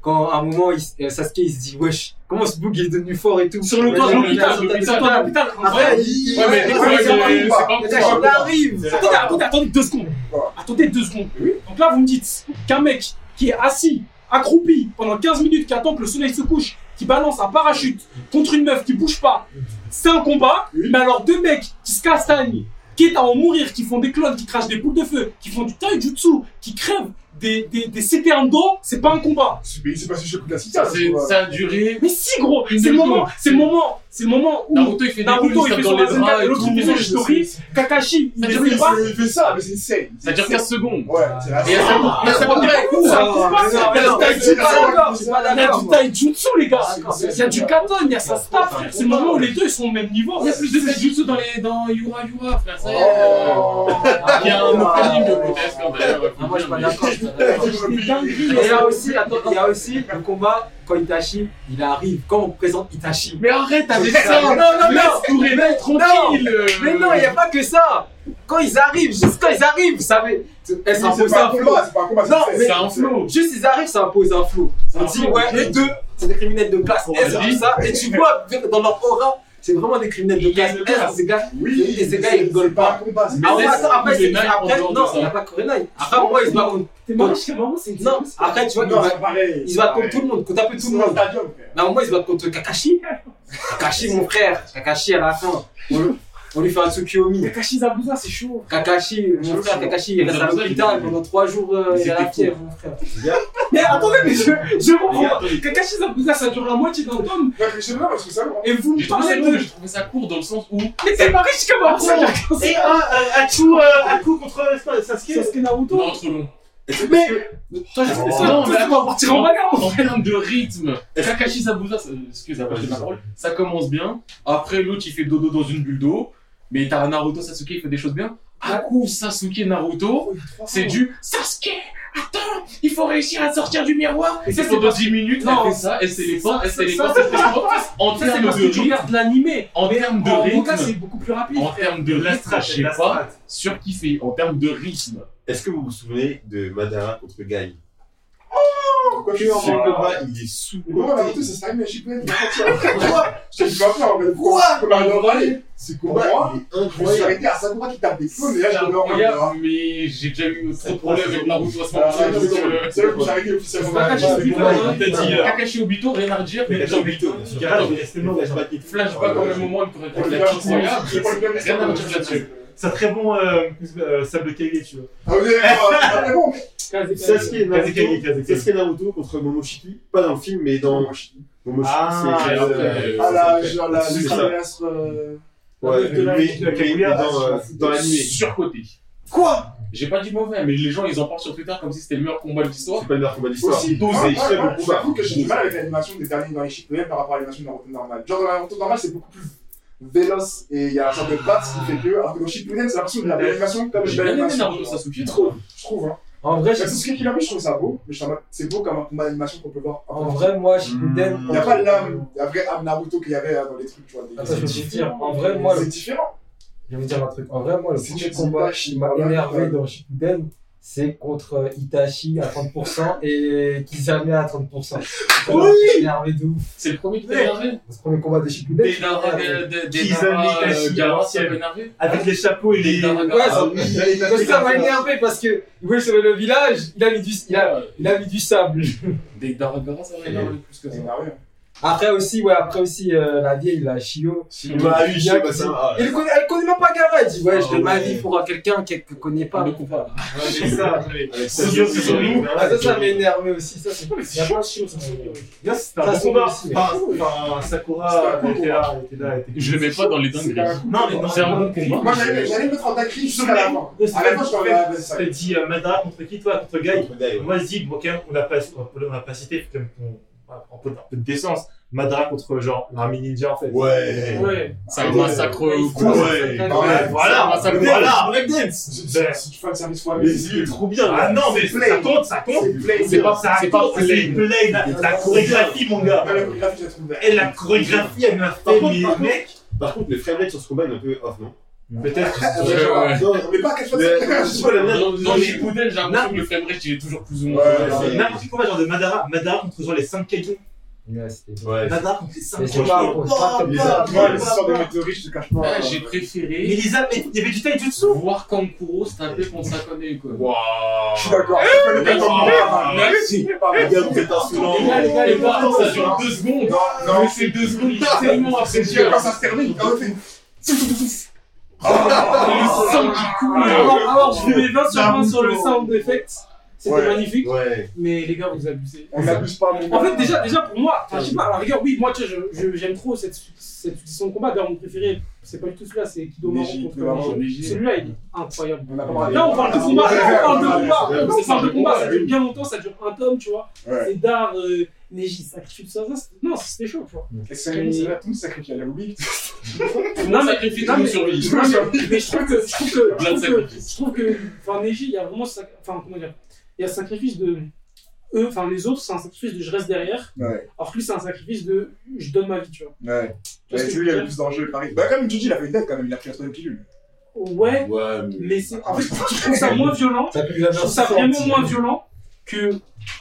[SPEAKER 2] quand à un moment il s- euh, Sasuke il se dit wesh comment ce bug il est devenu fort et tout
[SPEAKER 1] Sur le
[SPEAKER 2] Mais
[SPEAKER 1] toit de
[SPEAKER 2] non,
[SPEAKER 1] l'hôpital,
[SPEAKER 2] mais
[SPEAKER 1] l'hôpital.
[SPEAKER 2] sur le toit de l'hôpital. après il
[SPEAKER 1] Ouais, mais
[SPEAKER 2] il-
[SPEAKER 1] c'est pas-
[SPEAKER 2] il- il- il-
[SPEAKER 1] c'est pas
[SPEAKER 2] il-
[SPEAKER 1] pour
[SPEAKER 2] il
[SPEAKER 1] moi.
[SPEAKER 2] arrive
[SPEAKER 3] Attendez, attendez, attendez deux secondes.
[SPEAKER 4] Voilà.
[SPEAKER 3] Attendez deux secondes. Donc là, vous me dites qu'un mec qui est assis, accroupi, pendant 15 minutes, qui attend que le soleil se couche, qui balance un parachute contre une meuf qui bouge pas, c'est un combat. Mais alors, deux mecs qui se castagnent, quitte à en mourir, qui font des clones, qui crachent des boules de feu, qui font du taijutsu, qui crèvent des, des, des céternes d'eau, c'est pas un combat.
[SPEAKER 4] Mais il s'est passé chez le coup de la
[SPEAKER 1] Ça,
[SPEAKER 4] citade.
[SPEAKER 1] c'est- ça a duré.
[SPEAKER 3] Mais si, gros,
[SPEAKER 1] Une
[SPEAKER 3] c'est le
[SPEAKER 1] demi-seconde.
[SPEAKER 3] moment, c'est le moment, c'est le moment où
[SPEAKER 1] Naruto, il fait des
[SPEAKER 3] Naruto,
[SPEAKER 1] boules, il
[SPEAKER 3] il
[SPEAKER 1] tape
[SPEAKER 3] fait
[SPEAKER 1] dans
[SPEAKER 3] son
[SPEAKER 1] les
[SPEAKER 3] Rasengan,
[SPEAKER 1] bras et
[SPEAKER 3] l'autre, il fait
[SPEAKER 1] tout.
[SPEAKER 3] son Shitori, Kakashi, il
[SPEAKER 4] Ah,
[SPEAKER 1] Ça
[SPEAKER 3] les
[SPEAKER 1] dure
[SPEAKER 3] fait pas.
[SPEAKER 4] Il fait ça, mais c'est insane.
[SPEAKER 1] Ça dure 15 secondes.
[SPEAKER 4] Ouais, c'est la
[SPEAKER 1] Et à ça, mais ça va pas être court.
[SPEAKER 2] je suis pas d'accord, je suis pas
[SPEAKER 3] Il y a
[SPEAKER 2] d'accord
[SPEAKER 3] du taijutsu, les gars. Il y a du katon, il y a sa staff, frère. C'est le moment où les deux ils sont au même niveau.
[SPEAKER 1] Il y a plus de taijutsu dans les dans Yura Yura, frère. Ça y est.
[SPEAKER 4] Oh
[SPEAKER 1] Il y a un opening de grotesque quand même.
[SPEAKER 2] Ah, moi je suis pas
[SPEAKER 1] Mais-
[SPEAKER 2] d'accord je suis pas d'accord.
[SPEAKER 3] C'est dinguerie,
[SPEAKER 2] et
[SPEAKER 3] mais
[SPEAKER 2] il y
[SPEAKER 3] ça-
[SPEAKER 2] a aussi attends, il y a aussi le combat quand Itachi il arrive quand on présente Itachi
[SPEAKER 1] Ah, Mais arrête avec
[SPEAKER 2] Mais
[SPEAKER 1] ça.
[SPEAKER 2] non, non,
[SPEAKER 1] Laisse courir,
[SPEAKER 2] mais-
[SPEAKER 1] tranquille.
[SPEAKER 2] Mais non, il n'y a pas que ça Quand ils arrivent, juste quand ils arrivent, vous savez, elles
[SPEAKER 4] C'est
[SPEAKER 2] s'imposent
[SPEAKER 4] pas un
[SPEAKER 2] un flou.
[SPEAKER 4] combat, c'est pas un combat,
[SPEAKER 2] Non,
[SPEAKER 4] c'est
[SPEAKER 2] mais-
[SPEAKER 1] C'est un flow.
[SPEAKER 2] Juste ils arrivent, ça impose un flou. On dit, ouais, les deux, c'est des criminels de classe S,
[SPEAKER 1] Vas-y.
[SPEAKER 2] tout ça. Et tu vois, dans leur aura, c'est vraiment des criminels de classe S, ces gars.
[SPEAKER 4] Oui,
[SPEAKER 2] Et ces gars, ils rigolent
[SPEAKER 4] c'est pas un combat. c'est-
[SPEAKER 1] Mais
[SPEAKER 2] Ah ouais,
[SPEAKER 1] laisse
[SPEAKER 2] attends, après, c'est
[SPEAKER 1] Kurenai en
[SPEAKER 2] après,
[SPEAKER 1] dehors de
[SPEAKER 2] non,
[SPEAKER 1] ça.
[SPEAKER 2] il n'y a pas Kurenai. Après, moi, ils se battent contre.
[SPEAKER 3] C'est marrant, c'est marrant, c'est une
[SPEAKER 2] Non, après, tu vois, ils se
[SPEAKER 4] Non,
[SPEAKER 2] battent-
[SPEAKER 4] c'est pareil.
[SPEAKER 2] ils se battent contre tout le monde, contre un peu tout le monde.
[SPEAKER 4] stadium, frère.
[SPEAKER 2] Mais au moins, ils se battent contre Kakashi. Kakashi, mon frère. Kakashi, à la fin. on- On lui fait un Tsukiyomi.
[SPEAKER 3] Kakashi Zabuza, c'est chaud.
[SPEAKER 2] Kakashi,
[SPEAKER 1] Je le
[SPEAKER 2] mon frère,
[SPEAKER 1] sais.
[SPEAKER 2] Kakashi, il
[SPEAKER 1] Mais
[SPEAKER 2] reste à
[SPEAKER 1] c'est pour ça
[SPEAKER 2] l'hôpital
[SPEAKER 1] qu'il est-
[SPEAKER 2] pendant 3 jours, euh,
[SPEAKER 1] Mais
[SPEAKER 2] il a la
[SPEAKER 1] c'était
[SPEAKER 2] fièvre, mon frère. Mais attendez, mais je,
[SPEAKER 3] Je comprends
[SPEAKER 1] Les gars,
[SPEAKER 3] pas. Kakashi Zabuza, ça dure la moitié d'un tome.
[SPEAKER 4] Ouais, mais je sais pas, parce que ça, vraiment,
[SPEAKER 3] Et vous me
[SPEAKER 1] J'ai trouvé ça
[SPEAKER 3] parlez
[SPEAKER 1] long, mais
[SPEAKER 3] de.
[SPEAKER 1] j'ai trouvé ça court dans le sens où.
[SPEAKER 3] Mais c'est pas riche comme ça dure 15
[SPEAKER 8] Et un euh, Haku, euh, Haku contre euh, Sasuke.
[SPEAKER 3] Sasuke Naruto.
[SPEAKER 1] Non, trop long.
[SPEAKER 2] Mais
[SPEAKER 1] Toi, je-
[SPEAKER 9] Oh.
[SPEAKER 1] Non, mais attends,
[SPEAKER 3] Partir en vacances.
[SPEAKER 1] en termes de rythme, Kakashi Sabuza, ça- excuse après, j'ai ma parole, ça commence bien. Après, l'autre, il fait dodo dans une bulle d'eau. Mais t'as Naruto Sasuke, il fait des choses bien. Aku, Sasuke, Naruto, c'est du Sasuke, attends, il faut réussir à sortir du miroir. Et
[SPEAKER 3] ça,
[SPEAKER 1] c'est
[SPEAKER 3] c'est
[SPEAKER 1] pendant 10 minutes,
[SPEAKER 3] Non.
[SPEAKER 1] elle fait ça, elle sait les pas, elle sait les
[SPEAKER 3] Ça,
[SPEAKER 1] pas,
[SPEAKER 3] c'est-
[SPEAKER 1] elle sait les pas. En
[SPEAKER 3] Ça, c'est
[SPEAKER 1] termes
[SPEAKER 3] parce
[SPEAKER 1] de
[SPEAKER 3] que tu
[SPEAKER 1] rythme,
[SPEAKER 3] regardes l'animé.
[SPEAKER 1] en termes de
[SPEAKER 3] En manga, c'est
[SPEAKER 1] rythme,
[SPEAKER 3] beaucoup plus rapide.
[SPEAKER 1] en termes de
[SPEAKER 5] La
[SPEAKER 1] rythme,
[SPEAKER 5] strat,
[SPEAKER 1] je sais
[SPEAKER 5] la
[SPEAKER 1] pas,
[SPEAKER 5] strat.
[SPEAKER 1] surkiffé, en termes de rythme.
[SPEAKER 6] Est-ce que vous vous souvenez de Madara contre Guy
[SPEAKER 4] pourquoi
[SPEAKER 6] Ce
[SPEAKER 4] je suis en-
[SPEAKER 6] combat, il est sous
[SPEAKER 4] Mais Pourquoi Naruto, ça s'arrive à Shippuden Pourquoi Je t'ai dit, ma frère, en fait, pourquoi Comme un normal,
[SPEAKER 6] Ce
[SPEAKER 4] Moi,
[SPEAKER 6] combat, il est
[SPEAKER 4] Je me suis
[SPEAKER 6] incroyable.
[SPEAKER 4] arrêté à 5 mois qui tape des clones, et là,
[SPEAKER 1] C'est
[SPEAKER 4] j'ai dormi.
[SPEAKER 1] incroyable, mais j'ai déjà eu trop de problèmes avec Naruto à ce
[SPEAKER 4] Ah, C'est
[SPEAKER 1] moment-là.
[SPEAKER 4] c'est là que j'ai arrêté officiellement.
[SPEAKER 3] Ah, j'ai
[SPEAKER 5] C'est
[SPEAKER 3] vu
[SPEAKER 5] combat,
[SPEAKER 3] pas,
[SPEAKER 5] il t'a dit, euh,
[SPEAKER 1] Kakashi Obito, Renardir, mais
[SPEAKER 6] Kakashi Obito, bien sûr.
[SPEAKER 5] Garage,
[SPEAKER 6] Attends,
[SPEAKER 5] il est tellement-
[SPEAKER 6] les flashbacks et tout.
[SPEAKER 1] flashback au
[SPEAKER 6] Ouais,
[SPEAKER 1] même
[SPEAKER 6] ouais.
[SPEAKER 1] moment, une correction de
[SPEAKER 4] J'ai
[SPEAKER 1] la
[SPEAKER 4] pas
[SPEAKER 1] petite regarde.
[SPEAKER 4] le même
[SPEAKER 1] Rien à me dire là-dessus.
[SPEAKER 5] C'est un très bon euh, euh, sable caillé, tu vois.
[SPEAKER 4] Ah, vous avez- ah, mais bon, mais-
[SPEAKER 6] Sasuke
[SPEAKER 5] Kazekage,
[SPEAKER 6] et Naruto,
[SPEAKER 5] Kazekage.
[SPEAKER 6] Sasuke et Naruto contre Momoshiki, pas dans le film, mais dans Momoshiki,
[SPEAKER 5] Ah,
[SPEAKER 6] c'est
[SPEAKER 5] ouais,
[SPEAKER 6] euh,
[SPEAKER 4] Ah, la- genre, la-
[SPEAKER 6] C'est
[SPEAKER 4] le
[SPEAKER 6] ça.
[SPEAKER 4] traverse, euh,
[SPEAKER 6] ouais, mais-
[SPEAKER 5] la-
[SPEAKER 6] mais-
[SPEAKER 5] de la
[SPEAKER 6] mais
[SPEAKER 5] Kaguya,
[SPEAKER 6] dans, euh, dans l'anime, c'est
[SPEAKER 1] Surcoté.
[SPEAKER 4] Quoi
[SPEAKER 1] J'ai pas dit mauvais, mais les gens ils en parlent sur Twitter comme si c'était le meilleur combat de l'histoire.
[SPEAKER 6] pas le meilleur combat de l'histoire.
[SPEAKER 4] Aussi,
[SPEAKER 6] dosé,
[SPEAKER 4] moi, moi,
[SPEAKER 6] très bon
[SPEAKER 4] moi,
[SPEAKER 6] combat.
[SPEAKER 4] Ah, J'avoue que j'ai du mal avec l'animation des derniers dans les Shippuden par rapport à l'animation de Naruto normal. Genre, dans Naruto normal, c'est beaucoup plus véloce et il y a un sorte de patte qui fait que. Alors que dans Shippuden, c'est l'impression de la belle animation comme
[SPEAKER 1] J'ai
[SPEAKER 4] de
[SPEAKER 1] bien aimé
[SPEAKER 4] l'animation.
[SPEAKER 1] Naruto Sasuke.
[SPEAKER 4] Trop. Je trouve, hein.
[SPEAKER 2] En vrai,
[SPEAKER 4] C'est
[SPEAKER 2] je-
[SPEAKER 4] ce qu'il a mis, je trouve ça beau, mais je suis en mode, c'est beau comme un combat d'animation qu'on peut voir.
[SPEAKER 2] en vrai, moi,
[SPEAKER 3] Hmm.
[SPEAKER 2] Shippuden.
[SPEAKER 4] Il n'y a pas l'âme, la vraie âme Naruto qu'il y avait euh, dans les trucs, tu vois.
[SPEAKER 3] Ah,
[SPEAKER 4] des-
[SPEAKER 2] Attends, Ah, je vais te dire. En vrai, moi,
[SPEAKER 4] c'est
[SPEAKER 2] le-
[SPEAKER 4] différent.
[SPEAKER 2] je vais vous dire un truc. En vrai, moi, le
[SPEAKER 4] Si
[SPEAKER 2] premier
[SPEAKER 4] tu dis
[SPEAKER 2] combat
[SPEAKER 4] Itachi,
[SPEAKER 2] qui m'a
[SPEAKER 4] voilà,
[SPEAKER 2] énervé
[SPEAKER 4] voilà.
[SPEAKER 2] dans Shippuden, c'est contre euh, Itachi à 30% et Kizami à 30%. Oui énervé de ouf.
[SPEAKER 1] C'est le premier qui t'a énervé
[SPEAKER 2] Ce premier combat de Shippuden.
[SPEAKER 1] Des
[SPEAKER 2] c'est
[SPEAKER 1] Dara,
[SPEAKER 2] énervé.
[SPEAKER 1] des- des- des
[SPEAKER 5] Kizami,
[SPEAKER 1] Dara, euh,
[SPEAKER 5] Tashi,
[SPEAKER 1] Gara, ça
[SPEAKER 5] Ancien.
[SPEAKER 1] m'a énervé.
[SPEAKER 5] Avec les chapeaux
[SPEAKER 1] Des
[SPEAKER 5] et les.
[SPEAKER 1] Dara,
[SPEAKER 2] Ouais,
[SPEAKER 1] Gara.
[SPEAKER 2] ça- Parce que ça m'a énervé parce que il voulait sauver le village, il a mis du, il a, il a mis du sable.
[SPEAKER 1] Des Dara, Gara, ça m'a énervé plus que ça.
[SPEAKER 4] C'est énervé.
[SPEAKER 2] Après aussi, ouais, après aussi, euh, la vieille, la Chio.
[SPEAKER 10] Si il m'a eu, je sais pas ça. ah,
[SPEAKER 2] Elle connaît, elle connaît même pas Gara. Elle dit, ouais, je
[SPEAKER 10] Ah,
[SPEAKER 2] donne ma
[SPEAKER 10] ouais.
[SPEAKER 2] vie pour euh, quelqu'un qu'elle ne connaît pas.
[SPEAKER 1] ne comprend pas.
[SPEAKER 5] C'est ça, mais.
[SPEAKER 10] Avec sa
[SPEAKER 5] C'est
[SPEAKER 10] gueule,
[SPEAKER 5] c'est
[SPEAKER 10] c'est horrible.
[SPEAKER 2] Ah, ça, ça m'a énervé aussi. Ça, c'est
[SPEAKER 3] Il y a pas un chiot, ça. Moi,
[SPEAKER 5] Là, c'était un
[SPEAKER 2] Ça,
[SPEAKER 5] bon
[SPEAKER 2] c'est
[SPEAKER 5] combat.
[SPEAKER 2] aussi,
[SPEAKER 5] Enfin, enfin, Sakura elle était là, elle était là, elle était
[SPEAKER 1] Je le mets pas dans les
[SPEAKER 4] C'est
[SPEAKER 1] dingueries.
[SPEAKER 4] un-
[SPEAKER 5] Non, mais non,
[SPEAKER 1] C'est un bon combat.
[SPEAKER 4] Moi, j'allais j'allais mettre en dacry jusqu'à la fin. À la fin, je parlais à ça.
[SPEAKER 5] T'as dit euh, Madara contre qui toi Contre Guy Moi je dis, bon, quand même, on l'a pas, on l'a pas cité, faut quand même qu'on- un peu un peu de décence. Madara contre genre l'armée ninja en fait.
[SPEAKER 10] Ouais.
[SPEAKER 3] Ouais.
[SPEAKER 1] C'est un massacre au cou.
[SPEAKER 10] Ouais.
[SPEAKER 5] Ouais, voilà,
[SPEAKER 1] Ça, ça,
[SPEAKER 5] voilà.
[SPEAKER 4] Si si tu fais le service toi-même,
[SPEAKER 10] Mais il est trop bien.
[SPEAKER 5] Ah non, mais
[SPEAKER 4] Play.
[SPEAKER 5] ça compte, ça compte.
[SPEAKER 4] c'est play.
[SPEAKER 1] C'est pas-
[SPEAKER 5] ça
[SPEAKER 1] c'est
[SPEAKER 5] compte,
[SPEAKER 1] pas play.
[SPEAKER 5] c'est play. La, la chorégraphie, mon gars.
[SPEAKER 4] Ah, la chorégraphie, je la trouve belle.
[SPEAKER 5] Et la chorégraphie, elle m'a
[SPEAKER 10] Par contre,
[SPEAKER 5] fait,
[SPEAKER 10] par
[SPEAKER 5] mais
[SPEAKER 10] contre-
[SPEAKER 5] mec.
[SPEAKER 10] Par contre, le frame rate sur ce combat il est un peu off, non
[SPEAKER 5] Peut-être que
[SPEAKER 4] Ah,
[SPEAKER 5] c'est-
[SPEAKER 4] ouais, je vois.
[SPEAKER 10] Non,
[SPEAKER 4] Mais pas quelque chose
[SPEAKER 10] mais- je sais pas, la mienne.
[SPEAKER 1] Dans dans les poudelles, j'ai l'impression que le frame rate, il est toujours plus ou moins.
[SPEAKER 10] Ouais,
[SPEAKER 1] Ouais,
[SPEAKER 10] c'est-
[SPEAKER 5] Euh, N'importe quoi, genre de Madara, Madara contre genre les 5 Kaiju.
[SPEAKER 2] Ouais, c'était
[SPEAKER 10] Ouais.
[SPEAKER 5] Madara contre les Bah, 5
[SPEAKER 2] Mais
[SPEAKER 5] Kaiju.
[SPEAKER 2] c'est pas on se frappe comme
[SPEAKER 10] les
[SPEAKER 5] Ah,
[SPEAKER 2] ça.
[SPEAKER 10] armes.
[SPEAKER 4] Moi, les histoires de météorites, je te cache pas.
[SPEAKER 1] J'ai
[SPEAKER 4] euh,
[SPEAKER 5] Mais
[SPEAKER 1] préféré
[SPEAKER 5] les a- bah. mais il y avait du taille dessous.
[SPEAKER 1] voir Kankuro se taper contre Sakone, quoi.
[SPEAKER 10] Waouh.
[SPEAKER 4] Je suis d'accord. Je connais pas
[SPEAKER 1] Merci.
[SPEAKER 4] ton combat, hein.
[SPEAKER 1] Merci.
[SPEAKER 4] C'est pas
[SPEAKER 10] Les
[SPEAKER 4] vrai.
[SPEAKER 10] gars, vous êtes insolents.
[SPEAKER 1] Les gars, les gars, les gars, ça dure deux secondes.
[SPEAKER 4] Non, non,
[SPEAKER 1] Mais c'est deux secondes, il est tellement
[SPEAKER 4] c'est sûr,
[SPEAKER 1] appréciable.
[SPEAKER 4] quand ça se termine, quand on fait une-
[SPEAKER 3] Ah,
[SPEAKER 1] Le sang qui coule.
[SPEAKER 3] Alors, alors, ah, je fais mes 20 sur 20 sur le sound effect. C'était
[SPEAKER 4] Ouais.
[SPEAKER 3] magnifique.
[SPEAKER 10] Ouais.
[SPEAKER 3] Mais les gars, vous abusez.
[SPEAKER 4] on n'abuse pas, mon gars.
[SPEAKER 3] En fait, déjà, déjà pour moi, enfin, je sais pas, à la rigueur, oui, moi, tu sais, je- je- j'aime trop cette, cette succession de combats. D'ailleurs, mon préféré, c'est pas du tout celui-là, c'est Kido Maru
[SPEAKER 4] Neji,
[SPEAKER 3] contre
[SPEAKER 4] Kido Maru.
[SPEAKER 3] Neji. Celui-là, il est incroyable.
[SPEAKER 4] On n'a pas parlé.
[SPEAKER 3] Là, on parle de combat, là, on parle de combat,
[SPEAKER 10] Ouais,
[SPEAKER 3] là, on
[SPEAKER 1] c'est
[SPEAKER 3] parle de
[SPEAKER 1] un
[SPEAKER 3] combat,
[SPEAKER 1] combat,
[SPEAKER 3] ça dure bien longtemps, ça dure un tome, tu vois.
[SPEAKER 4] Ouais.
[SPEAKER 3] C'est d'art, euh, Neji, sacrifie tout ça, ça, c'est- non, c'était chaud, tu vois.
[SPEAKER 4] Et c'est c'est là tout sacrifié à la Wii.
[SPEAKER 3] Non, mais,
[SPEAKER 1] Sacrifice
[SPEAKER 3] non,
[SPEAKER 1] de
[SPEAKER 3] mais-
[SPEAKER 1] survie.
[SPEAKER 3] non, mais- mais je trouve que, je trouve que, je
[SPEAKER 1] Plein de
[SPEAKER 3] trouve que,
[SPEAKER 1] sacrifices.
[SPEAKER 3] je trouve que, enfin, Neji, il y a vraiment, ce sac- enfin, comment dire, il y a ce sacrifice de, eux, enfin, les autres, c'est un sacrifice de je reste derrière,
[SPEAKER 4] Ouais,
[SPEAKER 3] alors que lui, c'est un sacrifice de je donne ma vie, tu vois.
[SPEAKER 4] ouais.
[SPEAKER 3] Tu vois
[SPEAKER 4] Ouais,
[SPEAKER 3] ce que je
[SPEAKER 4] C'est lui,
[SPEAKER 3] veux
[SPEAKER 4] il y avait
[SPEAKER 3] dire
[SPEAKER 4] plus d'enjeux, pareil. Bah, comme Gigi, il a fait une tête quand même, il a pris la troisième pilule.
[SPEAKER 3] Ouais,
[SPEAKER 10] Ouais, mais-
[SPEAKER 3] mais c'est, en fait, je trouve ça moins violent,
[SPEAKER 2] Ça pue
[SPEAKER 3] je trouve ça hein. vraiment moins violent que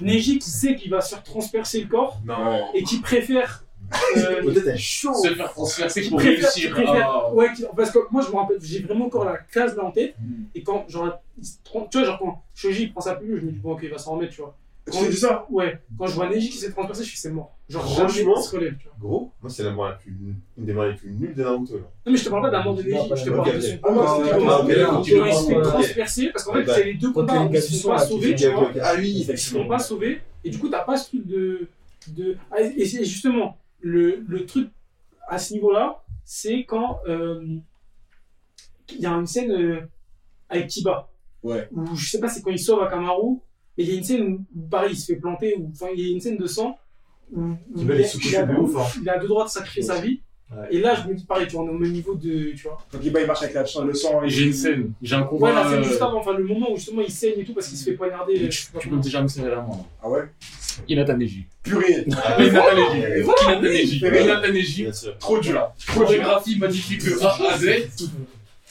[SPEAKER 3] Neji qui sait qu'il va se faire transpercer le corps
[SPEAKER 10] Non.
[SPEAKER 3] et qui préfère, euh,
[SPEAKER 10] Peut-être elle chaud.
[SPEAKER 1] Se faire transpercer
[SPEAKER 3] Qui
[SPEAKER 1] pour
[SPEAKER 3] préfère-
[SPEAKER 1] réussir.
[SPEAKER 3] qui préfère-
[SPEAKER 1] Ah.
[SPEAKER 3] Ouais, qui- parce que moi je me rappelle, j'ai vraiment encore la case là en tête.
[SPEAKER 4] Mm.
[SPEAKER 3] Et quand, genre, il se trompe- tu vois, genre quand Shoji il prend sa pilule, je me dis, bon, ok, il va s'en remettre, tu vois.
[SPEAKER 4] Tu t'es dit ça
[SPEAKER 3] Ouais, quand je vois Neji qui s'est transpercé, je suis c'est mort. Genre,
[SPEAKER 10] Franchement.
[SPEAKER 3] jamais il se relève, tu vois.
[SPEAKER 10] Gros, moi c'est la mort la plus. Une des morts les plus nulles de Naruto. là.
[SPEAKER 3] Non, mais je te parle pas de la mort de
[SPEAKER 2] Non,
[SPEAKER 3] Neji,
[SPEAKER 2] pas
[SPEAKER 3] je te
[SPEAKER 2] la
[SPEAKER 3] parle
[SPEAKER 10] mort.
[SPEAKER 3] de son
[SPEAKER 4] Ah non,
[SPEAKER 3] combat.
[SPEAKER 4] c'était
[SPEAKER 3] Quand-
[SPEAKER 10] Ah, ok,
[SPEAKER 2] là,
[SPEAKER 3] quand
[SPEAKER 10] ok,
[SPEAKER 3] il se fait
[SPEAKER 2] ok.
[SPEAKER 3] transpercer, parce qu'en fait,
[SPEAKER 10] Ouais,
[SPEAKER 3] c'est les deux
[SPEAKER 2] Contre
[SPEAKER 3] combats
[SPEAKER 2] les
[SPEAKER 3] où ils se sont
[SPEAKER 2] Gatsuso,
[SPEAKER 3] pas
[SPEAKER 2] là,
[SPEAKER 3] sauvés,
[SPEAKER 2] qui
[SPEAKER 3] tu
[SPEAKER 2] fait
[SPEAKER 3] vois.
[SPEAKER 2] bien que-
[SPEAKER 10] Ah oui,
[SPEAKER 3] Ils se sont pas sauvés, et du coup, t'as pas ce truc de. de... Ah, et c'est justement, le, le truc à ce niveau-là, c'est quand euh, il y a une scène euh, avec Kiba.
[SPEAKER 4] Ouais.
[SPEAKER 3] Où je sais pas, c'est quand il sauve Akamaru, mais il y a une scène où, pareil, il se fait planter, ou enfin, il y a une scène de sang où, où
[SPEAKER 5] Kiba, il est sous
[SPEAKER 3] a,
[SPEAKER 5] couché de ouf, hein.
[SPEAKER 3] il a deux droits de sacrifier sa vie.
[SPEAKER 5] Ouais.
[SPEAKER 3] Et là, je me dis pareil, tu vois, on est au même niveau de. Tu vois.
[SPEAKER 4] Donc, il bat, il marche avec la, le sang.
[SPEAKER 1] Ah, J'ai une scène, j'ai un
[SPEAKER 3] Ouais,
[SPEAKER 1] combat.
[SPEAKER 3] la scène
[SPEAKER 1] euh,
[SPEAKER 3] juste avant, enfin, le moment où justement il saigne et tout parce qu'il se fait poignarder. euh,
[SPEAKER 1] tu-
[SPEAKER 3] je sais pas
[SPEAKER 1] Tu peux
[SPEAKER 3] comment.
[SPEAKER 1] déjà me serrer la main.
[SPEAKER 4] Ah ouais
[SPEAKER 1] Hinata Neji.
[SPEAKER 4] Purée.
[SPEAKER 1] Ah, Hinata Neji. Hinata Neji.
[SPEAKER 4] Voilà.
[SPEAKER 1] Hinata Neji.
[SPEAKER 10] Bien sûr.
[SPEAKER 1] Trop dur. Chorégraphie magnifique de A à Z.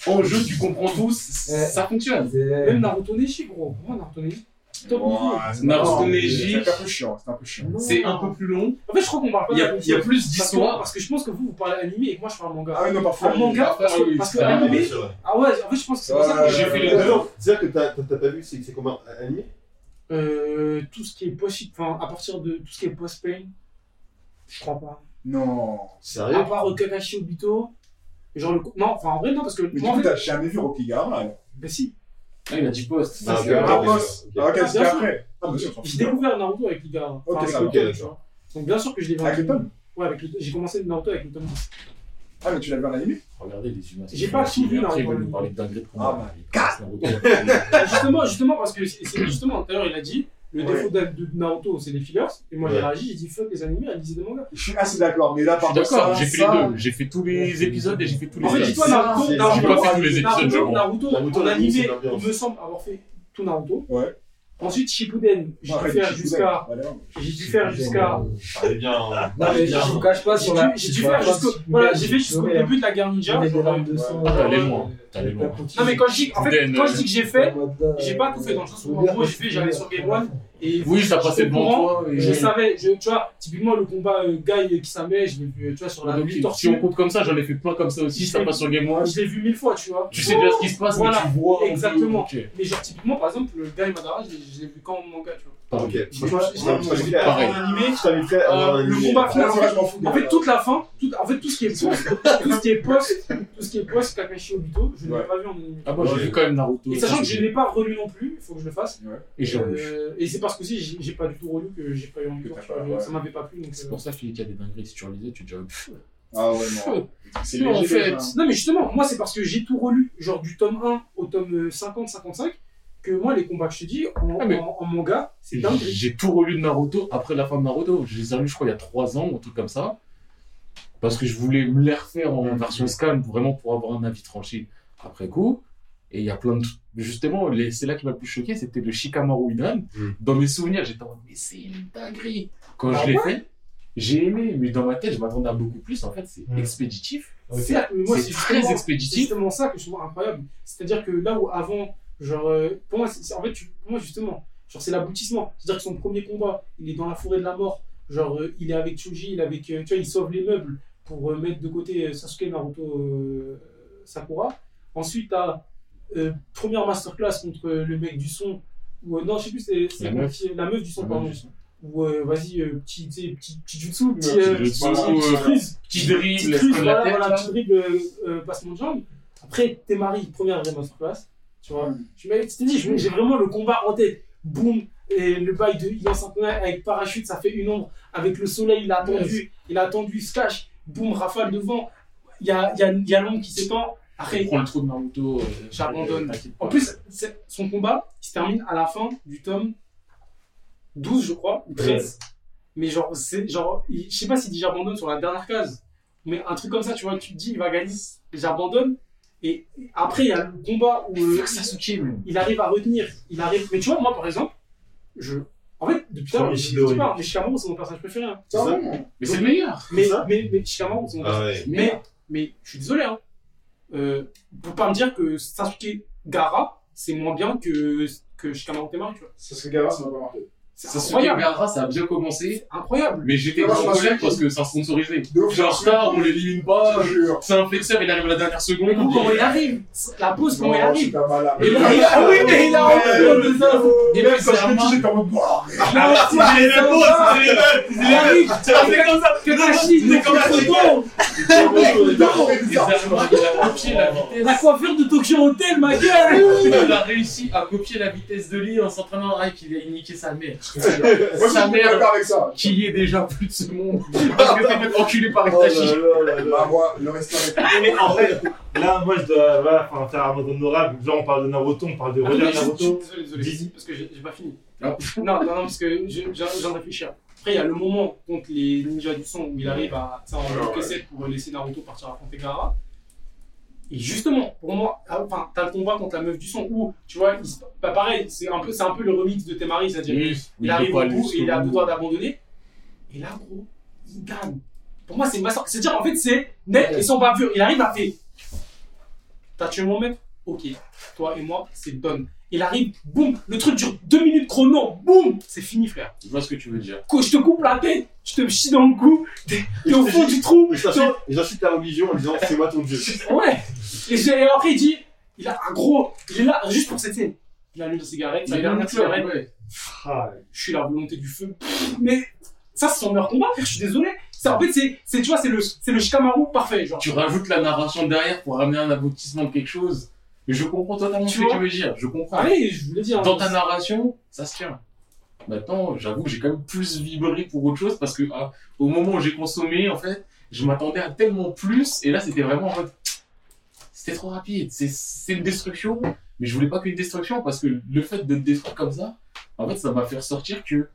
[SPEAKER 1] En jeu, tu comprends tous,
[SPEAKER 2] Ouais.
[SPEAKER 1] ça fonctionne.
[SPEAKER 3] Même Naruto Neji, gros. Moi, Naruto Neji. Top niveau.
[SPEAKER 4] Ouah, c'est
[SPEAKER 1] Naruto
[SPEAKER 4] marrant, mais
[SPEAKER 1] Neji.
[SPEAKER 4] C'est un peu chiant, c'est un peu chiant.
[SPEAKER 3] Non.
[SPEAKER 1] C'est un peu plus long.
[SPEAKER 3] En fait, je crois qu'on parle pas
[SPEAKER 1] Il y
[SPEAKER 3] de la
[SPEAKER 1] a,
[SPEAKER 3] même
[SPEAKER 1] il y a
[SPEAKER 3] chose.
[SPEAKER 1] plus
[SPEAKER 3] Parce que-
[SPEAKER 1] d'histoire.
[SPEAKER 3] Parce que je pense que vous, vous parlez animé et que moi, je parle manga.
[SPEAKER 4] Ah oui, non,
[SPEAKER 3] Ah,
[SPEAKER 4] parfois. il-
[SPEAKER 3] manga, parce que,
[SPEAKER 1] oui,
[SPEAKER 3] parce que
[SPEAKER 1] ça,
[SPEAKER 3] animé.
[SPEAKER 10] C'est vrai.
[SPEAKER 3] Ah ouais, en fait, je pense que c'est pour
[SPEAKER 4] Ouais,
[SPEAKER 3] ça que
[SPEAKER 4] ouais,
[SPEAKER 1] J'ai
[SPEAKER 4] ouais,
[SPEAKER 1] fait
[SPEAKER 4] ouais.
[SPEAKER 1] les deux.
[SPEAKER 10] Attends, C'est-à-dire que t'as- t'as t'as pas vu c'est c'est combats animés
[SPEAKER 3] Euh, tout ce qui est post enfin, à partir de tout ce qui est post-pain, je crois pas.
[SPEAKER 4] Non.
[SPEAKER 10] Sérieux
[SPEAKER 3] À part euh, Kakashi Obito, genre le. co- Non, enfin, en vrai, non, parce que.
[SPEAKER 4] Mais du
[SPEAKER 3] moi, en
[SPEAKER 4] coup,
[SPEAKER 3] fait-
[SPEAKER 4] t'as jamais vu Rokugan ouais.
[SPEAKER 3] Bah si,
[SPEAKER 1] Ah, il a dit poste.
[SPEAKER 10] Ah,
[SPEAKER 4] Parce que
[SPEAKER 10] ok, ok,
[SPEAKER 4] Rapos.
[SPEAKER 10] ok.
[SPEAKER 4] Ah, ok,
[SPEAKER 3] Ah,
[SPEAKER 4] c'était
[SPEAKER 3] bien
[SPEAKER 4] après. Ah, bien sûr, on s'en
[SPEAKER 3] j'ai
[SPEAKER 4] fout.
[SPEAKER 3] découvert Naruto avec les gars.
[SPEAKER 4] Ok,
[SPEAKER 3] Enfin,
[SPEAKER 4] ça
[SPEAKER 3] avec
[SPEAKER 4] va,
[SPEAKER 3] le tome,
[SPEAKER 10] ok,
[SPEAKER 3] tu vois. Donc, bien sûr que je l'ai vu
[SPEAKER 4] Avec le
[SPEAKER 3] animé.
[SPEAKER 4] tome
[SPEAKER 3] Ouais, avec le tome. J'ai commencé Naruto avec le tome.
[SPEAKER 4] Ah, mais tu l'as vu en animé
[SPEAKER 1] Regardez les humains.
[SPEAKER 3] J'ai pas tout vu,
[SPEAKER 1] Après, il va
[SPEAKER 3] Naruto.
[SPEAKER 1] nous parler de dinguerie de
[SPEAKER 4] Ah,
[SPEAKER 1] combat.
[SPEAKER 3] Ah, justement, justement, parce que c'est c'est justement, tout à l'heure, il a dit. Le
[SPEAKER 4] Ouais.
[SPEAKER 3] défaut de de Naruto, c'est les fillers. Et moi, j'ai
[SPEAKER 10] Ouais.
[SPEAKER 3] réagi, j'ai dit fuck les animés, lisez des mangas.
[SPEAKER 4] Je suis assez d'accord, mais là,
[SPEAKER 1] Je suis
[SPEAKER 4] par contre,
[SPEAKER 1] d'accord,
[SPEAKER 4] ça,
[SPEAKER 1] j'ai fait
[SPEAKER 4] ça-
[SPEAKER 1] les deux. J'ai fait tous les épisodes et j'ai fait tous les
[SPEAKER 3] En fait,
[SPEAKER 1] arcs.
[SPEAKER 3] dis-toi,
[SPEAKER 4] c'est-
[SPEAKER 3] Naruto,
[SPEAKER 10] c'est-
[SPEAKER 1] J'ai
[SPEAKER 3] Naruto,
[SPEAKER 1] pas fait tous les épisodes, je
[SPEAKER 3] Naruto,
[SPEAKER 1] crois.
[SPEAKER 3] Naruto,
[SPEAKER 10] Naruto,
[SPEAKER 3] en
[SPEAKER 10] l'anime, c'est
[SPEAKER 3] animé,
[SPEAKER 10] l'ambiance.
[SPEAKER 3] il me semble avoir fait tout Naruto.
[SPEAKER 4] Ouais.
[SPEAKER 3] Ensuite, Shippuden, j'ai dû
[SPEAKER 4] Après,
[SPEAKER 3] faire
[SPEAKER 4] Shippuden.
[SPEAKER 3] jusqu'à.
[SPEAKER 4] Voilà.
[SPEAKER 3] J'ai dû faire jusqu'à.
[SPEAKER 10] Allez bien. hein.
[SPEAKER 2] Non, mais je
[SPEAKER 10] Bien.
[SPEAKER 2] vous cache pas
[SPEAKER 3] J'ai
[SPEAKER 2] sur
[SPEAKER 3] dû,
[SPEAKER 2] la.
[SPEAKER 3] j'ai dû faire jusqu'au. Voilà, j'ai fait jusqu'au début de la guerre ninja.
[SPEAKER 2] J'avais des
[SPEAKER 3] genre,
[SPEAKER 2] larmes
[SPEAKER 3] euh,
[SPEAKER 2] de sang.
[SPEAKER 1] T'as allé loin. T'as allé loin.
[SPEAKER 3] Non, mais quand je dis, en fait,
[SPEAKER 1] Shippuden,
[SPEAKER 3] quand je
[SPEAKER 1] euh,
[SPEAKER 3] dis que j'ai fait, j'ai pas tout fait dans le sens où en gros, j'ai fait, j'allais sur Game One. Et
[SPEAKER 1] Oui, ça passait
[SPEAKER 3] j'étais au courant,
[SPEAKER 1] devant toi. et-
[SPEAKER 3] Je savais, je, tu vois, typiquement le combat euh, Guy qui s'amène, je l'ai vu, tu vois, sur la
[SPEAKER 1] Donc,
[SPEAKER 3] rue
[SPEAKER 1] Si on compte comme ça, j'en ai fait plein comme ça aussi. Ça passe sur Game One.
[SPEAKER 3] Je l'ai vu mille fois, tu vois.
[SPEAKER 1] Tu sais déjà ce qui se passe, mais
[SPEAKER 3] Voilà,
[SPEAKER 1] tu vois.
[SPEAKER 3] exactement.
[SPEAKER 1] Ok.
[SPEAKER 3] Ah, Mais genre, typiquement, par exemple, le Guy Madara, je l'ai je l'ai vu quand en manga, tu vois.
[SPEAKER 4] Ah,
[SPEAKER 10] Ah,
[SPEAKER 6] Ok, franchement, je
[SPEAKER 4] Ouais,
[SPEAKER 6] t'invite-
[SPEAKER 4] moi,
[SPEAKER 6] je
[SPEAKER 4] j'ai-
[SPEAKER 6] t'invite à-
[SPEAKER 1] Pareil.
[SPEAKER 3] Animé,
[SPEAKER 6] je t'inviterai à voir un
[SPEAKER 3] Euh, le
[SPEAKER 6] animé.
[SPEAKER 3] combat final.
[SPEAKER 4] Ah, c'est vrai, je m'en fous.
[SPEAKER 3] En fait, toute la fin, tout, en fait, tout ce qui est post, tout ce qui est post, tout ce qui est post Kakashi Obito, je ne l'ai
[SPEAKER 4] Ouais.
[SPEAKER 3] pas vu en animé.
[SPEAKER 1] Ah, moi j'ai vu quand même Naruto.
[SPEAKER 3] Et sachant que je ne l'ai pas relu non plus, il faut que je le fasse.
[SPEAKER 1] Et j'ai revu.
[SPEAKER 3] Euh, et c'est parce que aussi, j'ai- j'ai pas du tout relu que j'ai pas eu envie de
[SPEAKER 4] Que
[SPEAKER 3] voir,
[SPEAKER 4] t'as
[SPEAKER 3] tu
[SPEAKER 4] pas-
[SPEAKER 3] vois,
[SPEAKER 4] ouais.
[SPEAKER 3] Ça m'avait pas plu. Donc,
[SPEAKER 1] C'est
[SPEAKER 3] euh,
[SPEAKER 1] pour ça, Philippe, qu'il y a des dingueries. Si tu relisais, tu dirais. pff,
[SPEAKER 4] Ah ouais,
[SPEAKER 1] pff,
[SPEAKER 4] non. C'est
[SPEAKER 1] non, en
[SPEAKER 4] léger,
[SPEAKER 1] fait.
[SPEAKER 4] les gens.
[SPEAKER 3] Non, mais justement, moi, c'est parce que j'ai tout relu, genre du tome 1 au tome 50-55, que moi, les combats que je te dis, en,
[SPEAKER 1] Ah, mais-
[SPEAKER 3] en- en manga, c'est dingue.
[SPEAKER 1] J'ai tout relu de Naruto après la fin de Naruto. Je les ai relus, je crois, il y a 3 ans ou un truc comme ça. Parce que je voulais me les refaire en version
[SPEAKER 3] Mm.
[SPEAKER 1] scan, vraiment pour avoir un avis tranché après coup. Et il y a plein de trucs. Justement, les- c'est là qui m'a le plus choqué, c'était le Shikamaru Inan.
[SPEAKER 6] Mm.
[SPEAKER 1] Dans mes souvenirs, j'étais en mode, mais c'est une dinguerie. Quand
[SPEAKER 3] Ah
[SPEAKER 1] je l'ai fait, j'ai aimé, mais dans ma tête, je m'attendais à beaucoup plus. En fait, c'est
[SPEAKER 5] Mm.
[SPEAKER 1] expéditif.
[SPEAKER 5] Ok.
[SPEAKER 1] C'est
[SPEAKER 3] Mais moi,
[SPEAKER 1] c'est
[SPEAKER 3] c'est
[SPEAKER 1] très
[SPEAKER 3] justement- C'est
[SPEAKER 1] expéditif.
[SPEAKER 3] justement ça que je trouve incroyable. C'est-à-dire que là où avant, genre, euh, pour moi, c'est- c'est- en fait, tu- pour moi, justement, genre, c'est l'aboutissement. C'est-à-dire que son premier combat, il est dans la forêt de la mort. Genre, euh, il est avec Choji, il est avec, euh, tu vois, il sauve les meubles pour euh, mettre de côté euh, Sasuke, Naruto, euh, Sakura. Ensuite, t'as euh, première masterclass contre euh, le mec du son. Ou, euh, non, je sais plus, c'est c'est
[SPEAKER 1] La
[SPEAKER 3] comment
[SPEAKER 1] meuf.
[SPEAKER 3] qui- la meuf du son,
[SPEAKER 1] La
[SPEAKER 3] pardon.
[SPEAKER 1] meuf du
[SPEAKER 3] Ou, euh, vas-y, euh, petit, tu sais, petit, petit jutsu, petit,
[SPEAKER 1] Petit
[SPEAKER 3] euh,
[SPEAKER 1] jutsu,
[SPEAKER 3] petit- petit
[SPEAKER 1] euh,
[SPEAKER 3] freeze
[SPEAKER 1] Petit dribble,
[SPEAKER 3] petite
[SPEAKER 1] elle se
[SPEAKER 3] crise,
[SPEAKER 1] prend la
[SPEAKER 3] voilà,
[SPEAKER 1] tête,
[SPEAKER 3] voilà,
[SPEAKER 1] là.
[SPEAKER 3] petit dribble, euh, euh, passement de jambe. Après, t'es Marie, première vraie masterclass. Tu vois, je m'avais- tu t'es dit, je- j'ai vraiment le combat en tête. Boum, et le bail de Ian Centenaire avec parachute, ça fait une ombre. Avec le soleil, il a attendu, il a attendu, il se cache. Boum, rafale de vent. Il y a, il y a, il y a l'ombre qui s'étend.
[SPEAKER 1] Après, il
[SPEAKER 3] Après,
[SPEAKER 1] prend le trou de Naruto. euh,
[SPEAKER 3] J'abandonne.
[SPEAKER 1] t'inquiète pas.
[SPEAKER 3] en plus, c'est- son combat, il se termine à la fin du tome 12, je crois, ou 13. Mais genre, c'est genre, il- je sais pas s'il dit j'abandonne sur la dernière case, mais un truc comme ça, tu vois, tu te dis il va gagner, j'abandonne. Et après, il y a le combat où euh,
[SPEAKER 1] Sasuke, même.
[SPEAKER 3] il arrive à retenir, il arrive. Mais tu vois, moi par exemple, je. En fait, depuis tout à
[SPEAKER 5] Sur
[SPEAKER 3] l'heure, je
[SPEAKER 5] Ishido,
[SPEAKER 3] dis
[SPEAKER 5] oui.
[SPEAKER 3] pas, mais Shikamaru, c'est mon personnage préféré. hein.
[SPEAKER 4] C'est bon.
[SPEAKER 1] Mais c'est le meilleur.
[SPEAKER 3] Mais,
[SPEAKER 6] ça
[SPEAKER 3] mais, mais Shikamaru, c'est mon personnage
[SPEAKER 6] Ah ouais.
[SPEAKER 3] mais, mais je suis désolé, hein. Euh, faut pas me dire que Sasuke Gara, c'est moins bien que, que Shikamaru Temari, tu vois.
[SPEAKER 4] Ça serait galère, ça m'a pas marqué.
[SPEAKER 3] C'est
[SPEAKER 1] Sasuke
[SPEAKER 3] incroyable.
[SPEAKER 1] Gara, ça a bien commencé,
[SPEAKER 3] Incroyable.
[SPEAKER 1] mais j'étais
[SPEAKER 4] Ouais,
[SPEAKER 1] en
[SPEAKER 4] Sasuke.
[SPEAKER 1] colère parce que ça sponsorisait.
[SPEAKER 4] De ouf,
[SPEAKER 1] Genre
[SPEAKER 4] je suis
[SPEAKER 1] Star, on
[SPEAKER 4] sûr.
[SPEAKER 1] l'élimine
[SPEAKER 3] Bah,
[SPEAKER 1] pas,
[SPEAKER 4] Je jure.
[SPEAKER 1] c'est un flexeur, il arrive à la dernière seconde.
[SPEAKER 3] Mais
[SPEAKER 1] il dit-
[SPEAKER 3] comment il arrive La pause, comment il
[SPEAKER 4] Non, je suis
[SPEAKER 3] arrive
[SPEAKER 4] pas mal là.
[SPEAKER 3] Et là, il a- ah oui, mais il a
[SPEAKER 4] Ouais,
[SPEAKER 3] envie de prendre des os.
[SPEAKER 1] Et
[SPEAKER 4] Même
[SPEAKER 1] même
[SPEAKER 4] quand je me dis, j'étais en mode, Wouah
[SPEAKER 1] Ah,
[SPEAKER 3] Il arrive Kakashi, il est comme un coton.
[SPEAKER 4] Il a trouvé
[SPEAKER 1] il
[SPEAKER 4] bizarre.
[SPEAKER 1] a copié la vitesse.
[SPEAKER 3] La coiffure de Tokyo Hotel, ma gueule
[SPEAKER 1] Il a réussi à copier la vitesse de Lee en s'entraînant à qu'il a niqué sa mère.
[SPEAKER 4] Moi, je suis
[SPEAKER 1] sa mère
[SPEAKER 4] d'accord avec ça.
[SPEAKER 1] qui est déjà plus de ce monde parce que t'es fait enculer par
[SPEAKER 4] Oh
[SPEAKER 1] Itachi.
[SPEAKER 10] Euh,
[SPEAKER 4] Bah, moi, le reste avec
[SPEAKER 5] Mais en fait, là, moi, je dois voilà, enfin, faire un mot d'honorable. Genre, on parle de Naruto, on parle de
[SPEAKER 3] Attends,
[SPEAKER 5] Roger
[SPEAKER 3] Ah, je- je-
[SPEAKER 5] Naruto.
[SPEAKER 3] Désolé, désolé.
[SPEAKER 5] Vas-y.
[SPEAKER 3] Parce que j'ai j'ai pas fini.
[SPEAKER 1] Ah.
[SPEAKER 3] Non, non, non, parce que je- j'en j'en réfléchir. Après, il y a le moment contre les ninjas du son où il arrive à tu sais, en bloc 7 pour laisser Naruto partir à Gara. Et justement, pour moi, ah, enfin, t'as le combat contre la meuf du son où, tu vois, il se- bah, pareil, c'est un, peu- c'est un peu le remix de Temari, c'est-à-dire
[SPEAKER 1] Oui,
[SPEAKER 3] il
[SPEAKER 1] peut
[SPEAKER 3] arrive
[SPEAKER 1] pas
[SPEAKER 3] au
[SPEAKER 1] aller
[SPEAKER 3] bout et
[SPEAKER 1] jusqu'au
[SPEAKER 3] il a le
[SPEAKER 1] bout.
[SPEAKER 3] droit d'abandonner. Et là, gros, il gagne. Pour moi, c'est une master. C'est-à-dire, en fait, c'est net et sans bavure. Il arrive à faire. T'as tué mon maître Ok. Toi et moi, c'est done. Il arrive, boum, le truc dure deux minutes chrono, boum, c'est fini, frère.
[SPEAKER 1] Je vois ce que tu veux dire.
[SPEAKER 3] Quand je te coupe la tête, je te chie dans le cou, t'es t'es au fond du trou.
[SPEAKER 6] Et j'insulte- et j'insulte ta religion en disant c'est moi ton dieu.
[SPEAKER 3] Ouais. Et, j'ai- et après, il dit, il a un gros, il est là juste pour cette scène. Il allume une cigarette, sa dernière cigarette.
[SPEAKER 5] Ah,
[SPEAKER 3] je suis la volonté du feu. Mais ça, c'est son meilleur combat, frère, je suis désolé. Ça, en fait, c'est, c'est- tu vois, c'est le, c'est le Shikamaru parfait, genre.
[SPEAKER 1] tu rajoutes la narration derrière pour ramener un aboutissement de quelque chose. Mais je comprends totalement
[SPEAKER 3] Tu
[SPEAKER 1] ce que
[SPEAKER 3] vois hein.
[SPEAKER 1] tu veux dire. Je comprends.
[SPEAKER 3] Allez, je voulais dire.
[SPEAKER 1] Dans ta narration, ça se tient. Maintenant, j'avoue que j'ai quand même plus vibré pour autre chose parce que ah, au moment où j'ai consommé, en fait, je m'attendais à tellement plus. Et là, c'était vraiment en mode. C'était trop rapide. C'est- C'est une destruction. Mais je voulais pas qu'une destruction parce que le fait de te détruire comme ça, en fait, ça m'a fait ressortir que.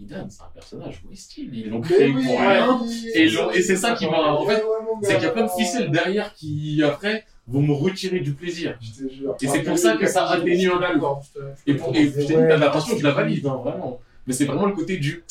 [SPEAKER 1] Idan, c'est un personnage style. Ils l'ont créé pour rien. Et ils l'ont- et c'est ça qui m'a. En fait, c'est qu'il y a plein de ficelles derrière qui, après, vont me retirer du plaisir.
[SPEAKER 4] Je te jure.
[SPEAKER 1] Et c'est pour ça que ça atténue un peu. Et, pour, et je t'ai dit, ah t'as de la passion, je la valide, hein, vraiment. Mais c'est vraiment le côté du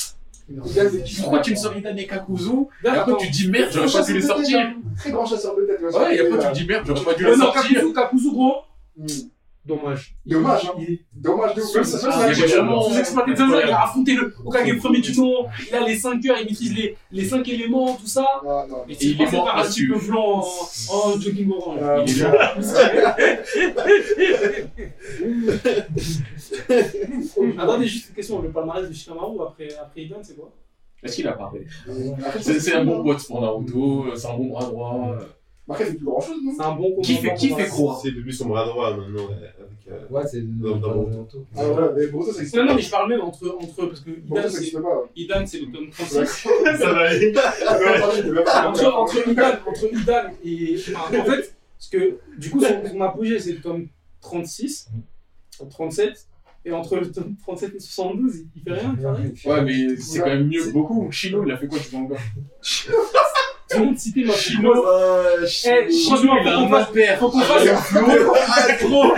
[SPEAKER 4] Il a des
[SPEAKER 1] pourquoi tu me sors Ida des Kakuzo
[SPEAKER 3] Là,
[SPEAKER 1] Et après
[SPEAKER 3] attends.
[SPEAKER 1] tu te dis merde, j'aurais pas dû les sortir.
[SPEAKER 4] Très grand chasseur de tête.
[SPEAKER 1] Ouais, et après tu te dis merde, j'aurais pas dû
[SPEAKER 3] Ouais,
[SPEAKER 1] les
[SPEAKER 3] non,
[SPEAKER 1] sortir.
[SPEAKER 3] Kakuzu, Kakuzu, gros.
[SPEAKER 4] dis.
[SPEAKER 5] Dommage.
[SPEAKER 4] Dommage, hein.
[SPEAKER 5] Il est-
[SPEAKER 4] Hmm. Dommage de ouf. Même ça, ça,
[SPEAKER 1] Ah,
[SPEAKER 4] c'est
[SPEAKER 1] il y avait
[SPEAKER 4] un
[SPEAKER 1] vraiment-
[SPEAKER 3] Sous-exploité de zinzin, il a affronté le Okage premier du nom, il a les 5 heures, il maîtrise les, les 5 éléments, tout ça.
[SPEAKER 4] Non, Ah, non.
[SPEAKER 3] Et
[SPEAKER 1] il est mort
[SPEAKER 3] par un
[SPEAKER 1] parce
[SPEAKER 3] petit
[SPEAKER 1] que-
[SPEAKER 3] peu blanc en, en jogging orange.
[SPEAKER 4] Euh,
[SPEAKER 1] Il est mort.
[SPEAKER 3] Attendez, juste une question, le palmarès de Shikamaru après, après Ivan, c'est quoi
[SPEAKER 1] Est-ce qu'il a parlé C'est c'est un bon pote pour Naruto, c'est un bon bras droit.
[SPEAKER 4] Après, il fait plus grand chose, non
[SPEAKER 3] C'est un bon
[SPEAKER 1] Qui fait, qui
[SPEAKER 3] commandant
[SPEAKER 1] fait croire
[SPEAKER 6] C'est devenu son bras droit maintenant. euh, Avec, euh,
[SPEAKER 2] Ouais, c'est.
[SPEAKER 6] Dans- dans mon
[SPEAKER 4] Ah ouais, mais Boruto, ça existe
[SPEAKER 3] Non, non,
[SPEAKER 4] pas.
[SPEAKER 3] mais je parle même entre, entre eux, parce que
[SPEAKER 4] Boruto,
[SPEAKER 3] Idan,
[SPEAKER 4] ça
[SPEAKER 3] c'est,
[SPEAKER 4] existe pas. Ah,
[SPEAKER 3] Idan, c'est le tome 36.
[SPEAKER 5] Ça va aller.
[SPEAKER 3] entre, entre Idan, entre Idan et. enfin, en fait, parce que du coup, son, son apogée, c'est le tome 36, 37, et entre le tome 37 et 72, il fait rien, il fait
[SPEAKER 1] Ouais,
[SPEAKER 3] rien.
[SPEAKER 1] mais c'est quand même mieux que beaucoup. Chino, il a fait quoi du manga
[SPEAKER 3] Tout le monde citait ma
[SPEAKER 1] Chino,
[SPEAKER 6] Oh,
[SPEAKER 1] Ah,
[SPEAKER 3] Eh, franchement,
[SPEAKER 1] il a
[SPEAKER 3] faut
[SPEAKER 1] un
[SPEAKER 3] qu'on fasse,
[SPEAKER 1] master.
[SPEAKER 3] faut qu'on fasse,
[SPEAKER 6] Ah,
[SPEAKER 3] Ah, gros,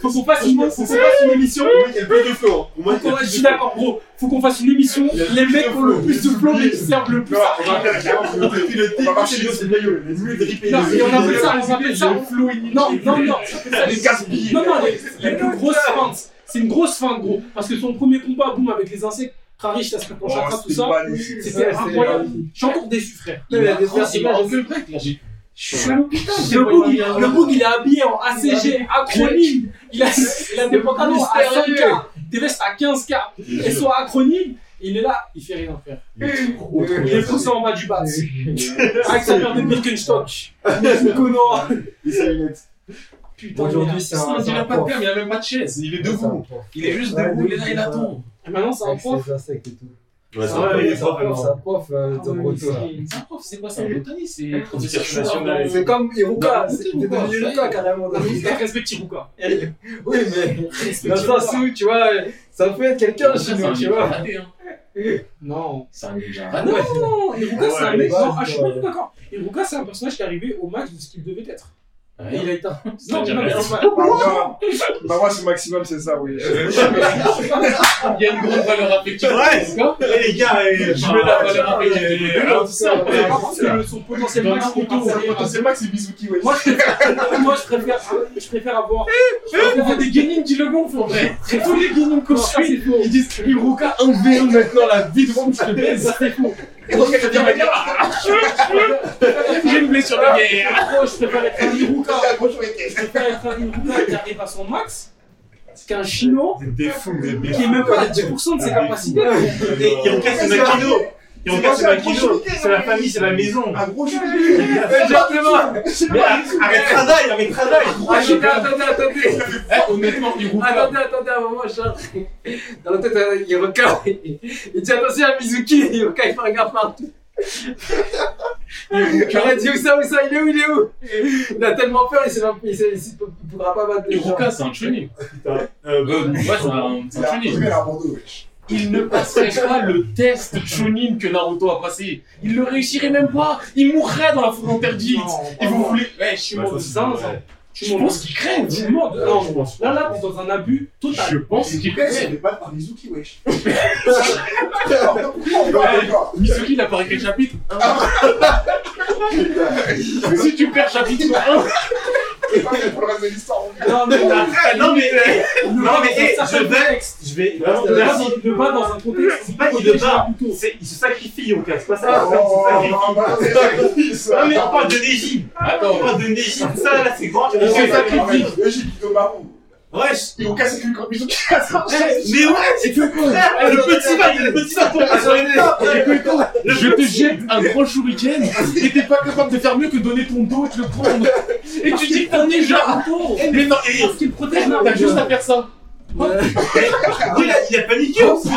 [SPEAKER 3] faut qu'on fasse une, faut qu'on fasse une émission.
[SPEAKER 6] Il y a le plus de flow. hein. Pour moi,
[SPEAKER 3] Faut qu'on- Je suis d'accord, gros, faut qu'on fasse une émission. Les mecs qui ont le plus de flow, mais qui servent le plus.
[SPEAKER 4] Non, on va faire carrément
[SPEAKER 6] il y a depuis le
[SPEAKER 4] On va marcher
[SPEAKER 6] début, c'est le mieux. Le mieux drippé.
[SPEAKER 3] Non, mais on
[SPEAKER 6] a
[SPEAKER 3] appelle ça, on appelle ça. Non, non, non, ça,
[SPEAKER 4] des gaspilles.
[SPEAKER 3] Non, non, les, les plus grosses feintes. C'est une grosse feinte, gros. Parce que son premier combat, boum, avec les insectes, Karish, ça se fait
[SPEAKER 4] Oh,
[SPEAKER 3] en chakra, tout
[SPEAKER 4] c'était
[SPEAKER 3] ça.
[SPEAKER 4] magnifique. euh,
[SPEAKER 3] C'était incroyable. Je suis encore déçu, frère.
[SPEAKER 2] Il y a des personnages.
[SPEAKER 3] Le bug, il- le bug, il est habillé en ACG, acronyme. Il a, il a des pantalons à 5K, des vestes à 15K. Elles sont acronymes. Et il est là, il fait rien, frère. Il est poussé en bas du bat. Avec sa paire de Birkenstock. Le connard. Putain,
[SPEAKER 2] Aujourd'hui,
[SPEAKER 3] merde.
[SPEAKER 2] c'est un.
[SPEAKER 1] Il a pas de gamme, il a même pas de chaise. Il est debout. Il est juste debout, il est là, il attend.
[SPEAKER 3] Et Maintenant, c'est un prof.
[SPEAKER 2] Avec ses insectes et tout.
[SPEAKER 6] Ouais,
[SPEAKER 2] C'est
[SPEAKER 6] ça va.
[SPEAKER 5] il est
[SPEAKER 2] un
[SPEAKER 5] prof,
[SPEAKER 2] prof, c'est un prof, euh,
[SPEAKER 3] Ah,
[SPEAKER 2] de
[SPEAKER 3] ouais,
[SPEAKER 2] Boruto, là.
[SPEAKER 3] c'est-
[SPEAKER 1] C'est un prof, c'est quoi C'est un botaniste C'est
[SPEAKER 5] Professeur
[SPEAKER 1] professeur
[SPEAKER 5] national.
[SPEAKER 2] C'est comme Iruka,
[SPEAKER 1] Non,
[SPEAKER 2] c'est
[SPEAKER 1] Iruka,
[SPEAKER 2] devenu
[SPEAKER 1] ça y est.
[SPEAKER 2] Iruka carrément. dans
[SPEAKER 3] Il
[SPEAKER 2] l'histoire.
[SPEAKER 3] respecte Iruka.
[SPEAKER 2] Oui,
[SPEAKER 3] Bah,
[SPEAKER 2] mais dans le
[SPEAKER 3] Respecte
[SPEAKER 2] sens où, tu vois, ça peut être quelqu'un chez nous, tu vois.
[SPEAKER 1] hein.
[SPEAKER 3] Non.
[SPEAKER 1] C'est un ninja.
[SPEAKER 3] Ah Non, non, Iruka, c'est un mec.
[SPEAKER 2] ouais,
[SPEAKER 3] Non, ah,
[SPEAKER 2] ouais.
[SPEAKER 3] je suis pas du tout d'accord. Iruka, c'est un personnage qui est arrivé au max de ce qu'il devait être. Et Ah, il a été. un- Ah, Non,
[SPEAKER 1] C'est-à-dire
[SPEAKER 3] non, mais
[SPEAKER 1] rien.
[SPEAKER 3] c'est pas.
[SPEAKER 4] Bah, moi, bah, moi, c'est maximum, c'est ça, oui.
[SPEAKER 1] Il y a une grande valeur affective.
[SPEAKER 6] Ouais.
[SPEAKER 1] c'est Ah, ça
[SPEAKER 6] Eh, les gars, eh,
[SPEAKER 1] Je mets la valeur affective. des deux, là.
[SPEAKER 3] Non, mais par contre, le- son potentiel
[SPEAKER 1] Dans
[SPEAKER 3] max,
[SPEAKER 1] Naruto,
[SPEAKER 3] il passe à rien.
[SPEAKER 4] C'est Max et Mizuki, ouais.
[SPEAKER 3] Moi, je préfère, moi, je préfère, je préfère avoir. Je préfère avoir des Genin qui le gonflent en vrai. Et tous les Genin qu'on suit, ils disent Iruka 1v1 maintenant, la vie de monde, je te baise. C'est faux.
[SPEAKER 1] J'ai une blessure de guerre.
[SPEAKER 3] Moi, je préfère être un Iruka.
[SPEAKER 4] Bonjour, Ike.
[SPEAKER 3] Je préfère être un Iruka qui arrive à son max qu'un Chino
[SPEAKER 5] Des fous, des des
[SPEAKER 3] qui est même pas à 10% de ses capacités.
[SPEAKER 5] Et il recasse le Makino. Il recasse le Makino. C'est la famille, c'est la maison.
[SPEAKER 4] Un Ah, gros cheveu.
[SPEAKER 2] Ah,
[SPEAKER 5] Mais avec Tradaï, avec Tradaï.
[SPEAKER 2] Attendez, attendez, attendez,
[SPEAKER 1] Eh, Honnêtement, Iruka.
[SPEAKER 2] attendez, attendez, un moment, je... Dans la tête, euh, Iruka, il il dit attention à Mizuki, Iruka, il fait un gaffe partout. J'aurais dit où ça, où ça, il est où, il est où Il a tellement peur, il sait même- il sait- il sait- il pourra pas battre les gens.
[SPEAKER 1] Iruka, c'est un chunin.
[SPEAKER 5] Euh,
[SPEAKER 1] Euh, ouais, c'est un c'est
[SPEAKER 4] Il
[SPEAKER 1] un
[SPEAKER 4] a
[SPEAKER 1] chunin.
[SPEAKER 4] il a un bandeau, wesh.
[SPEAKER 1] Il ne passerait pas le test Chunin que Naruto a passé. Il ne réussirait même pas. Il mourrait dans la forêt interdite. Et vous voulez. Ouais, je suis
[SPEAKER 5] bah,
[SPEAKER 1] mort
[SPEAKER 5] ça,
[SPEAKER 1] de
[SPEAKER 5] c'est-
[SPEAKER 1] ça.
[SPEAKER 5] ouais.
[SPEAKER 1] Je pense qu'il craint.
[SPEAKER 3] Tu mens de-
[SPEAKER 5] Non,
[SPEAKER 3] non,
[SPEAKER 5] je pense.
[SPEAKER 3] Là, là, t'es dans un abus total.
[SPEAKER 1] Je pense qu'il
[SPEAKER 4] Ike,
[SPEAKER 1] craint.
[SPEAKER 4] il est pas par Mizuki, wesh. Encore, encore, encore.
[SPEAKER 1] Mizuki, il a parlé quel chapitre Ah. Mais si tu perds chapitre 1.
[SPEAKER 4] C'est pas fait pour le reste de l'histoire. on
[SPEAKER 3] Non, mais
[SPEAKER 5] Non, mais, non, mais, eh,
[SPEAKER 3] ça,
[SPEAKER 5] je vais, je vais, vraiment,
[SPEAKER 3] ne
[SPEAKER 5] là,
[SPEAKER 3] pas- ne pas dans un contexte.
[SPEAKER 5] c'est pas qu'il le bat, c'est, il se sacrifie, on casse pas ça,
[SPEAKER 4] Oh,
[SPEAKER 5] c'est ça, il se sacrifie.
[SPEAKER 4] non, bah, c'est ça, c'est ça.
[SPEAKER 5] Non, mais on parle de Neji, on
[SPEAKER 1] Attends.
[SPEAKER 5] parle de Neji, ça, là, c'est grand,
[SPEAKER 4] Et
[SPEAKER 5] il se sacrifie.
[SPEAKER 4] J'ai dit Domaru.
[SPEAKER 5] Wesh, Eh,
[SPEAKER 4] Ils ont cassé le corps Mizuki.
[SPEAKER 5] mais ouais, c'est que le petit bat, le petit bat, on passe sur les tapes,
[SPEAKER 1] Je te jette un grand shuriken et t'es pas capable de faire mieux que donner ton dos et te le prendre. Et tu dis que t'as déjà. Mais non, et
[SPEAKER 3] Parce qu'il protège
[SPEAKER 2] Ah,
[SPEAKER 1] t'as juste à faire ça.
[SPEAKER 5] il a, hein. il a paniqué aussi.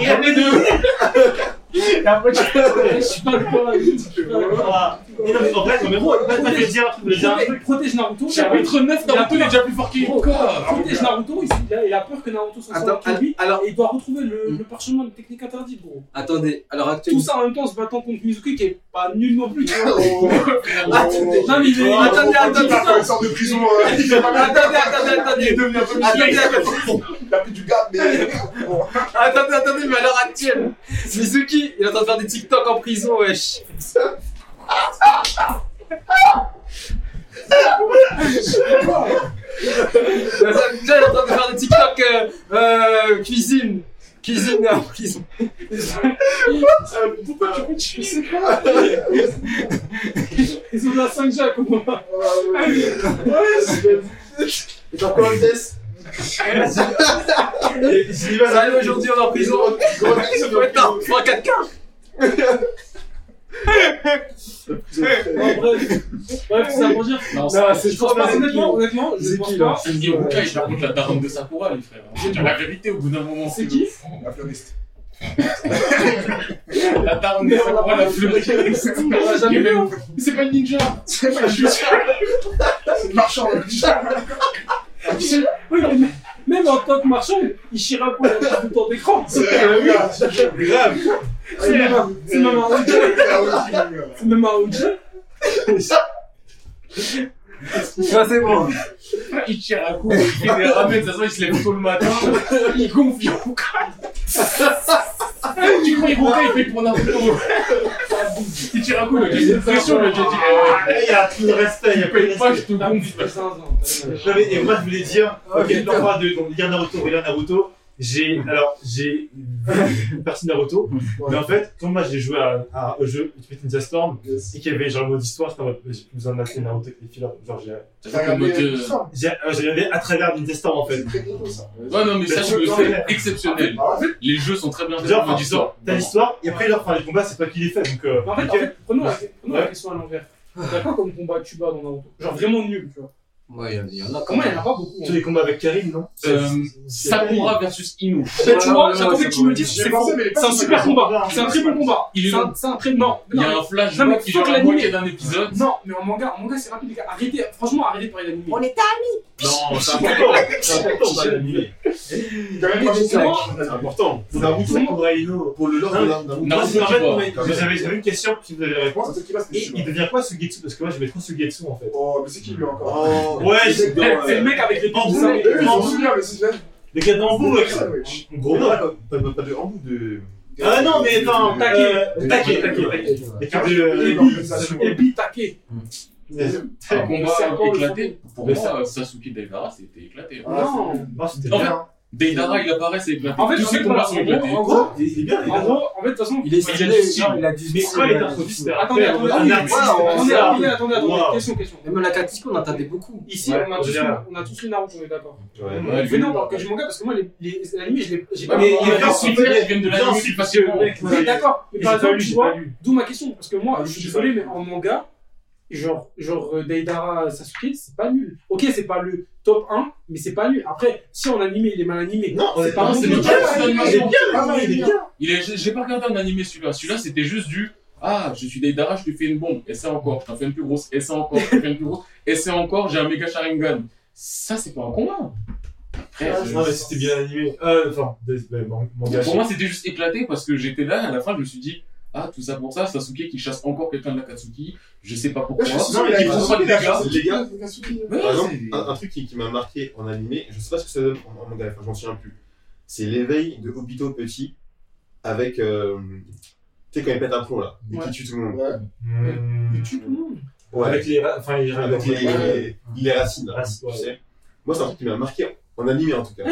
[SPEAKER 5] Il a
[SPEAKER 1] Ah,
[SPEAKER 5] les deux.
[SPEAKER 3] Je suis pas le
[SPEAKER 5] Mais Ah. non, mais en fait, non, mais gros, t'as fait dire un truc, le dire un truc.
[SPEAKER 3] Il protège Naruto. il a-
[SPEAKER 1] Chapitre 9, Naruto il est déjà plus Ah. fort qu'il est
[SPEAKER 3] Il protège Naruto. il- Il a- il a peur que Naruto s'en
[SPEAKER 2] Attends,
[SPEAKER 3] sorte contre lui.
[SPEAKER 2] alors-
[SPEAKER 3] Et il doit retrouver le le parchemin de technique interdite, gros.
[SPEAKER 2] Attendez, alors
[SPEAKER 3] Tout
[SPEAKER 2] actuellement.
[SPEAKER 3] ça en même temps en se battant contre Mizuki qui est pas nul non plus. tu
[SPEAKER 4] Oh.
[SPEAKER 3] vois. Ah,
[SPEAKER 4] Attendez,
[SPEAKER 3] Non, mais il
[SPEAKER 4] Ah,
[SPEAKER 3] est.
[SPEAKER 2] Attendez, attendez,
[SPEAKER 4] Il sort de prison. euh, Il fait pas mal.
[SPEAKER 2] attendez, attendez, attendez.
[SPEAKER 4] Il est devenu un peu
[SPEAKER 2] Attendez, attendez,
[SPEAKER 4] Il a plus du garde, mais. Bon.
[SPEAKER 2] attendez, attendez, mais à l'heure actuelle, Mizuki, il est en train de faire des TikTok en prison, wesh. euh, cuisine. Cuisine en prison.
[SPEAKER 4] Pourquoi tu fais Je sais pas.
[SPEAKER 3] Ils ont la 5G à comment
[SPEAKER 6] Et t'as encore une test
[SPEAKER 11] J'y vais,
[SPEAKER 2] Ça arrive aujourd'hui, on est en prison.
[SPEAKER 6] Prison
[SPEAKER 2] Non, faut un 4K.
[SPEAKER 3] Bon, bref, bref, c'est à pour dire.
[SPEAKER 1] Non, c'est-
[SPEAKER 11] Non, c'est
[SPEAKER 3] Je pense
[SPEAKER 11] trop
[SPEAKER 3] pas,
[SPEAKER 11] mal.
[SPEAKER 3] honnêtement, honnêtement, je
[SPEAKER 2] C'est
[SPEAKER 3] pense
[SPEAKER 2] qui,
[SPEAKER 3] pas.
[SPEAKER 1] C'est lié au cas, il raconte la daronne de Sakura, les frères. Je veux dire, la vérité, au bout d'un moment,
[SPEAKER 3] C'est
[SPEAKER 1] c'est
[SPEAKER 3] qui
[SPEAKER 4] La fleuriste.
[SPEAKER 1] La daronne de
[SPEAKER 3] Mais on l'a
[SPEAKER 1] Sakura,
[SPEAKER 3] pas
[SPEAKER 1] la
[SPEAKER 3] vu.
[SPEAKER 1] fleuriste.
[SPEAKER 3] On l'a jamais vu, hein.
[SPEAKER 1] Mais C'est pas le ninja C'est pas le ninja
[SPEAKER 4] C'est le marchand, le marchand.
[SPEAKER 3] Oui, mais Même en tant que marchand, il chira pour la du temps d'écran. C'est
[SPEAKER 11] Grave.
[SPEAKER 3] même un- c'est même un OG.
[SPEAKER 4] Ah oui,
[SPEAKER 3] C'est même un OG.
[SPEAKER 2] Ça, c'est bon.
[SPEAKER 1] Il tire un coup, il fait des ramen, de toute façon, il se lève tôt le matin, il gonfle, il roucale. Tu crois, il roucale, il fait pour Naruto. Il tire un coup, le gars, il a une pression, le gars, il dit
[SPEAKER 5] Ah, Il y a plus de respect, il y a
[SPEAKER 1] Eh,
[SPEAKER 5] plus de
[SPEAKER 1] paye pas,
[SPEAKER 5] respect.
[SPEAKER 1] je te
[SPEAKER 3] Ah,
[SPEAKER 1] gonfle.
[SPEAKER 3] putain, non, t'as vu.
[SPEAKER 5] J'avais, et moi je voulais dire,
[SPEAKER 2] Oh,
[SPEAKER 5] ok,
[SPEAKER 2] putain.
[SPEAKER 5] l'endroit de, donc, il y a Naruto, il y a Naruto, j'ai, alors, j'ai vu une partie de Naruto, mais en fait, quand moi j'ai joué à, à- au jeu Ultimate Ninja Storm, et qu'il y avait genre le mode histoire, j'étais en mode, mais j'ai plus besoin de mater Naruto avec les fillers, genre j'ai,
[SPEAKER 4] T'as regardé
[SPEAKER 1] Mode, euh,
[SPEAKER 4] l'histoire
[SPEAKER 5] j'ai, euh, j'ai regardé à travers Ninja Storm en fait.
[SPEAKER 4] C'est très ghetto, ça.
[SPEAKER 1] Ouais, non, mais ça, je le sais, exceptionnel.
[SPEAKER 4] Ah, en fait,
[SPEAKER 1] Les jeux sont très bien faits
[SPEAKER 5] Genre,
[SPEAKER 1] pour
[SPEAKER 5] enfin,
[SPEAKER 1] du sort.
[SPEAKER 5] t'as l'histoire, et après, leur, enfin, les combats, c'est pas qui les fait, donc, euh,
[SPEAKER 3] Mais En fait,
[SPEAKER 5] ok.
[SPEAKER 3] en fait, prenons, la, prenons la
[SPEAKER 5] Ouais.
[SPEAKER 3] question à l'envers. T'as quoi comme combat que tu bats dans Naruto Genre vraiment nul, tu vois.
[SPEAKER 2] Ouais, il y en a quand
[SPEAKER 3] Comment il n'y en
[SPEAKER 2] même.
[SPEAKER 3] a pas beaucoup.
[SPEAKER 5] tous
[SPEAKER 3] hein.
[SPEAKER 5] les combats avec Karim, non?
[SPEAKER 1] Euh,
[SPEAKER 5] C'est-
[SPEAKER 1] Sakura versus Inu.
[SPEAKER 3] Mais Bah, tu
[SPEAKER 2] Ouais,
[SPEAKER 3] vois,
[SPEAKER 2] ouais,
[SPEAKER 3] j'attendais
[SPEAKER 2] ouais,
[SPEAKER 3] que tu me le dises.
[SPEAKER 4] j'ai
[SPEAKER 3] C'est
[SPEAKER 4] pensé,
[SPEAKER 3] faux.
[SPEAKER 4] mais les
[SPEAKER 3] C'est un
[SPEAKER 4] personnes,
[SPEAKER 3] super
[SPEAKER 4] elles sont-
[SPEAKER 3] combat. C'est un très bon combat.
[SPEAKER 1] Il est
[SPEAKER 3] C'est un,
[SPEAKER 1] long.
[SPEAKER 3] c'est un très. Non,
[SPEAKER 1] Il y
[SPEAKER 3] non,
[SPEAKER 1] a un
[SPEAKER 3] Non, mais
[SPEAKER 1] flashback qui
[SPEAKER 3] faut
[SPEAKER 1] dure
[SPEAKER 3] que
[SPEAKER 1] la
[SPEAKER 3] l'anime-
[SPEAKER 1] moitié d'un épisode.
[SPEAKER 3] Non, mais en manga, en manga c'est rapide les gars. Arrêtez, franchement arrêtez de parler d'anime.
[SPEAKER 12] On est
[SPEAKER 11] Non, c'est important. C'est important, pas l'animé.
[SPEAKER 4] Quand même, moi, je sais
[SPEAKER 3] Moi,
[SPEAKER 4] pas.
[SPEAKER 11] C'est important.
[SPEAKER 5] Naruto, Sakura Ino.
[SPEAKER 6] pour le lore
[SPEAKER 5] Non,
[SPEAKER 6] de la- d'un-
[SPEAKER 5] Moi,
[SPEAKER 1] Naruto,
[SPEAKER 5] si
[SPEAKER 1] tu vois.
[SPEAKER 5] j'avais j'avais une question, si vous avez la réponse.
[SPEAKER 4] C'est qui passe,
[SPEAKER 5] Et il
[SPEAKER 4] c'est
[SPEAKER 5] devient quoi Sugetsu Parce que moi j'aimais trop Sugetsu en fait.
[SPEAKER 4] Oh, mais c'est qui lui encore
[SPEAKER 6] Oh,
[SPEAKER 5] Ouais,
[SPEAKER 6] le
[SPEAKER 5] c'est-
[SPEAKER 6] mec dans,
[SPEAKER 3] C'est le
[SPEAKER 6] euh,
[SPEAKER 3] mec avec les
[SPEAKER 5] En
[SPEAKER 3] bambous.
[SPEAKER 5] boule,
[SPEAKER 4] Eux, ils ont souvenir, mais c'est le
[SPEAKER 5] Le gars d'Ambo, ouais.
[SPEAKER 4] Sandwich.
[SPEAKER 5] Mon Gros nom.
[SPEAKER 6] Pas pas- pas de hambou, de.
[SPEAKER 5] Ah non, mais non,
[SPEAKER 2] Ouais,
[SPEAKER 5] Taquet, Taquet,
[SPEAKER 2] ouais,
[SPEAKER 5] Taquet,
[SPEAKER 2] ouais,
[SPEAKER 5] Taquet.
[SPEAKER 2] ouais.
[SPEAKER 5] Euh, Et puis euh, de.
[SPEAKER 4] L'organisation.
[SPEAKER 3] Et puis taqué.
[SPEAKER 1] Un
[SPEAKER 5] Ah.
[SPEAKER 3] serpent,
[SPEAKER 1] combat
[SPEAKER 3] le
[SPEAKER 1] éclaté. Pour
[SPEAKER 5] Le
[SPEAKER 1] moi, Sasuke Deidara, c'était éclaté. hein.
[SPEAKER 4] Ah,
[SPEAKER 3] Non.
[SPEAKER 5] Non, c'était
[SPEAKER 1] En fait,
[SPEAKER 5] bien.
[SPEAKER 1] Deidara, il apparaît, c'est éclaté.
[SPEAKER 3] En fait,
[SPEAKER 1] Tous
[SPEAKER 3] en fait,
[SPEAKER 1] ses combats
[SPEAKER 3] voilà,
[SPEAKER 1] sont
[SPEAKER 3] en gros,
[SPEAKER 1] éclatés.
[SPEAKER 3] en gros,
[SPEAKER 5] Il est bien, il est
[SPEAKER 3] en
[SPEAKER 5] bien.
[SPEAKER 3] gros, en fait, de toute façon,
[SPEAKER 2] Il est
[SPEAKER 1] Il a
[SPEAKER 2] stylé,
[SPEAKER 1] du style.
[SPEAKER 2] il a du
[SPEAKER 5] Mais
[SPEAKER 2] style.
[SPEAKER 5] quand il est
[SPEAKER 2] il a du
[SPEAKER 5] introduit,
[SPEAKER 2] style.
[SPEAKER 5] c'était
[SPEAKER 3] Attendez,
[SPEAKER 5] rappel,
[SPEAKER 3] attendez,
[SPEAKER 5] on a
[SPEAKER 3] attendez,
[SPEAKER 5] un artiste,
[SPEAKER 2] attendez,
[SPEAKER 5] on
[SPEAKER 3] attendez,
[SPEAKER 5] a un
[SPEAKER 3] attendez, attendez, attendez,
[SPEAKER 5] Wow.
[SPEAKER 3] question, question.
[SPEAKER 2] Même la Katsuko, on attendait beaucoup.
[SPEAKER 3] Ici,
[SPEAKER 5] Ouais,
[SPEAKER 3] on, a tous,
[SPEAKER 5] génial.
[SPEAKER 3] on a tous lu Naruto, on est d'accord.
[SPEAKER 1] Ouais,
[SPEAKER 3] Mais non, on parle que du manga parce que moi, les, les, l'anime, je l'ai. j'ai pas-
[SPEAKER 5] Mais
[SPEAKER 1] il y a
[SPEAKER 5] bien
[SPEAKER 1] des
[SPEAKER 5] sûr,
[SPEAKER 1] suites qui viennent de la
[SPEAKER 5] bien sûr,
[SPEAKER 1] musique
[SPEAKER 5] parce
[SPEAKER 1] parce
[SPEAKER 5] que le mec,
[SPEAKER 1] que.
[SPEAKER 5] ouais.
[SPEAKER 3] Mais D'accord, mais
[SPEAKER 5] Et
[SPEAKER 3] par
[SPEAKER 5] j'ai pas
[SPEAKER 3] exemple,
[SPEAKER 5] lu,
[SPEAKER 3] tu
[SPEAKER 5] j'ai
[SPEAKER 3] vois,
[SPEAKER 5] pas lu.
[SPEAKER 3] d'où ma question, parce que moi,
[SPEAKER 5] Ah,
[SPEAKER 3] je
[SPEAKER 5] je
[SPEAKER 3] suis
[SPEAKER 5] sais
[SPEAKER 3] désolé,
[SPEAKER 5] pas.
[SPEAKER 3] mais en manga, genre, genre euh, Deidara Sasuke, c'est pas nul. Ok, c'est pas le top 1, mais c'est pas nul. Après, si en animé, il est mal animé.
[SPEAKER 5] Non,
[SPEAKER 3] c'est pas
[SPEAKER 1] non,
[SPEAKER 3] bon,
[SPEAKER 1] c'est
[SPEAKER 3] mais-
[SPEAKER 1] nickel, c'est l'animation.
[SPEAKER 4] Ah, non, il est bien.
[SPEAKER 1] Il est- J'ai pas regardé un animé celui-là. Celui-là, c'était juste du. Ah, je suis Deidara, je te fais une bombe. Et ça encore, je t'en fais une plus grosse. Et ça encore, je t'en fais une plus grosse. Et ça encore, j'ai un méga Sharingan. Ça, c'est pas un combat. Après, je-
[SPEAKER 5] Ah, Non, mais c'était bien animé. Euh, Enfin, des- ben, man- manga.
[SPEAKER 1] Pour moi, c'était juste éclaté parce que j'étais là, à la fin, je me suis dit, ah, tout ça pour ça, Sasuke qui chasse encore quelqu'un de la Katsuki, je sais pas pourquoi.
[SPEAKER 4] Ouais, je suis
[SPEAKER 1] Non,
[SPEAKER 4] sûr, il a
[SPEAKER 1] il
[SPEAKER 4] une
[SPEAKER 1] prend pas de
[SPEAKER 4] Sasuke, il a
[SPEAKER 1] dégâts.
[SPEAKER 4] une
[SPEAKER 6] Les gars.
[SPEAKER 4] Sasuke, une Sasuke.
[SPEAKER 1] Ouais,
[SPEAKER 6] Par exemple,
[SPEAKER 1] c'est-
[SPEAKER 6] un, un truc qui, qui m'a marqué en animé, je sais pas ce que ça donne en, en manga, enfin, je m'en souviens plus. C'est l'éveil de Obito petit avec. euh, tu sais, quand il pète un plomb là, et
[SPEAKER 3] Ouais.
[SPEAKER 6] qui tue tout le monde.
[SPEAKER 4] Ouais.
[SPEAKER 5] Hmm.
[SPEAKER 3] Il tue tout le monde.
[SPEAKER 6] Ouais, Ah,
[SPEAKER 5] Avec
[SPEAKER 6] avec,
[SPEAKER 5] les. ra- Enfin, les.
[SPEAKER 6] avec les,
[SPEAKER 5] Ouais.
[SPEAKER 6] les racines. là,
[SPEAKER 5] Racines,
[SPEAKER 6] tu
[SPEAKER 5] ouais.
[SPEAKER 6] sais. Moi, c'est un truc qui m'a marqué en animé en tout cas.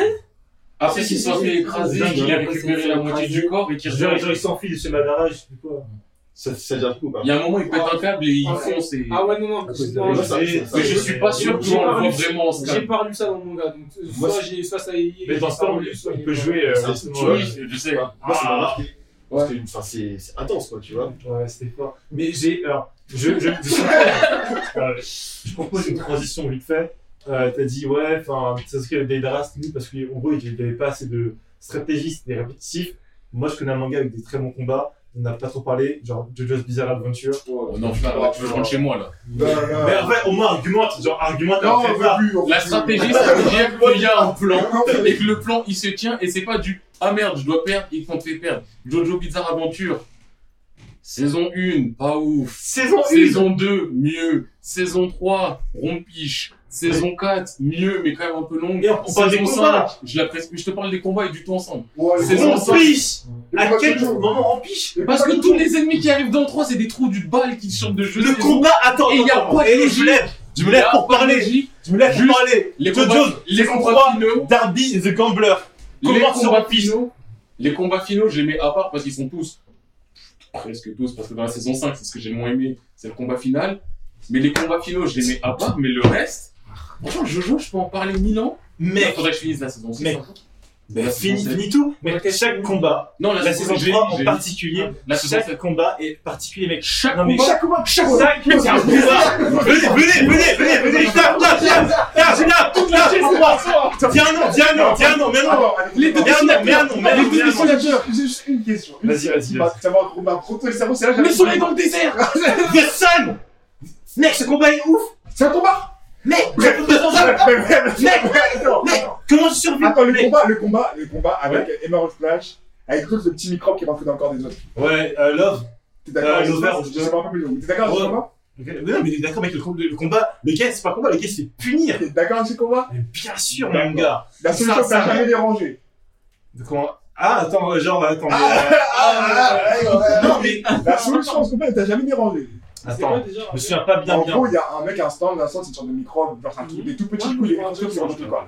[SPEAKER 1] Après qu'il soit fait écraser,
[SPEAKER 5] Dingue,
[SPEAKER 1] qu'il a
[SPEAKER 2] hein.
[SPEAKER 1] récupéré la moitié du corps et qu'il
[SPEAKER 5] Genre,
[SPEAKER 1] revient.
[SPEAKER 5] genre, ils s'enfilent chez Madara, je sais plus quoi.
[SPEAKER 6] Ça, ça dit un coup ou pas
[SPEAKER 1] Il y a un moment, il pète un câble et il
[SPEAKER 3] Ah,
[SPEAKER 1] fonce. Et...
[SPEAKER 3] Ah ouais, non, non,
[SPEAKER 2] cause de-
[SPEAKER 3] non,
[SPEAKER 6] Moi,
[SPEAKER 3] je-
[SPEAKER 6] ça-
[SPEAKER 5] Mais-
[SPEAKER 6] ça-
[SPEAKER 1] Mais je suis pas sûr
[SPEAKER 3] J'ai
[SPEAKER 1] qu'on
[SPEAKER 3] pas
[SPEAKER 1] le voit
[SPEAKER 3] vu.
[SPEAKER 1] vraiment en ce cas.
[SPEAKER 3] j'ai pas lu ça dans le manga. Donc, euh,
[SPEAKER 6] Moi,
[SPEAKER 3] soit, j'ai, soit ça y est.
[SPEAKER 5] Mais dans ce temps, il peut jouer. euh,
[SPEAKER 6] C'est un
[SPEAKER 5] forcément,
[SPEAKER 6] truc,
[SPEAKER 5] euh,
[SPEAKER 1] Oui, je sais.
[SPEAKER 6] Moi, ça m'a
[SPEAKER 5] Ah.
[SPEAKER 6] marqué.
[SPEAKER 1] Ouais.
[SPEAKER 6] C'était une- Enfin, c'est c'est intense quoi, tu vois.
[SPEAKER 5] Ouais, c'était fort. Mais j'ai. Alors, je, je, je- euh, je propose une transition vite fait. Euh, T'as dit, ouais, enfin, Sasuke le Deidara, c'est nul parce qu'en gros, il n'avait pas assez de stratégie, c'était répétitif. Moi, je connais un manga avec des très bons combats. On n'a pas trop parlé, genre JoJo's Bizarre Adventure.
[SPEAKER 1] Oh, non, frère, tu veux rentrer chez moi là.
[SPEAKER 4] Non, non, non.
[SPEAKER 5] Mais en fait, au moins, argumente, genre, argumente.
[SPEAKER 4] Bah, Non,
[SPEAKER 5] après,
[SPEAKER 4] on veut
[SPEAKER 5] voilà.
[SPEAKER 4] plus, on veut
[SPEAKER 1] La
[SPEAKER 4] plus.
[SPEAKER 1] stratégie, ça veut dire qu'il y a un plan et que le plan il se tient et c'est pas du Ah merde, je dois perdre, ils comptent fait perdre. Jojo Bizarre Aventure, saison 1, pas ouf.
[SPEAKER 5] Saison 1
[SPEAKER 1] Saison 2, mieux. Saison 3, rompiche. Saison 4, mieux, mais quand même un peu longue.
[SPEAKER 5] Et on- on parle des
[SPEAKER 1] Saison
[SPEAKER 5] combats.
[SPEAKER 1] 5, je, la presse- je te parle des combats et du tout ensemble.
[SPEAKER 4] Ouais,
[SPEAKER 1] C'est
[SPEAKER 4] bon,
[SPEAKER 1] bon.
[SPEAKER 5] On piche
[SPEAKER 4] le
[SPEAKER 5] À
[SPEAKER 4] combat
[SPEAKER 5] quel
[SPEAKER 4] de Jojo.
[SPEAKER 5] moment on piche
[SPEAKER 4] Le
[SPEAKER 1] Parce
[SPEAKER 4] combat
[SPEAKER 1] que
[SPEAKER 4] de
[SPEAKER 1] tous
[SPEAKER 4] Jojo.
[SPEAKER 1] les ennemis qui arrivent dans le 3, c'est des trous du balle qui sortent de jeu.
[SPEAKER 5] Le
[SPEAKER 1] saison-
[SPEAKER 5] combat, attends,
[SPEAKER 1] Et il y a
[SPEAKER 5] attends,
[SPEAKER 1] pas de
[SPEAKER 5] et je
[SPEAKER 1] logique.
[SPEAKER 5] me lève, je me
[SPEAKER 1] Il
[SPEAKER 5] lève pour
[SPEAKER 1] y a pas de
[SPEAKER 5] parler,
[SPEAKER 1] logique.
[SPEAKER 5] je me lève pour
[SPEAKER 1] Juste
[SPEAKER 5] parler.
[SPEAKER 1] Les
[SPEAKER 5] Jojo,
[SPEAKER 1] combats, les
[SPEAKER 5] saison
[SPEAKER 1] combats
[SPEAKER 5] 3,
[SPEAKER 1] finaux.
[SPEAKER 5] Darby the Gambler.
[SPEAKER 1] les
[SPEAKER 5] Comment sur
[SPEAKER 1] combats
[SPEAKER 5] la piste
[SPEAKER 1] finaux, les combats finaux, je les mets à part parce qu'ils sont tous, presque tous, parce que dans la saison 5, c'est ce que j'ai le moins aimé, c'est le combat final. Mais les combats finaux, je les mets à part, mais le reste, franchement, Jojo, je peux en parler mille ans.
[SPEAKER 5] Mec,
[SPEAKER 1] faudrait que je finisse la saison 6.
[SPEAKER 5] Mec.
[SPEAKER 1] hein.
[SPEAKER 5] bah,
[SPEAKER 1] La
[SPEAKER 5] fini,
[SPEAKER 1] saison
[SPEAKER 5] fini tout.
[SPEAKER 13] Bon, la
[SPEAKER 5] Mec,
[SPEAKER 13] question-
[SPEAKER 5] chaque combat,
[SPEAKER 1] Non, la,
[SPEAKER 5] la saison
[SPEAKER 1] j'ai-
[SPEAKER 5] 3 en
[SPEAKER 1] j'ai-
[SPEAKER 5] particulier,
[SPEAKER 1] La saison
[SPEAKER 5] chaque
[SPEAKER 1] 7.
[SPEAKER 5] combat est particulier, mec.
[SPEAKER 13] Chaque
[SPEAKER 5] Non, mais
[SPEAKER 13] combat,
[SPEAKER 5] chaque combat, chaque sac, venez, venez, venez, venez, venez, viens, viens, viens, viens, viens, viens, viens, non, viens, non, viens, non, mais non,
[SPEAKER 4] Attends, allez,
[SPEAKER 13] les deux
[SPEAKER 5] viens, non, mais non, mais
[SPEAKER 13] les
[SPEAKER 5] non,
[SPEAKER 13] deux
[SPEAKER 5] mais non.
[SPEAKER 13] dessinateurs.
[SPEAKER 4] J'ai juste une question. Une
[SPEAKER 5] Vas-y, vas-y,
[SPEAKER 4] Bah,
[SPEAKER 5] vas-y.
[SPEAKER 4] ça m'a m'a frotté le cerveau, c'est là que
[SPEAKER 13] Le
[SPEAKER 4] j'avais-
[SPEAKER 13] soleil dans le désert.
[SPEAKER 5] The Sun Mec, ce combat est ouf
[SPEAKER 4] C'est un combat
[SPEAKER 5] Mec, c'est un
[SPEAKER 4] Mais-
[SPEAKER 5] combat de
[SPEAKER 4] mais- mais-
[SPEAKER 5] Sun Mec,
[SPEAKER 4] attends,
[SPEAKER 5] mec, comment tu survis
[SPEAKER 4] Attends, le combat, le combat, le combat avec Emma Roche Flash, avec tout le petit microbe qui rentre dans le corps des autres.
[SPEAKER 5] Ouais, euh, Love.
[SPEAKER 4] T'es d'accord
[SPEAKER 5] Euh,
[SPEAKER 4] avec
[SPEAKER 5] l'ovaire,
[SPEAKER 4] ça
[SPEAKER 5] je
[SPEAKER 4] Je sais pas un peu plus. T'es d'accord avec ce
[SPEAKER 5] Ouais.
[SPEAKER 4] combat
[SPEAKER 5] Mais non, mais d'accord, mec, le com- le combat, le gars, c'est pas un combat, le gars, c'est punir.
[SPEAKER 4] T'es d'accord avec ce combat
[SPEAKER 5] Mais bien sûr, mon gars.
[SPEAKER 4] La solution
[SPEAKER 5] Ça,
[SPEAKER 4] que t'as
[SPEAKER 5] ça-
[SPEAKER 4] jamais dérangé.
[SPEAKER 5] De Comment Ah, attends, euh, genre, attends.
[SPEAKER 4] Ah, ouais, ouais,
[SPEAKER 5] mais, euh,
[SPEAKER 4] ouais.
[SPEAKER 5] Non, mais.
[SPEAKER 4] La solution en ce combat, elle t'a jamais dérangé.
[SPEAKER 5] Attends, je me souviens pas bien
[SPEAKER 4] En
[SPEAKER 5] bien.
[SPEAKER 4] gros, il y a un mec, un stand, un stand, c'est une sorte de microbe, genre c'est un truc, des tout petits coups, les trucs qui rentrent dans le corps.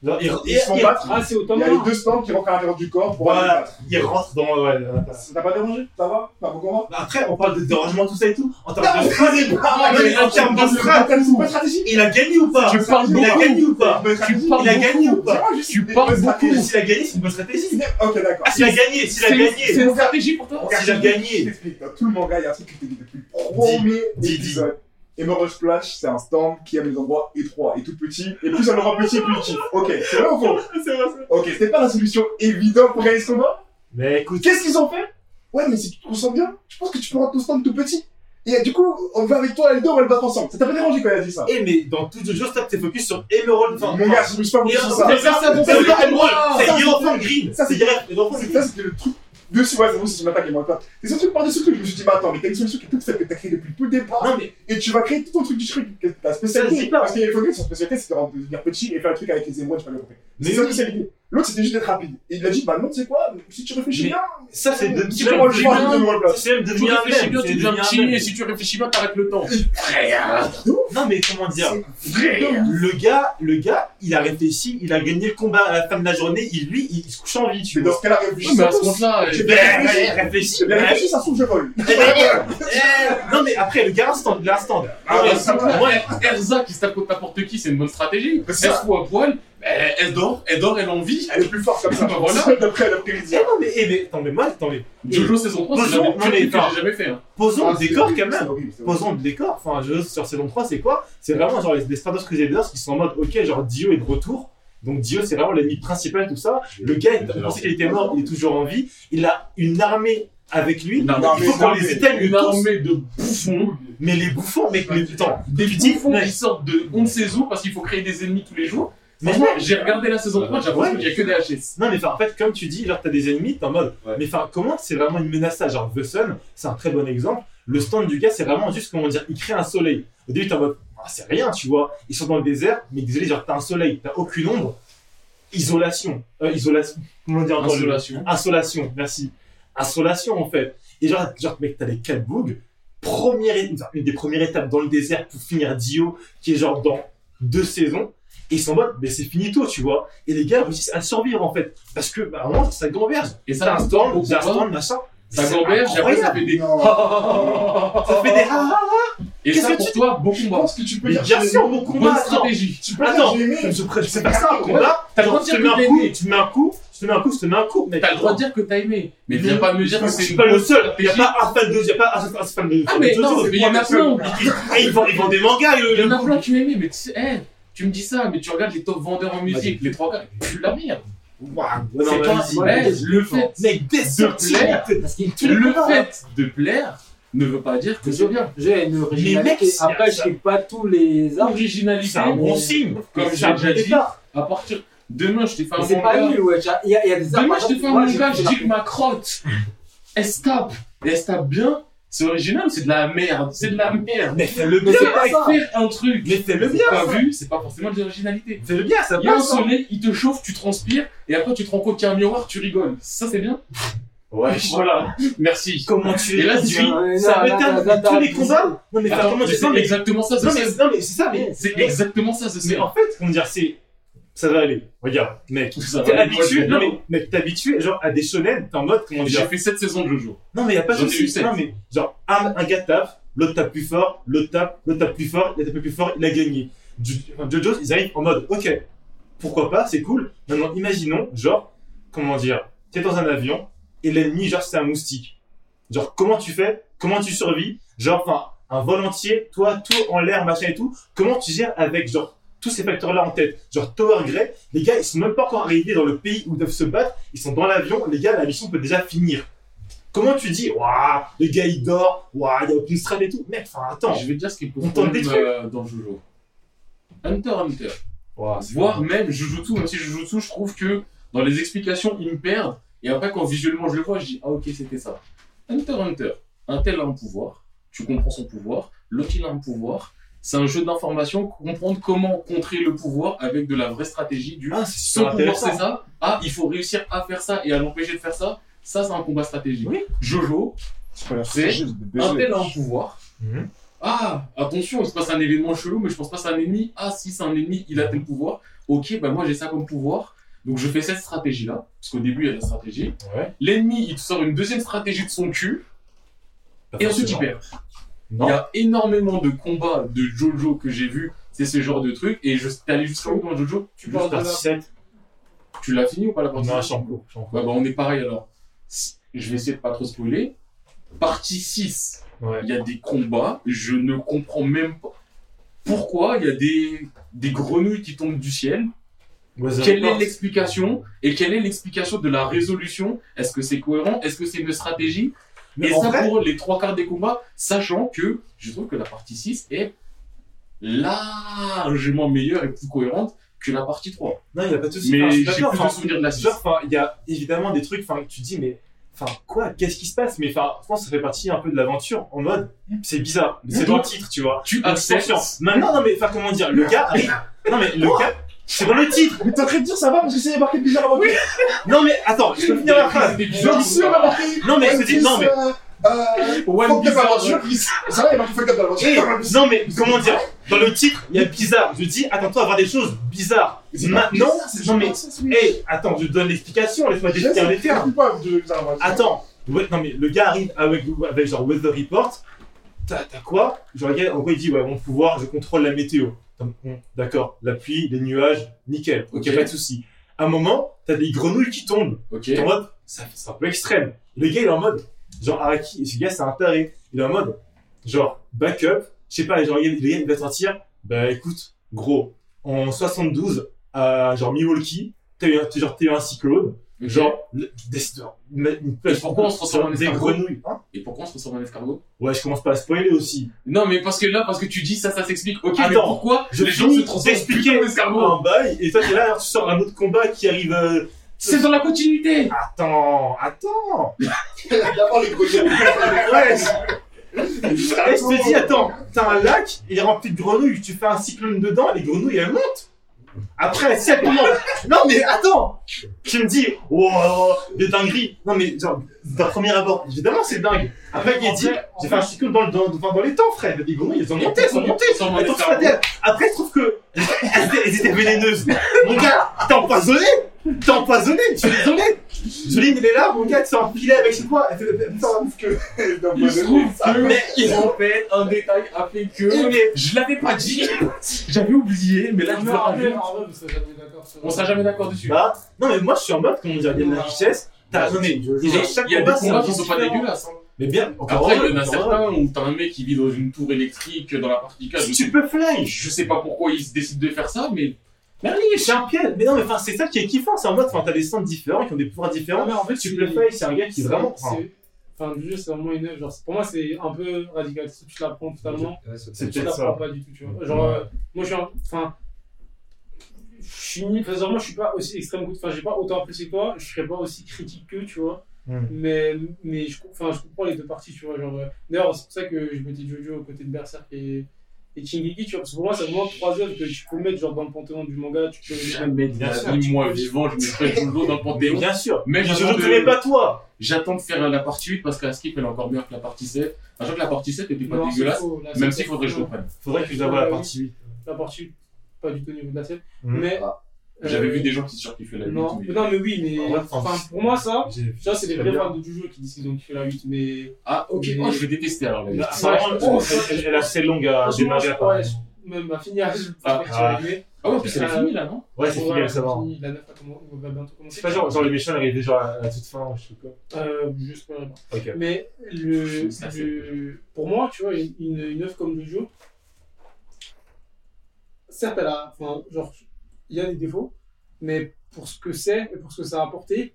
[SPEAKER 5] Genre, il-
[SPEAKER 4] Ils se font
[SPEAKER 5] il-
[SPEAKER 4] battre.
[SPEAKER 13] Ah, c'est au
[SPEAKER 4] Il
[SPEAKER 13] tome
[SPEAKER 4] y a les
[SPEAKER 13] 1.
[SPEAKER 4] deux stands qui rentrent à l'intérieur du corps pour aller les
[SPEAKER 5] Voilà,
[SPEAKER 4] battre.
[SPEAKER 5] il rentre dans. ouais, euh,
[SPEAKER 4] Ça t'a pas dérangé Ça va T'as bon combat
[SPEAKER 5] Après, on parle de dérangement, tout ça et tout. En termes de stratégie,
[SPEAKER 4] Ah,
[SPEAKER 5] mais en termes de
[SPEAKER 4] T'as
[SPEAKER 5] strat,
[SPEAKER 4] une bonne stratégie
[SPEAKER 5] il a gagné ou pas
[SPEAKER 1] Tu parles
[SPEAKER 5] Il a
[SPEAKER 1] beaucoup.
[SPEAKER 5] gagné ou pas
[SPEAKER 1] Tu parles
[SPEAKER 5] Il a gagné
[SPEAKER 1] beaucoup.
[SPEAKER 5] ou pas
[SPEAKER 1] Tu parles beaucoup.
[SPEAKER 5] S'il a gagné, c'est une bonne stratégie.
[SPEAKER 4] Ok, d'accord.
[SPEAKER 5] Ah, s'il a gagné, s'il a
[SPEAKER 1] C'est- C'est
[SPEAKER 5] gagné
[SPEAKER 1] une stratégie pour toi
[SPEAKER 5] S'il a
[SPEAKER 4] Je
[SPEAKER 5] gagné
[SPEAKER 4] t'explique, dans tout le manga, il y a un truc qui était dit depuis le premier
[SPEAKER 5] Dis, dis,
[SPEAKER 4] épisode. Emerald Splash, c'est un stand qui aime les endroits étroits et tout petits, et plus on le rend petit, plus il kiffe. Ok, c'est vrai ou faux Ok, c'était pas la solution évidente pour gagner ce combat
[SPEAKER 5] Mais écoute,
[SPEAKER 4] Qu'est-ce qu'ils ont fait Ouais, mais si tu te ressens bien, je pense que tu peux rendre ton stand tout petit. Et du coup, on va avec toi, les deux, on va le battre ensemble. Ça t'a pas dérangé quand il a dit ça
[SPEAKER 5] eh, mais dans tout le jeu, stop, t'es focus sur Emerald. enfin,
[SPEAKER 4] Mon gars, je bouge pas beaucoup
[SPEAKER 5] Et
[SPEAKER 4] sur ça.
[SPEAKER 5] c'est ça,
[SPEAKER 4] Ça,
[SPEAKER 5] c'est
[SPEAKER 4] c'est-
[SPEAKER 5] pas Emerald,
[SPEAKER 4] Ça,
[SPEAKER 5] c'est
[SPEAKER 4] c'est-
[SPEAKER 5] Yellow Green,
[SPEAKER 4] Ça,
[SPEAKER 5] c'est
[SPEAKER 4] c'est-
[SPEAKER 5] Yellow Green.
[SPEAKER 4] Ça, c'était le truc. Dessus, ouais, c'est bon, c'est une attaque et moi pas. Et c'est truc par-dessus le truc, je me suis dit, mais attends, mais t'as une solution qui est toute faite, que t'as créée depuis tout le départ.
[SPEAKER 5] Non, mais
[SPEAKER 4] Et tu vas créer tout ton truc du truc, que ta
[SPEAKER 5] Ça, je
[SPEAKER 4] spécialité.
[SPEAKER 5] dis pas.
[SPEAKER 4] Parce qu'il faut que son spécialité, c'est de rendre- de devenir petit et faire le truc avec les émois, je sais pas le compris.
[SPEAKER 5] Mais
[SPEAKER 4] C'est sa
[SPEAKER 5] oui.
[SPEAKER 4] spécialité. L'autre, c'était juste d'être rapide. Et il a dit, bah non, tu sais quoi, si tu réfléchis
[SPEAKER 5] Mais
[SPEAKER 4] bien,
[SPEAKER 5] ça, c'est de
[SPEAKER 4] tu peux prendre le choix de nouveau
[SPEAKER 5] Ça,
[SPEAKER 4] place.
[SPEAKER 5] C'est même
[SPEAKER 1] Tu
[SPEAKER 5] devenu un
[SPEAKER 1] réfléchis
[SPEAKER 5] même.
[SPEAKER 1] bien,
[SPEAKER 5] c'est
[SPEAKER 1] tu deviens
[SPEAKER 5] devenu un
[SPEAKER 1] petit,
[SPEAKER 5] mème.
[SPEAKER 1] et si tu réfléchis pas, t'arrêtes le temps.
[SPEAKER 5] Non, mais comment dire Le gars, le gars, il a réfléchi, il a gagné le combat à la fin de la journée, il, lui, il, se couche en vie, tu
[SPEAKER 4] Mais dans
[SPEAKER 5] vois.
[SPEAKER 4] ce cas-là,
[SPEAKER 1] Ouais, mais
[SPEAKER 4] réfléchis. ça
[SPEAKER 1] à ce
[SPEAKER 4] tous.
[SPEAKER 1] compte-là,
[SPEAKER 4] J'ai
[SPEAKER 1] euh,
[SPEAKER 5] Ben,
[SPEAKER 4] bien réfléchi.
[SPEAKER 5] ouais, réfléchis.
[SPEAKER 4] J'ai bien
[SPEAKER 5] ouais.
[SPEAKER 4] réfléchi, ça se trouve, je vole.
[SPEAKER 5] Eh, eh, Non, mais après, le gars, instant, l'instant.
[SPEAKER 4] Ah,
[SPEAKER 5] Ouais,
[SPEAKER 4] bah, ça va.
[SPEAKER 5] moi,
[SPEAKER 1] Erza qui se tape contre n'importe qui, c'est une bonne stratégie.
[SPEAKER 4] C'est
[SPEAKER 1] Elle
[SPEAKER 4] ça.
[SPEAKER 1] se fout à poil, elle elle dort, elle dort, elle en vit.
[SPEAKER 4] Elle est plus forte comme ça.
[SPEAKER 5] Ah,
[SPEAKER 1] Bah, voilà.
[SPEAKER 4] D'après, elle a pris
[SPEAKER 5] eh, non, mais, eh, mais, attends, mais moi, attends, mais,
[SPEAKER 1] Jojo saison 3, c'est
[SPEAKER 5] Bonjour,
[SPEAKER 1] la meilleure
[SPEAKER 5] non,
[SPEAKER 1] série
[SPEAKER 5] mais
[SPEAKER 1] que
[SPEAKER 5] attends.
[SPEAKER 1] j'ai jamais fait. hein.
[SPEAKER 4] Ah,
[SPEAKER 5] posons le décor quand même.
[SPEAKER 4] même.
[SPEAKER 5] Posons le décor. Enfin, je, sur saison 3, c'est quoi C'est vraiment genre les, les Stardust Crusaders qui sont en mode, ok, genre Dio est de retour. Donc Dio, c'est vraiment l'ennemi principal, tout ça. Le gars, il- on pensait qu'il était mort, il est toujours en vie. Il a une armée avec lui.
[SPEAKER 1] Une armée-
[SPEAKER 5] Il faut qu'on les éteigne
[SPEAKER 1] Une
[SPEAKER 5] tous.
[SPEAKER 1] armée de bouffons,
[SPEAKER 5] Mais les bouffons, mec, mais putain.
[SPEAKER 1] des
[SPEAKER 5] dis-
[SPEAKER 1] bouffons
[SPEAKER 5] mais-
[SPEAKER 1] qui sortent de on ne sait où parce qu'il faut créer des ennemis tous les jours.
[SPEAKER 5] Mais
[SPEAKER 1] Franchement, j'ai regardé la saison 3, j'ai
[SPEAKER 5] Ouais,
[SPEAKER 1] l'impression qu'il n'y a que des HS.
[SPEAKER 5] Non, mais enfin, en fait, comme tu dis, genre, t'as des ennemis, t'es en mode.
[SPEAKER 6] Ouais.
[SPEAKER 5] Mais enfin, comment c'est vraiment une menace ça Genre, The Sun, c'est un très bon exemple. Le stand du gars, c'est vraiment juste, comment dire, il crée un soleil. Au début, t'es en mode, ah, c'est rien, tu vois. Ils sont dans le désert, mais désolé, genre, t'as un soleil, t'as aucune ombre. Isolation. Euh, isolation. Comment dire encore le-
[SPEAKER 1] Insolation.
[SPEAKER 5] Insolation, merci. Insolation, en fait. Et genre, genre mec, t'as les quatre bougs. Première, é- genre, une des premières étapes dans le désert pour finir Dio, qui est genre dans deux saisons. Et ils sont en mode, mais c'est finito, tu vois. Et les gars réussissent à survivre, en fait. Parce que, bah, à un moment, ça gamberge.
[SPEAKER 1] Et ça,
[SPEAKER 5] T'as un storm, t'as un
[SPEAKER 1] pourquoi
[SPEAKER 5] storm, machin.
[SPEAKER 1] ça
[SPEAKER 5] C'est
[SPEAKER 1] gamberge, et après ça
[SPEAKER 5] incroyable.
[SPEAKER 1] fait des.
[SPEAKER 5] Ça fait des ah, ah, ah.
[SPEAKER 1] Et
[SPEAKER 5] Qu'est-ce
[SPEAKER 1] ça
[SPEAKER 5] que
[SPEAKER 1] pour
[SPEAKER 5] tu-
[SPEAKER 1] toi, bon
[SPEAKER 4] Je
[SPEAKER 1] combat.
[SPEAKER 4] pense que tu peux
[SPEAKER 5] Mais
[SPEAKER 4] dire
[SPEAKER 5] bien
[SPEAKER 4] j'ai-
[SPEAKER 5] sûr, mon combat,
[SPEAKER 1] Bonne
[SPEAKER 5] attends.
[SPEAKER 1] stratégie.
[SPEAKER 4] Tu peux dire
[SPEAKER 5] Attends,
[SPEAKER 4] j'ai aimé.
[SPEAKER 5] je pré- c'est pas ça un combat.
[SPEAKER 1] T'as le
[SPEAKER 5] Genre,
[SPEAKER 1] droit
[SPEAKER 5] tu
[SPEAKER 1] de
[SPEAKER 5] te
[SPEAKER 1] dire
[SPEAKER 5] mets
[SPEAKER 1] que
[SPEAKER 5] un
[SPEAKER 1] t'as
[SPEAKER 5] coup,
[SPEAKER 1] aimé.
[SPEAKER 5] tu te mets un coup, tu te mets un coup, tu te mets un coup. mec.
[SPEAKER 1] T'as le droit de dire que t'as aimé. Mais viens pas me dire que
[SPEAKER 5] Je
[SPEAKER 1] c'est
[SPEAKER 5] suis
[SPEAKER 1] une
[SPEAKER 5] pas le
[SPEAKER 1] bonne
[SPEAKER 5] seul. Il n'y a
[SPEAKER 1] stratégie.
[SPEAKER 5] pas un fan de. Il n'y a pas un fan- un fan de.
[SPEAKER 1] Ah, mais
[SPEAKER 5] de
[SPEAKER 1] non,
[SPEAKER 5] Jojo.
[SPEAKER 1] mais il y en a plein.
[SPEAKER 5] Ils- ils- ah, ils, vendent, ils vendent des mangas, le,
[SPEAKER 1] Il y en
[SPEAKER 5] le
[SPEAKER 1] a plein
[SPEAKER 5] groupe.
[SPEAKER 1] qui aimé, mais tu sais, eh, tu me dis ça, mais tu regardes les top vendeurs en musique, les trois quarts, ils puent la merde.
[SPEAKER 5] Ouais, non,
[SPEAKER 1] C'est
[SPEAKER 5] mais
[SPEAKER 1] quand
[SPEAKER 5] vas-y.
[SPEAKER 1] ouais, le fait,
[SPEAKER 5] Mec, des sorties.
[SPEAKER 1] plaire.
[SPEAKER 3] Parce qu'il tue
[SPEAKER 1] le
[SPEAKER 3] combats, hein.
[SPEAKER 1] fait de plaire ne veut pas dire que c'est bien.
[SPEAKER 3] J'ai une
[SPEAKER 5] mecs,
[SPEAKER 3] originalité.
[SPEAKER 5] c'est-
[SPEAKER 3] Après, je fais pas tous les arbres.
[SPEAKER 1] Originalité,
[SPEAKER 5] C'est un bon signe.
[SPEAKER 1] comme
[SPEAKER 5] C'est
[SPEAKER 1] j'ai
[SPEAKER 5] un bon
[SPEAKER 1] déjà dit,
[SPEAKER 5] départ.
[SPEAKER 1] à partir demain je t'ai fait
[SPEAKER 3] Mais
[SPEAKER 1] un
[SPEAKER 3] C'est pas
[SPEAKER 1] manga,
[SPEAKER 3] nul, ouais. genre, Il y, a- il y a des arbres.
[SPEAKER 1] demain je t'ai fait un
[SPEAKER 3] Moi, j'ai-
[SPEAKER 1] manga, je dis que ma crotte, elle se tape, et elle se tape bien, c'est original, c'est de la merde, c'est de la merde.
[SPEAKER 5] Mais fais-le
[SPEAKER 3] Mais
[SPEAKER 5] bien.
[SPEAKER 3] c'est pas ça.
[SPEAKER 1] Faire un truc,
[SPEAKER 5] Mais fais-le bien.
[SPEAKER 1] t'as vu, c'est pas forcément de l'originalité.
[SPEAKER 5] Fais-le bien, ça
[SPEAKER 1] Il y a un
[SPEAKER 5] passe. hein.
[SPEAKER 1] soleil, il te chauffe, tu transpires, et après tu te rends compte qu'il y a un miroir, tu rigoles. Ça c'est bien
[SPEAKER 5] Ouais.
[SPEAKER 1] Voilà, merci.
[SPEAKER 5] Comment tu
[SPEAKER 1] Et là,
[SPEAKER 5] tu-
[SPEAKER 1] tu-
[SPEAKER 3] Ouais,
[SPEAKER 5] Ça
[SPEAKER 3] non, là, là, là,
[SPEAKER 5] m'étonne. Tous
[SPEAKER 3] t'as
[SPEAKER 5] les combats. Non, mais
[SPEAKER 1] Attends,
[SPEAKER 5] comment
[SPEAKER 1] mais
[SPEAKER 5] tu
[SPEAKER 1] c'est
[SPEAKER 5] sais, mais.
[SPEAKER 1] exactement ça, ce
[SPEAKER 5] Non, mais
[SPEAKER 1] scène.
[SPEAKER 5] non, mais c'est ça, mais.
[SPEAKER 1] C'est
[SPEAKER 5] mais-
[SPEAKER 1] exactement ça, ce
[SPEAKER 5] Mais
[SPEAKER 1] scène.
[SPEAKER 5] en fait, comment dire, c'est. ça va aller. Regarde, mec,
[SPEAKER 1] Ça
[SPEAKER 5] t'es
[SPEAKER 1] va,
[SPEAKER 5] habitué,
[SPEAKER 1] moi,
[SPEAKER 5] non,
[SPEAKER 1] je-
[SPEAKER 5] mais, mec, t'es habitué, genre, à des shonen, t'es en mode, comment
[SPEAKER 1] J'ai
[SPEAKER 5] dire,
[SPEAKER 1] fait 7 saisons de Jojo.
[SPEAKER 5] non, mais y a pas
[SPEAKER 1] J'en
[SPEAKER 5] de
[SPEAKER 1] ai eu
[SPEAKER 5] souci,
[SPEAKER 1] sept.
[SPEAKER 5] non, mais, genre, un, un gars tape, l'autre tape plus fort, l'autre tape, l'autre tape plus fort, il a tapé plus fort, il a gagné. Jo- enfin, Jojo, ils arrivent en mode, ok, pourquoi pas, c'est cool, maintenant, imaginons, genre, comment dire, t'es dans un avion, et l'ennemi, genre, c'est un moustique. Genre, comment tu fais, comment tu survis, genre, enfin, un vol entier, toi, tout en l'air, machin et tout, comment tu gères avec, genre, tous ces facteurs-là en tête, genre Tower Grey, les gars, ils sont même pas encore arrivés dans le pays où ils doivent se battre, ils sont dans l'avion, les gars, la mission peut déjà finir. Comment tu dis, waouh, le gars il dort, waouh, il y a aucune strat et tout. Mec, enfin attends.
[SPEAKER 1] Je vais te dire ce qui
[SPEAKER 5] On
[SPEAKER 1] pose
[SPEAKER 5] tente des
[SPEAKER 1] problème euh, dans Jojo. Hunter x Hunter. Voire même Jujutsu, même si Jujutsu, je trouve que dans les explications, ils me perdent. Et après, quand visuellement je le vois, je dis Ah, ok, c'était ça. Hunter x Hunter, un tel a un pouvoir, tu comprends son pouvoir, l'autre il a un pouvoir. C'est un jeu d'information, comprendre comment contrer le pouvoir avec de la vraie stratégie du
[SPEAKER 5] Ah, c'est
[SPEAKER 1] son
[SPEAKER 5] super
[SPEAKER 1] pouvoir
[SPEAKER 5] intéressant.
[SPEAKER 1] c'est ça, ah, il faut réussir à faire ça et à l'empêcher de faire ça. Ça, c'est un combat stratégique.
[SPEAKER 5] Oui.
[SPEAKER 1] Jojo, c'est un tel a un pouvoir.
[SPEAKER 5] Mhm.
[SPEAKER 1] Ah, attention, il se passe un événement chelou, mais je pense pas que c'est un ennemi. Ah, si c'est un ennemi, il a tel pouvoir. Ok, bah moi j'ai ça comme pouvoir. Donc je fais cette stratégie-là, parce qu'au début il y a la stratégie.
[SPEAKER 5] Ouais.
[SPEAKER 1] L'ennemi, il te sort une deuxième stratégie de son cul, et ensuite il perd. Il
[SPEAKER 5] Non.
[SPEAKER 1] y a énormément de combats de Jojo que j'ai vu, c'est ce genre de truc. Et je t'es allé jusqu'à où dans Jojo
[SPEAKER 5] Tu parles de la 7.
[SPEAKER 1] Tu l'as fini ou pas la partie
[SPEAKER 5] Non, je suis en cours. je suis en cours.
[SPEAKER 1] Ouais, bah on est pareil alors. Si- Je vais essayer de pas trop spoiler. Partie 6,
[SPEAKER 5] Ouais.
[SPEAKER 1] il y a des combats, je ne comprends même pas pourquoi il y a des, des grenouilles qui tombent du ciel.
[SPEAKER 5] Weather
[SPEAKER 1] Quelle est
[SPEAKER 5] Report.
[SPEAKER 1] l'explication Et quelle est l'explication de la résolution Est-ce que c'est cohérent Est-ce que c'est une stratégie
[SPEAKER 5] Mais
[SPEAKER 1] Et
[SPEAKER 5] en
[SPEAKER 1] ça
[SPEAKER 5] vrai,
[SPEAKER 1] pour les trois quarts des combats, sachant que je trouve que la partie 6 est largement meilleure et plus cohérente que la partie 3.
[SPEAKER 5] non, il y a pas de souci. Enfin,
[SPEAKER 1] Mais
[SPEAKER 5] je suis
[SPEAKER 1] j'ai plus
[SPEAKER 5] d'accord,
[SPEAKER 1] de
[SPEAKER 5] enfin,
[SPEAKER 1] souvenirs de la 6.
[SPEAKER 5] Genre, enfin, il y a évidemment des trucs, enfin, que tu te dis, mais, enfin, quoi, qu'est-ce qui se passe Mais, enfin, je pense que ça fait partie un peu de l'aventure, en mode, c'est bizarre, mais c'est dans le titre, tu vois.
[SPEAKER 1] Ah, Tu
[SPEAKER 5] Donc,
[SPEAKER 1] acceptes
[SPEAKER 5] conscient. Maintenant, non, mais, enfin, comment dire, le gars, arrive- non, mais, le gars, c'est dans le titre.
[SPEAKER 4] Mais t'es en train de dire ça va parce que c'est marqué bizarre avant oui,
[SPEAKER 5] Non, mais, attends, je peux finir la phrase.
[SPEAKER 1] des bisous.
[SPEAKER 4] J'en suis marqué.
[SPEAKER 5] Non, mais, je te dis, non, mais,
[SPEAKER 4] Euh.
[SPEAKER 5] One
[SPEAKER 4] Fuck up
[SPEAKER 5] Bizarre
[SPEAKER 4] aventure. Ça va, il marqué fuck up
[SPEAKER 5] Eh,
[SPEAKER 4] aventure.
[SPEAKER 5] non mais comment dire Dans le titre, il y a bizarre. Je dis attends-toi à voir des choses bizarres. Maintenant, non mais, eh, hey, attends, je donne l'explication. Laisse-moi définir les termes. Attends, ouais, non mais le gars arrive avec, avec genre Weather Report, t'as t'as quoi Genre le gars, en gros il dit ouais mon pouvoir, je contrôle la météo. Hum, hum, D'accord, la pluie, les nuages, nickel, ok,
[SPEAKER 1] Ok.
[SPEAKER 5] pas de souci. À un moment, t'as des grenouilles qui tombent.
[SPEAKER 1] Ok.
[SPEAKER 5] T'es en mode, ça- c'est un peu extrême. Le gars il est en mode, genre Araki, et ce gars c'est un taré. Il est en mode, genre backup, je sais pas, genre le gars le gars, il va sortir, bah écoute, gros, en 72, à genre Milwaukee, t'as eu, un- t'as- genre, t'as eu un cyclone.
[SPEAKER 1] Ok.
[SPEAKER 5] Genre, le- des, une, une
[SPEAKER 1] Et pourquoi on se transforme en
[SPEAKER 5] des
[SPEAKER 1] escargot
[SPEAKER 5] grenouilles hein
[SPEAKER 1] Et pourquoi on se transforme en escargot
[SPEAKER 5] Ouais, je commence pas à spoiler aussi.
[SPEAKER 1] Non, mais parce que là, parce que tu dis ça, ça s'explique. Ok, mais
[SPEAKER 5] Attends,
[SPEAKER 1] pourquoi
[SPEAKER 5] je
[SPEAKER 1] les gens
[SPEAKER 5] finis
[SPEAKER 1] se transforment
[SPEAKER 5] d'expliquer. Ah.
[SPEAKER 1] plutôt en escargot
[SPEAKER 5] Un bail, et toi t'es là, tu sors un autre combat qui arrive. euh,
[SPEAKER 1] C'est dans la continuité
[SPEAKER 5] Ah, Attends, attends.
[SPEAKER 4] D'abord les projets.
[SPEAKER 5] Ouais. Eh, je te dis, attends, t'as un lac, il est rempli de grenouilles, tu fais un cyclone dedans, les grenouilles elles montent. Après, si elles tombent, en- non mais attends, tu me dis, wow, des dingueries. Non mais genre, d'un premier abord, évidemment c'est dingue. Après, il dit, j'ai fait un cyclone dans, le- dans, dans, dans les temps, frère. Les grenouilles, elles ont monté, elles ont monté.
[SPEAKER 1] Ils se transforment en
[SPEAKER 5] Elles sont
[SPEAKER 1] escargot.
[SPEAKER 5] fadelles. Après, je trouve que elles étaient- elles étaient vénéneuses. Mon gars, t'es empoisonné T'es empoisonné Je suis désolé Joline, il est là, mon gars, tu s'est enfilé avec ses doigts. Elle fait- elle fait ça.
[SPEAKER 1] Il se trouve
[SPEAKER 5] Mais
[SPEAKER 1] que, en fait, un détail a fait que.
[SPEAKER 5] Eh, Mais
[SPEAKER 1] Je l'avais pas dit J'avais oublié, mais là, je me rappelle. On sera jamais d'accord dessus.
[SPEAKER 5] bah, non, mais moi, je suis en mode, comment dire, il y a de la richesse. T'as non, mais
[SPEAKER 1] Il y a-
[SPEAKER 5] chaque
[SPEAKER 1] il y a
[SPEAKER 5] combat,
[SPEAKER 1] des
[SPEAKER 5] c'est
[SPEAKER 1] combats
[SPEAKER 5] un
[SPEAKER 1] qui
[SPEAKER 5] peu
[SPEAKER 1] sont pas
[SPEAKER 5] différent. Ah
[SPEAKER 1] dégueulasses. hein.
[SPEAKER 5] Mais bien, encore
[SPEAKER 1] Après,
[SPEAKER 5] heureux,
[SPEAKER 1] il y en a
[SPEAKER 5] encore heureux.
[SPEAKER 1] certains où t'as un mec qui vit dans une tour électrique dans la partie 4.
[SPEAKER 5] Si
[SPEAKER 1] Je
[SPEAKER 5] tu
[SPEAKER 1] sais,
[SPEAKER 5] peux fly
[SPEAKER 1] je sais pas pourquoi ils décident de faire ça, mais.
[SPEAKER 5] Mais oui, je suis un piège Mais non, mais enfin, c'est ça qui est kiffant, c'est en mode, enfin, t'as des centres différents qui ont des pouvoirs différents.
[SPEAKER 3] mais en fait,
[SPEAKER 5] Tu peux fly, c'est un gars qui
[SPEAKER 3] C'est-
[SPEAKER 5] vraiment.
[SPEAKER 3] c'est- Enfin, le jeu, c'est vraiment une œuvre. Genre, c'est- pour moi, c'est un peu radical. Si tu l'apprends totalement,
[SPEAKER 5] C'est
[SPEAKER 3] tu
[SPEAKER 5] peut-être
[SPEAKER 3] l'apprends
[SPEAKER 5] ça.
[SPEAKER 3] pas du tout. Tu vois. Genre, euh, moi, je suis un. Enfin. Je suis ni. enfin, genre, moi, je suis pas aussi extrême good. Enfin, j'ai pas autant apprécié que toi. Je serais pas aussi critique que, tu vois.
[SPEAKER 5] Hmm.
[SPEAKER 3] Mais, mais je, com- enfin, je comprends les deux parties, tu vois. Genre, euh, D'ailleurs, c'est pour ça que je mettais Jojo aux côtés de Berserk et. Et Shingeki, tu vois, parce que pour moi, c'est vraiment trois œuvres que tu peux mettre genre dans le panthéon du manga, tu peux
[SPEAKER 1] Jamais de la
[SPEAKER 5] Bien sûr,
[SPEAKER 1] vie, moi, vivant, je mettrais Jojo dans le
[SPEAKER 5] Mais
[SPEAKER 1] panthéon.
[SPEAKER 5] bien sûr.
[SPEAKER 1] Mais
[SPEAKER 5] Mais je
[SPEAKER 1] j'attends
[SPEAKER 5] ne
[SPEAKER 1] de-
[SPEAKER 5] connais pas toi.
[SPEAKER 1] J'attends de faire la partie 8 parce que la skip elle est encore meilleure que la partie 7. Sachant que la partie 7 était pas
[SPEAKER 3] Non, c'est
[SPEAKER 1] dégueulasse,
[SPEAKER 3] faux. Là,
[SPEAKER 1] même
[SPEAKER 3] c'est
[SPEAKER 1] s'il faudrait que je
[SPEAKER 3] faux.
[SPEAKER 1] reprenne.
[SPEAKER 5] Faudrait que je la voie la partie 8.
[SPEAKER 3] la partie pas du tout au niveau de la scène.
[SPEAKER 5] Mhm.
[SPEAKER 3] Mais
[SPEAKER 1] Ah.
[SPEAKER 3] euh,
[SPEAKER 1] J'avais vu des gens qui surkiffaient la lutte.
[SPEAKER 3] Non,
[SPEAKER 1] mais-
[SPEAKER 3] non mais oui, mais
[SPEAKER 5] En vrai, enfin,
[SPEAKER 3] enfin, pour moi ça,
[SPEAKER 5] J'ai-
[SPEAKER 3] ça c'est des
[SPEAKER 5] très
[SPEAKER 3] vrais
[SPEAKER 5] bien.
[SPEAKER 3] fans de Juju qui disent qu'ils ont kiffé la 8, mais
[SPEAKER 1] Ah, ok,
[SPEAKER 3] Mais-
[SPEAKER 1] moi je vais détester alors la lutte.
[SPEAKER 5] Ah, vraiment,
[SPEAKER 3] Oh,
[SPEAKER 5] elle, elle est assez longue à
[SPEAKER 3] franchement,
[SPEAKER 5] démarrer
[SPEAKER 3] je-
[SPEAKER 5] à Paris.
[SPEAKER 3] ouais, même à finir, je pense
[SPEAKER 5] Ah,
[SPEAKER 3] pas que tu
[SPEAKER 5] ah.
[SPEAKER 3] vas l'aimer.
[SPEAKER 1] Ah, ouais, en plus elle est finie là, non
[SPEAKER 5] Ouais, c'est
[SPEAKER 3] Bon,
[SPEAKER 5] fini,
[SPEAKER 3] voilà,
[SPEAKER 5] ça va.
[SPEAKER 3] fini, La 9 va commen- va bientôt commencer.
[SPEAKER 5] C'est pas genre, genre le méchant arrive déjà à la toute fin, je sais pas.
[SPEAKER 3] Euh, je spoilerai pas.
[SPEAKER 5] Ok.
[SPEAKER 3] Mais le,
[SPEAKER 1] Ça, c'est-
[SPEAKER 3] le- pour moi, tu vois, une, une, une œuvre comme Jojo, certes, elle a, enfin, genre, il y a des défauts, mais pour ce que c'est et pour ce que ça a apporté,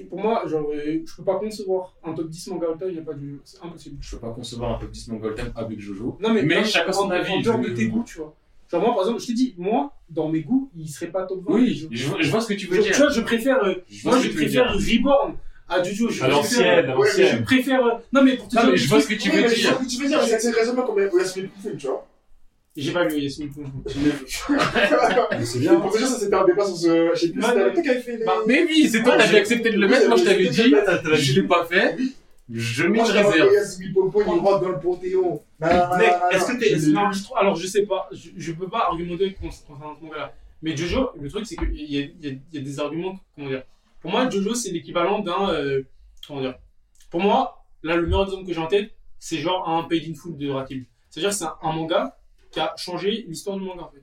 [SPEAKER 3] et pour moi, genre, euh, je peux pas concevoir un top 10 manga all-time, il n'y a pas de Jojo. C'est impossible.
[SPEAKER 1] Je peux pas concevoir un top 10 Mongol Time avec Jojo.
[SPEAKER 3] Non, mais,
[SPEAKER 1] Mais
[SPEAKER 3] dans-
[SPEAKER 1] chacun
[SPEAKER 3] en-
[SPEAKER 1] son
[SPEAKER 3] En
[SPEAKER 1] avis,
[SPEAKER 3] dehors
[SPEAKER 1] je-
[SPEAKER 3] de tes goûts, tu vois. Genre, moi, par exemple, je te dis, moi, dans mes goûts, il serait pas top 20.
[SPEAKER 1] Oui,
[SPEAKER 3] Jojo.
[SPEAKER 1] je, je vois ce que tu
[SPEAKER 3] Je-
[SPEAKER 1] veux
[SPEAKER 3] tu
[SPEAKER 1] dire.
[SPEAKER 3] vois, je préfère. euh,
[SPEAKER 1] Je vois
[SPEAKER 3] moi,
[SPEAKER 1] ce
[SPEAKER 3] je
[SPEAKER 1] que tu veux dire.
[SPEAKER 3] préfère Reborn à Jojo. Je
[SPEAKER 5] À
[SPEAKER 3] préfère-
[SPEAKER 5] l'ancienne, à l'ancienne.
[SPEAKER 3] Je préfère. euh, Non, mais pour te
[SPEAKER 1] Non,
[SPEAKER 3] dire.
[SPEAKER 1] mais je vois ce que tu
[SPEAKER 4] Oui,
[SPEAKER 1] veux
[SPEAKER 4] mais je vois
[SPEAKER 1] dire.
[SPEAKER 4] ce que tu veux dire, mais c'est raisonnable comme Yasmin Poufine, tu vois.
[SPEAKER 3] J'ai pas vu Yasmin Poum.
[SPEAKER 4] Je l'ai vu.
[SPEAKER 3] Ah,
[SPEAKER 6] C'est
[SPEAKER 4] Et Pour te dire, ça s'était un débat sur ce. Je sais plus,
[SPEAKER 3] Ouais,
[SPEAKER 4] c'était
[SPEAKER 3] mais-
[SPEAKER 4] avec toi qui avait fait les.
[SPEAKER 1] Bah, mais oui, c'est toi,
[SPEAKER 4] Ouais,
[SPEAKER 1] t'avais
[SPEAKER 4] j'ai-
[SPEAKER 1] accepté de le
[SPEAKER 4] oui,
[SPEAKER 1] mettre, moi je
[SPEAKER 4] j'ai
[SPEAKER 1] t'avais
[SPEAKER 4] accepté de
[SPEAKER 1] dit,
[SPEAKER 4] le
[SPEAKER 1] je l'ai pas fait, je mets
[SPEAKER 4] Moi,
[SPEAKER 1] une
[SPEAKER 4] je
[SPEAKER 1] réserve.
[SPEAKER 4] l'avais envoyé à Yasmin Popo, il rentre dans le Panthéon.
[SPEAKER 3] Mec,
[SPEAKER 4] Est-ce
[SPEAKER 3] est-ce que t'es. non, je trouve- Alors, je sais pas, je, je peux pas argumenter contre ce manga-là. Mais Jojo, le truc, c'est qu'il y a, il y a- il y a des arguments. Comment dire Pour moi, Jojo, c'est l'équivalent d'un. euh, comment dire Pour moi, là, le meilleur exemple que j'ai en tête, c'est genre un Paid in Full de Rakim. C'est-à-dire que c'est un, un manga qui a changé l'histoire du manga, en fait.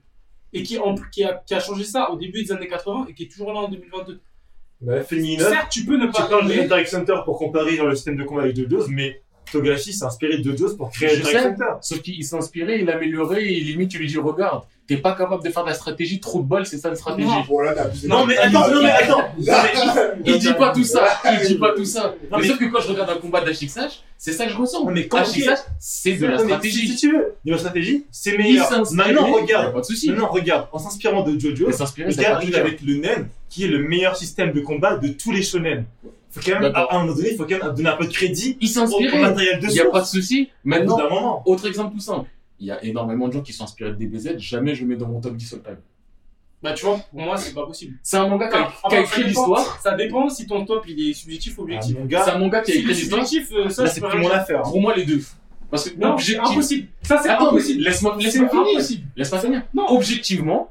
[SPEAKER 3] Et qui, en- qui, a, qui a changé ça au début des années 80 et qui est toujours là en 2022.
[SPEAKER 5] Bah, Feminina,
[SPEAKER 3] Certes, tu peux ne
[SPEAKER 5] tu
[SPEAKER 3] pas.
[SPEAKER 5] parles de
[SPEAKER 3] aimer,
[SPEAKER 5] Direct Center pour comparer genre, le système de combat avec deux doses, mais Togashi s'est inspiré de doses pour créer
[SPEAKER 1] Je
[SPEAKER 5] Direct
[SPEAKER 1] sais.
[SPEAKER 5] Center.
[SPEAKER 1] Sauf qu'il s'inspirait, il améliorait, et limite tu lui dis regarde, t'es pas capable de faire de la stratégie, trop de bol, c'est ça la stratégie.
[SPEAKER 3] Non.
[SPEAKER 4] Ah, Voilà, t'as abusé.
[SPEAKER 5] Non, mais attends, non, mais attends.
[SPEAKER 1] Il dit pas tout ça, il dit pas tout ça.
[SPEAKER 5] Non,
[SPEAKER 1] mais,
[SPEAKER 5] mais-
[SPEAKER 1] sauf que quand je regarde un combat d'HXH, c'est ça que je ressens.
[SPEAKER 5] Non, mais quand
[SPEAKER 1] HXH, c'est de la
[SPEAKER 5] Si, si
[SPEAKER 1] stratégie.
[SPEAKER 5] tu veux, niveau stratégie, c'est
[SPEAKER 1] Il
[SPEAKER 5] meilleur.
[SPEAKER 1] s'inspire.
[SPEAKER 5] Maintenant,
[SPEAKER 1] y a
[SPEAKER 5] regarde.
[SPEAKER 1] Pas de souci.
[SPEAKER 5] Maintenant, regarde. En s'inspirant de Jojo,
[SPEAKER 1] Mais s'inspirer,
[SPEAKER 5] le
[SPEAKER 1] ça
[SPEAKER 5] gars
[SPEAKER 1] part du
[SPEAKER 5] arrive
[SPEAKER 1] cœur.
[SPEAKER 5] avec le Nen, qui est le meilleur système de combat de tous les shonen. Faut quand même,
[SPEAKER 1] D'accord.
[SPEAKER 5] à un moment donné, faut quand même donner un peu de crédit
[SPEAKER 1] Il
[SPEAKER 5] au, au
[SPEAKER 1] s'inspirait.
[SPEAKER 5] matériel de
[SPEAKER 1] Il y a
[SPEAKER 5] source.
[SPEAKER 1] pas de souci.
[SPEAKER 5] Au bout
[SPEAKER 1] Maintenant,
[SPEAKER 5] d'un moment.
[SPEAKER 1] autre exemple tout simple. Il y a énormément de gens qui sont inspirés de DBZ. Jamais je mets dans mon top 10 all time.
[SPEAKER 3] Bah, tu vois, pour moi, c'est pas possible.
[SPEAKER 1] C'est un manga qui a,
[SPEAKER 5] Ah,
[SPEAKER 3] Enfin,
[SPEAKER 1] qui a
[SPEAKER 3] ça
[SPEAKER 1] écrit
[SPEAKER 3] dépend-
[SPEAKER 1] l'histoire.
[SPEAKER 3] Ça dépend si ton top il est subjectif ou objectif.
[SPEAKER 5] mon
[SPEAKER 1] C'est
[SPEAKER 5] gars,
[SPEAKER 1] un manga qui a
[SPEAKER 3] Si
[SPEAKER 1] écrit
[SPEAKER 3] le
[SPEAKER 1] l'histoire.
[SPEAKER 3] subjectif, euh, ça,
[SPEAKER 5] là,
[SPEAKER 3] je
[SPEAKER 5] c'est
[SPEAKER 3] peux
[SPEAKER 5] plus
[SPEAKER 3] rien
[SPEAKER 5] mon
[SPEAKER 3] dire.
[SPEAKER 5] affaire. hein.
[SPEAKER 1] Pour moi, les deux. Parce que
[SPEAKER 3] Non, c'est
[SPEAKER 1] objectivement.
[SPEAKER 3] impossible. Ça, c'est
[SPEAKER 1] Attends, mais
[SPEAKER 3] impossible.
[SPEAKER 1] laisse-moi
[SPEAKER 3] C'est
[SPEAKER 1] laisse-moi finir.
[SPEAKER 3] impossible.
[SPEAKER 1] Laisse-moi finir.
[SPEAKER 3] Non.
[SPEAKER 1] Objectivement,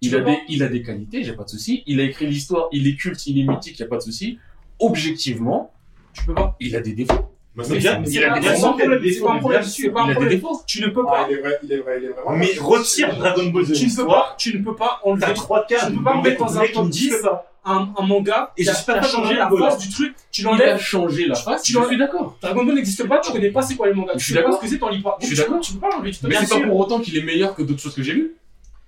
[SPEAKER 1] il a,
[SPEAKER 3] Comment
[SPEAKER 1] des, il a des qualités, j'ai pas de souci. Il a écrit l'histoire, il est culte, il est mythique, y a pas de souci. Objectivement,
[SPEAKER 3] Tu peux pas.
[SPEAKER 1] il a des défauts.
[SPEAKER 5] Mais bien,
[SPEAKER 1] mais
[SPEAKER 3] C'est
[SPEAKER 5] il a
[SPEAKER 3] pas-
[SPEAKER 5] des
[SPEAKER 3] c'est pas un
[SPEAKER 5] défauts, il a
[SPEAKER 3] problème,
[SPEAKER 5] des
[SPEAKER 3] c'est pas un
[SPEAKER 5] défauts,
[SPEAKER 3] problème,
[SPEAKER 5] bien
[SPEAKER 3] c'est
[SPEAKER 5] sûr.
[SPEAKER 3] pas un
[SPEAKER 1] Il a des
[SPEAKER 3] problème.
[SPEAKER 1] défauts.
[SPEAKER 3] Tu ne peux
[SPEAKER 4] Ah,
[SPEAKER 3] pas.
[SPEAKER 4] il est vrai, il est vrai, il est vrai. Vraiment,
[SPEAKER 5] Mais retire Dragon Ball
[SPEAKER 3] Tu
[SPEAKER 5] de
[SPEAKER 3] ne peux pas.
[SPEAKER 5] l'histoire.
[SPEAKER 3] Tu ne peux pas enlever
[SPEAKER 5] T'as trois cas.
[SPEAKER 3] Tu peux pas me mettre dans un
[SPEAKER 5] mec qui me
[SPEAKER 3] top
[SPEAKER 5] dit
[SPEAKER 3] 10.
[SPEAKER 5] ça.
[SPEAKER 3] un, un manga
[SPEAKER 5] Et
[SPEAKER 3] qui a,
[SPEAKER 5] je suis pas
[SPEAKER 3] qui a
[SPEAKER 5] fan de
[SPEAKER 3] changé la
[SPEAKER 5] Dragon Ball.
[SPEAKER 3] face du truc. Tu
[SPEAKER 1] Il a
[SPEAKER 3] l'enlèves.
[SPEAKER 1] changé la face.
[SPEAKER 3] Tu
[SPEAKER 1] Je
[SPEAKER 3] l'enlèves.
[SPEAKER 1] suis d'accord.
[SPEAKER 3] Dragon Ball n'existe pas, tu connais pas c'est quoi les mangas.
[SPEAKER 1] Je suis
[SPEAKER 3] Tu sais pas ce
[SPEAKER 1] d'accord.
[SPEAKER 3] que c'est, t'en lis pas.
[SPEAKER 1] Je suis
[SPEAKER 3] Donc, tu-
[SPEAKER 1] d'accord.
[SPEAKER 3] Tu peux pas l'enlever du top.
[SPEAKER 1] Mais
[SPEAKER 3] Bien
[SPEAKER 1] c'est pas
[SPEAKER 3] sûr.
[SPEAKER 1] pour autant qu'il est meilleur que d'autres choses que j'ai lues.